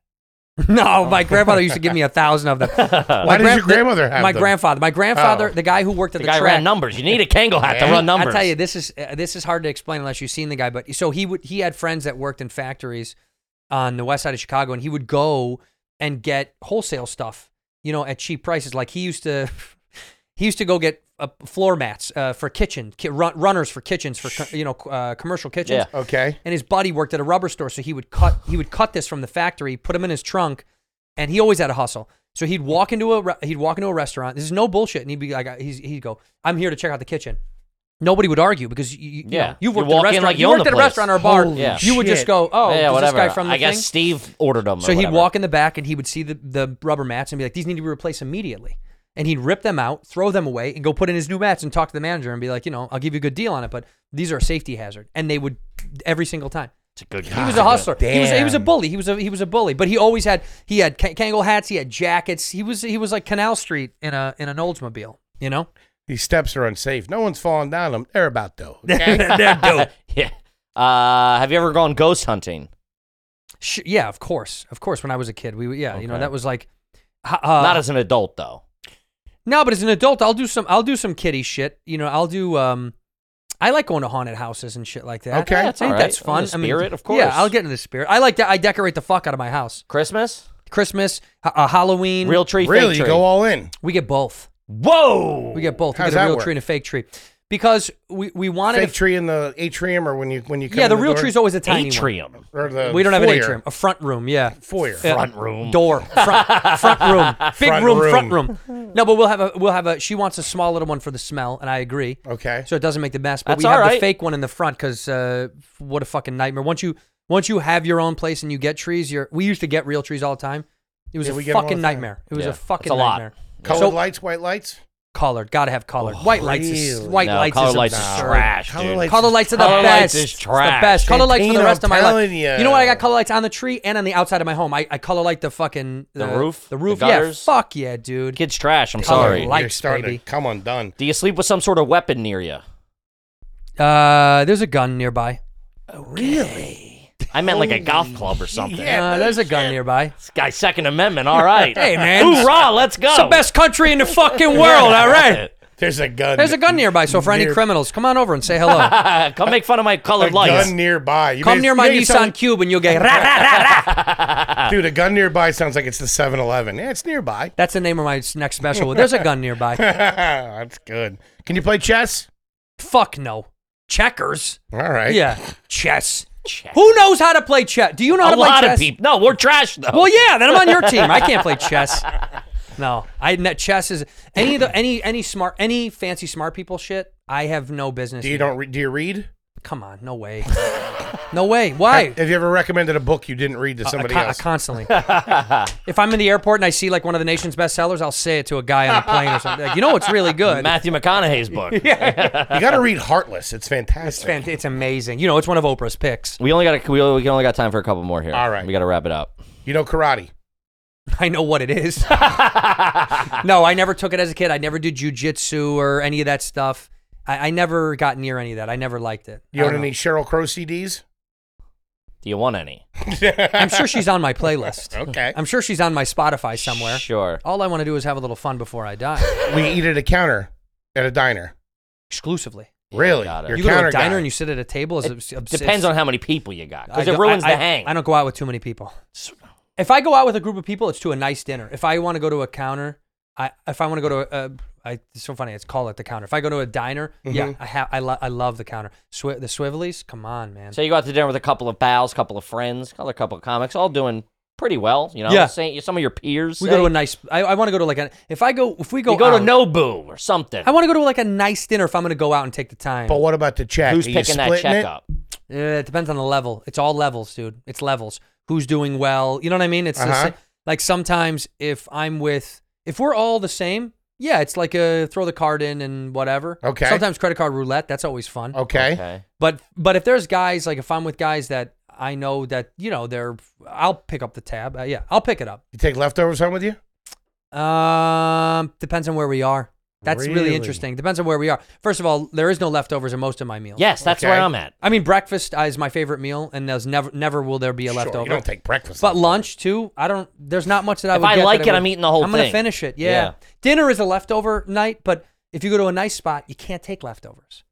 S5: No, my grandfather used to give me a thousand of them. Why
S1: did your grandmother have
S5: My
S1: them?
S5: grandfather, my grandfather,
S1: Oh.
S5: the guy who worked at
S2: The
S5: the,
S2: guy
S5: track.
S2: ran numbers. You need a Kangol hat to run numbers.
S5: I tell you, this is uh, this is hard to explain unless you've seen the guy. But so he would he had friends that worked in factories on the west side of Chicago, and he would go and get wholesale stuff, you know, at cheap prices. Like he used to, he used to go get uh, floor mats uh, for kitchen ki- run, runners for kitchens for co- you know co- uh, commercial kitchens
S2: Yeah.
S1: Okay.
S5: and his buddy worked at a rubber store, so he would cut he would cut this from the factory, put them in his trunk, and he always had a hustle. So he'd walk into a re- he'd walk into a restaurant. This is no bullshit, and he'd be like, uh, he's, he'd go, "I'm here to check out the kitchen." Nobody would argue because you, you,
S2: Yeah.
S5: yeah. you
S2: You
S5: worked
S2: walk
S5: at a
S2: in
S5: restaurant.
S2: like you
S5: you
S2: own
S5: worked
S2: the
S5: at a
S2: place.
S5: restaurant or a bar.
S2: Holy Yeah.
S5: You would just
S1: shit.
S5: go, "Oh,
S2: yeah,
S5: is
S2: whatever.
S5: this guy from the
S2: I guess
S5: thing?"
S2: Steve ordered them. or
S5: So he'd
S2: whatever.
S5: walk in the back and he would see the, the rubber mats and be like, these need to be replaced immediately. And he'd rip them out, throw them away, and go put in his new mats and talk to the manager and be like, you know, I'll give you a good deal on it, but these are a safety hazard. And they would every single time. It's a good He was a hustler. He was, he was a
S1: damn.
S5: bully. He was a he was a bully. But he always had he had Ka- Kangol hats, he had jackets. He was he was like Canal Street in a in an Oldsmobile, you know?
S1: These steps are unsafe. No one's falling down them. They're about though. Okay?
S2: Yeah. Uh, have you ever gone ghost hunting?
S5: Sh- yeah, of course. Of course. When I was a kid, we yeah, you know,
S2: Okay.
S5: that was like ha- uh,
S2: Not as an adult though.
S5: No, but as an adult, I'll do some. I'll do some kiddie shit. You know, I'll do. Um, I like going to haunted houses and shit like that.
S1: Okay. Yeah,
S5: I
S1: that's
S5: think
S2: all
S5: that's
S2: right.
S5: fun.
S2: In the
S5: I mean,
S2: spirit, of course.
S5: Yeah, I'll get into the spirit. I like that. I decorate the fuck out of my house.
S2: Christmas,
S5: Christmas, ha- uh, Halloween.
S2: real tree,
S1: really,
S2: fake
S1: you
S2: tree.
S1: go all in.
S5: We get both.
S2: Whoa.
S5: We get both.
S1: How's
S5: we get
S1: that
S5: a real
S1: work?
S5: tree and a fake tree, because we we wanted.
S1: Fake
S5: a,
S1: tree in the atrium, or when you when you come
S5: yeah,
S1: in
S5: the real
S1: door-
S5: tree's always a tiny
S2: Atrium,
S1: Or the
S5: one. We don't have an
S1: foyer.
S5: atrium, a front room. Yeah.
S1: Foyer.
S2: front room.
S5: door, front, front room, big
S1: Front
S5: room,
S1: room.
S5: front room. No, but we'll have a we'll have a. She wants a small little one for the smell, and I agree.
S1: Okay.
S5: so it doesn't make the mess. But
S2: That's
S5: we have
S2: all
S5: the
S2: right.
S5: fake one in the front because uh, what a fucking nightmare. Once you once you have your own place and you get trees, you're we used to get real trees all the time. It was
S1: Yeah, we
S5: a
S1: get 'em all
S5: fucking
S1: the time.
S5: nightmare. It was
S2: Yeah,
S5: a fucking
S2: it's a lot.
S5: nightmare.
S1: Colored
S5: So-
S1: lights, white lights.
S5: Colored, gotta have colored. white lights is
S1: Oh, really?
S5: white
S2: No,
S5: lights
S2: color
S5: is
S2: lights
S5: absurd.
S2: is trash,
S1: Color
S2: dude.
S1: lights-
S5: Color lights are the
S2: Color lights
S5: best.
S2: is
S5: It's
S2: trash.
S5: the best. Color lights for the
S1: Santino,
S5: rest of my life.
S1: telling ya.
S5: You know what? I got color lights on the tree and on the outside of my home. I, I color light the fucking
S2: The roof?
S5: The
S2: The
S5: roof. yeah.
S2: gutters?
S5: Fuck yeah, dude.
S2: Kids trash. I'm
S5: Color
S2: sorry.
S5: light.
S1: You're
S5: lights,
S1: starting
S5: baby.
S1: to come undone.
S2: Do you sleep with some sort of weapon near you?
S5: Uh, there's a gun nearby.
S2: I meant like a golf club or something.
S5: Uh, there's a gun nearby.
S2: This guy's Second Amendment. All right.
S5: Hey, man.
S2: Hoorah! Let's go.
S5: It's the best country in the fucking world. All right.
S1: There's a gun.
S5: There's a gun nearby, so for any
S1: Near-
S5: criminals, come on over and say hello.
S2: Uh, Come make fun of my
S1: A
S2: colored lights.
S1: gun nearby. You
S5: come
S1: made-
S5: near my
S1: you made it sound-
S5: Nissan Cube and you'll get rah, rah, rah.
S1: Dude, a gun nearby sounds like it's the 7 Eleven. Yeah, it's nearby.
S5: That's the name of my s- next special. There's a gun nearby.
S1: That's good. Can you play chess?
S5: Fuck no. Checkers.
S1: All right.
S5: Yeah. Chess. Who knows how to play chess? Do you know how
S2: A
S5: to play
S2: lot
S5: chess?
S2: of people. No, we're trash though.
S5: Well, yeah. Then I'm on your team. I can't play chess. No, I net chess is any of the any any smart any fancy smart people shit. I have no business.
S1: Do you
S5: in.
S1: don't re- do you read?
S5: Come on, no way, no way. Why?
S1: Have you ever recommended a book you didn't read to somebody
S5: Uh, I con- I
S1: else?
S5: constantly. if I'm in the airport and I see like one of the nation's best sellers, I'll say it to a guy on a plane or something. Like, you know, it's really good.
S2: Matthew McConaughey's book.
S1: you got to read Heartless. It's fantastic.
S5: Fan- It's amazing. You know, it's one of Oprah's picks.
S2: We only got a, we only, we only got time for a couple more here.
S1: All right.
S2: we got to wrap it up.
S1: you know karate.
S5: I know what it is. no, I never took it as a kid. I never did jujitsu or any of that stuff. I, I never got near any of that. I never liked it.
S1: You
S5: I
S1: own
S5: don't know.
S1: any Cheryl Crow CDs?
S2: Do you want any?
S5: I'm sure she's on my playlist.
S1: Okay.
S5: I'm sure she's on my Spotify somewhere. Oh,
S2: Sure.
S5: All I want to do is have a little fun before I die.
S1: we eat at a counter at a diner.
S5: Exclusively.
S1: Really?
S2: got it.
S1: You're
S5: you go to
S1: counter
S5: a diner
S1: guy.
S5: and you sit at a table. Is
S2: It
S5: obs- obs-
S2: Depends on how many people you got, because
S5: I
S2: it
S5: go-
S2: ruins
S5: I-
S2: the
S5: I-
S2: hang.
S5: I don't go out with too many people. If I go out with a group of people, it's to a nice dinner. If I want to go to a counter, I if I want to go to a, I it's so funny. It's called it the counter. If I go to a diner,
S2: Mm-hmm.
S5: yeah, I have I, lo- I love the counter. Swi the Swivelies, come on, man.
S2: So you go out to dinner with a couple of pals, couple of friends, a couple of comics, all doing pretty well. You know,
S5: Yeah.
S2: say- some of your peers.
S5: we go to
S2: say.
S5: a nice. I, I want to go to like a. If I go, if we go,
S2: you go
S5: out,
S2: to Nobu or something.
S5: I want to go to like a nice dinner. If I'm going to go out and take the time,
S1: But what about the check?
S2: Who's
S1: Are you
S2: picking that
S1: splitting
S2: check
S1: it?
S2: up?
S5: Uh, it depends on the level. It's all levels, dude. It's levels. Who's doing well? You know what I mean? It's the
S1: Uh-huh.
S5: sa- like sometimes if I'm with, if we're all the same, yeah, it's like a throw the card in and whatever.
S1: Okay.
S5: Sometimes credit card roulette. That's always fun.
S1: Okay.
S2: Okay.
S5: But but if there's guys like if I'm with guys that I know that you know they're, I'll pick up the tab. Uh, yeah, I'll pick it up.
S1: You take leftovers home with you?
S5: Um, depends on where we are. That's really,
S1: Really?
S5: interesting. Depends on where we are. First of all, there is no leftovers in most of my meals.
S2: Yes, that's
S1: Okay.
S2: where I'm at.
S5: I mean, breakfast is my favorite meal, and there's never, never will there be a
S1: Sure,
S5: leftover.
S1: You don't take breakfast.
S5: But lunch too. I don't. There's not much that I
S2: If
S5: would.
S2: I
S5: get
S2: like
S5: that
S2: it,
S5: would-
S2: I'm eating the whole
S5: I'm gonna
S2: thing.
S5: finish it. Yeah.
S2: Yeah.
S5: Dinner is a leftover night, but if you go to a nice spot, you can't take leftovers.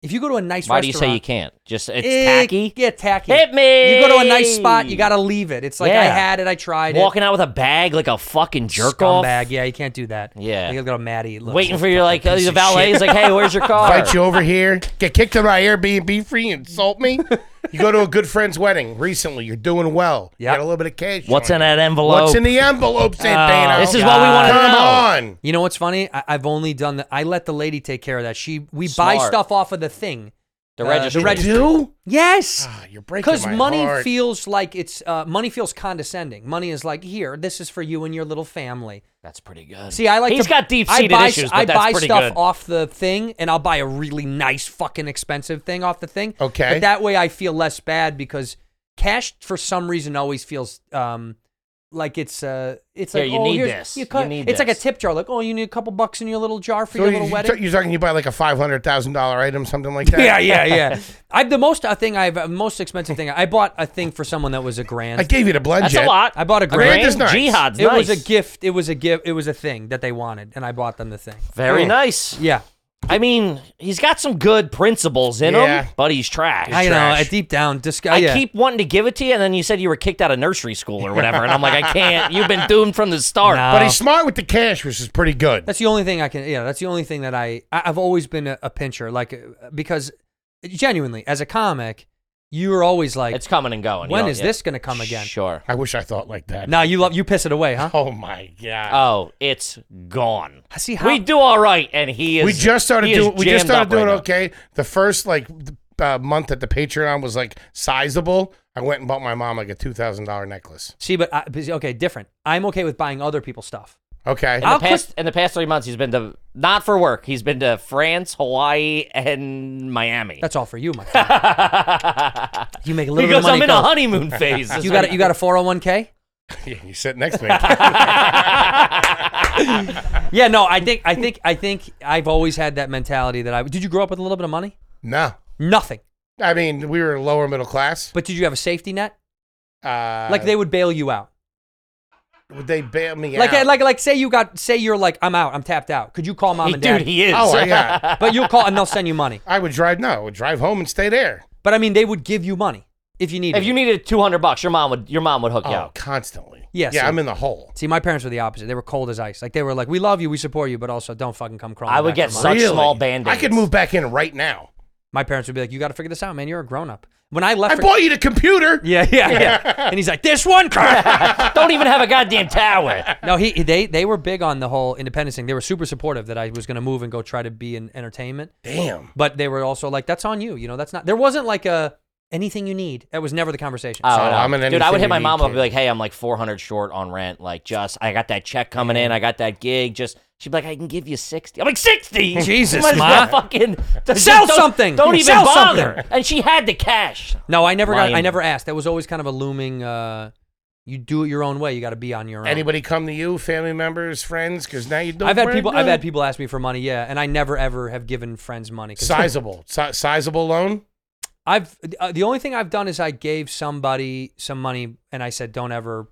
S5: If you go to a nice,
S2: Why do you say you
S5: restaurant,
S2: can't? Just it's
S5: eh,
S2: tacky.
S5: Yeah, tacky.
S2: Hit me.
S5: You go to a nice spot, you gotta leave it. It's like I
S2: Yeah.
S5: had it, I tried
S2: Walking out with a bag like a fucking
S5: it.
S2: jerk off.
S5: Scumbag. Yeah, you can't do that.
S2: Yeah.
S5: you gotta go to Maddie. Look,
S2: Waiting for your like uh,
S5: piece
S2: the
S5: of shit.
S2: valet is like, hey, where's your car?
S1: Invite you over here, get kicked out of my Airbnb free, insult me. you go to a good friend's wedding recently. You're doing well. You
S5: Yep.
S1: got a little bit of cash.
S2: What's
S1: on
S2: in
S1: you.
S2: that envelope?
S1: What's in the envelope,
S5: Oh,
S1: Santana?
S2: oh, This is what we want to
S1: Come
S2: know.
S1: on.
S5: You know what's funny? I, I've only done that. I let the lady take care of that. She we buy
S2: Smart.
S5: stuff off of the thing.
S2: The
S5: Uh,
S2: registry.
S5: the registry.
S1: Do?
S5: Yes.
S1: Ah, you're breaking
S5: because
S1: my
S5: money
S1: heart.
S5: feels like it's uh, money feels condescending. Money is like here, this is for you and your little family.
S2: That's pretty good.
S5: See, I like
S2: He's
S5: to,
S2: got deep
S5: I
S2: seated
S5: buy,
S2: issues, but
S5: I
S2: that's
S5: buy
S2: pretty
S5: stuff
S2: good.
S5: off the thing, and I'll buy a really nice, fucking expensive thing off the thing.
S1: Okay.
S5: but that way I feel less bad because cash for some reason always feels um like it's uh it's
S2: Here,
S5: like
S2: you
S5: oh
S2: need
S5: here's-
S2: this.
S5: you cut-
S2: You need
S5: it's like a
S2: this.
S5: tip jar like oh you need a couple bucks in your little jar
S1: So
S5: for your
S1: you,
S5: little wedding.
S1: you're talking you buy like a five hundred thousand dollar item, something like that.
S5: Yeah, yeah, yeah. I've the most uh, thing I've uh, most expensive thing I bought a thing for someone that was a grand.
S1: I gave you the blood
S2: That's
S1: jet.
S2: a lot.
S5: I bought a
S1: grand
S5: grand.
S1: is nice.
S2: Jihad's
S5: It
S2: nice.
S5: was a gift. It was a gift. It was a thing that they wanted, and I bought them the thing.
S2: Very
S1: Mm.
S2: nice.
S5: Yeah,
S2: I mean, he's got some good principles in
S1: Yeah.
S2: him, but he's trash.
S5: I know.
S1: trash.
S5: uh, Deep down, this guy.
S2: I
S5: yeah.
S2: keep wanting to give it to you, and then you said you were kicked out of nursery school or whatever, and I'm like, I can't. You've been doomed from the start.
S5: No.
S1: But he's smart with the cash, which is pretty good.
S5: Oh. That's the only thing I can. Yeah, that's the only thing that I. I I've always been a, a pincher, like uh, because genuinely, as a comic, you're always like,
S2: It's coming and going. You
S5: when
S2: don't-
S5: is
S2: yeah.
S5: this gonna come again?
S2: Sure.
S1: I wish I thought like that.
S5: Now you love you piss it away, huh?
S1: Oh my god.
S2: Oh, it's gone.
S5: I see how
S2: We do all right, and he is.
S1: we just started
S2: he is
S1: doing. We just
S2: jammed
S1: started
S2: up right
S1: doing
S2: now.
S1: okay. The first like th- uh, month that the Patreon was like sizable, I went and bought my mom like a two thousand dollar necklace.
S5: see, but I, but- okay, different. I'm okay with buying other people's stuff.
S1: Okay.
S2: In
S5: I'll
S2: the, past, in the past three months, he's been to not for work. He's been to France, Hawaii, and Miami.
S5: That's all for you, my friend. you make a little bit
S2: because
S5: of money.
S2: I'm in
S5: go,
S2: a honeymoon phase.
S5: you got a, oh you got a 401k?
S1: Yeah, you sit next to me.
S5: Yeah, no, I think I think I think I've always had that mentality that I did you grow up with a little bit of money?
S1: no,
S5: Nothing.
S1: I mean we were lower middle class.
S5: But did you have a safety net?
S1: Uh,
S5: Like they would bail you out.
S1: would they bail me
S5: Like
S1: out?
S5: like like say you got say you're like I'm out, I'm tapped out. Could you call mom and dad?
S2: dude, he is.
S1: oh yeah.
S5: but you'll call and they'll send you money.
S1: I would drive. No, I would drive home and stay there.
S5: But I mean they would give you money if you needed.
S2: If you
S5: it.
S2: needed 200 bucks, your mom would your mom would hook
S1: Oh,
S2: you up.
S1: constantly.
S5: Yeah,
S1: Yeah,
S5: so-
S1: I'm in the hole.
S5: See, my parents were the opposite. They were cold as ice. Like they were like, "We love you, we support you, but also don't fucking come crawling."
S2: I would
S5: back
S2: get
S5: for money."
S2: Such small band-aids.
S1: I could move back in right now.
S5: My parents would be like, "You got to figure this out, man. You're a grown up." When I left,
S1: I
S5: for-
S1: bought you the computer.
S5: yeah, yeah, yeah. and he's like, "This one." crap."
S2: Don't even have a goddamn tower.
S5: no, he they they were big on the whole independence thing. They were super supportive that I was going to move and go try to be in entertainment.
S1: Damn.
S5: But they were also like, "That's on you." You know, that's not. There wasn't like a anything you need. That was never the conversation.
S2: Oh,
S1: So
S2: no.
S1: I'm an
S2: dude, I
S1: anything
S2: would hit
S1: you
S2: my
S1: need
S2: mom up and
S1: kid.
S2: be like, "Hey, I'm like 400 short on rent. Like, just I got that check coming in. I got that gig. Just." She'd be like, I can give you 60. I'm like, 60?
S5: Jesus,
S2: Might as well
S5: Ma.
S2: Fucking, don't-
S5: Sell
S2: don't-
S5: something.
S2: Don't even
S5: Sell
S2: bother.
S5: something.
S2: And she had the cash.
S5: no, I never got. I
S2: Lion.
S5: never asked. That was always kind of a looming. Uh, You do it your own way. You got to be on your own.
S1: Anybody come to you, family members, friends? Because now you don't.
S5: I've had people. I've had people ask me for money. Yeah, and I never ever have given friends money. 'cause
S1: sizable, si- sizable loan.
S5: I've uh, the only thing I've done is I gave somebody some money and I said, "Don't ever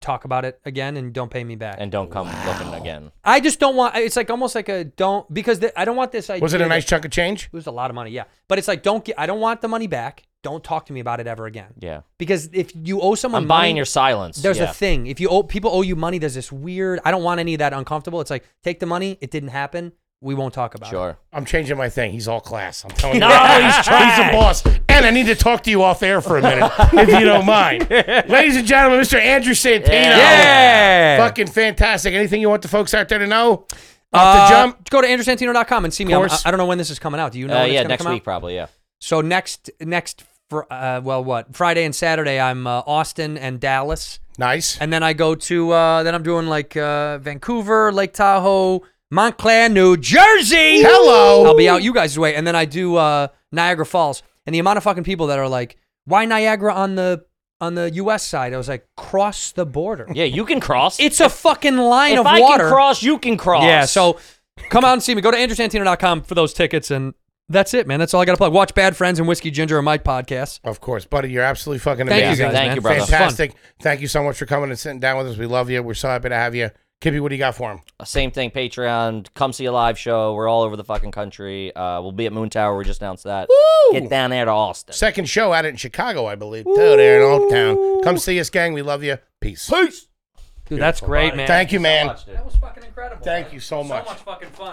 S5: talk about it again, and don't pay me back."
S2: and don't come looking again.
S5: I just don't want. It's like almost like a don't because the, I don't want this idea.
S1: Was it a
S5: that-
S1: nice chunk of change?
S5: It was a lot of money, yeah. But it's like don't get. I don't want the money back. Don't talk to me about it ever again.
S2: Yeah,
S5: Because if you owe someone
S2: I'm buying
S5: money,
S2: your silence.
S5: there's
S2: yeah.
S5: a thing. If you owe people owe you money, there's this weird. I don't want any of that uncomfortable. It's like take the money. It didn't happen. We won't talk about it.
S2: Sure.
S1: I'm changing my thing. He's all class. I'm telling you.
S2: No,
S1: that.
S2: he's
S1: He's
S2: trash.
S1: a boss. And I need to talk to you off air for a minute, if you don't mind. Ladies and gentlemen, Mr. Andrew Santino.
S2: Yeah.
S1: Fucking fantastic. Anything you want the folks out there to know? Off the jump.
S5: Uh, Go to andrewsantino.com and see me. I'm- I,
S1: Course.
S5: I don't know when this is coming out. Do you know?
S2: Uh,
S5: when it's
S2: yeah,
S5: gonna
S2: next
S5: come
S2: week
S5: out?
S2: probably. Yeah.
S5: So next next fr- uh, well what Friday and Saturday I'm uh, Austin and Dallas,
S1: Nice.
S5: and then I go to uh, then I'm doing like uh, Vancouver, Lake Tahoe, Montclair, New Jersey.
S1: Hello.
S5: I'll be out you guys' way, and then I do uh, Niagara Falls. And the amount of fucking people that are like, "Why Niagara on the on the U.S. side?" I was like, "Cross the border.
S2: Yeah, you can cross.
S5: It's a fucking line
S2: if
S5: of
S2: I
S5: water."
S2: can cross, you can cross.
S5: Yeah, so come out and see me. Go to andrewsantino.com for those tickets, and that's it, man. That's all I got to plug. Watch Bad Friends and Whiskey Ginger are my podcast.
S1: Of course, buddy. You're absolutely fucking
S5: Thank you
S1: amazing.
S5: guys,
S2: Thank
S5: man.
S2: you, brother.
S5: It was fun.
S1: Fantastic. Thank you so much for coming and sitting down with us. We love you. We're so happy to have you. Kippy, what do you got for him?
S2: Same thing, Patreon. Come see a live show. We're all over the fucking country. Uh, we'll be at Moon Tower. We just announced that. Get down there to Austin.
S1: Second show out in Chicago, I believe, too, there in Old Town. Come see us, gang. We love you. Peace.
S5: Dude, that's great, man.
S1: Thank you, man.
S5: That was fucking incredible.
S1: Thank you so much.
S5: fucking fun.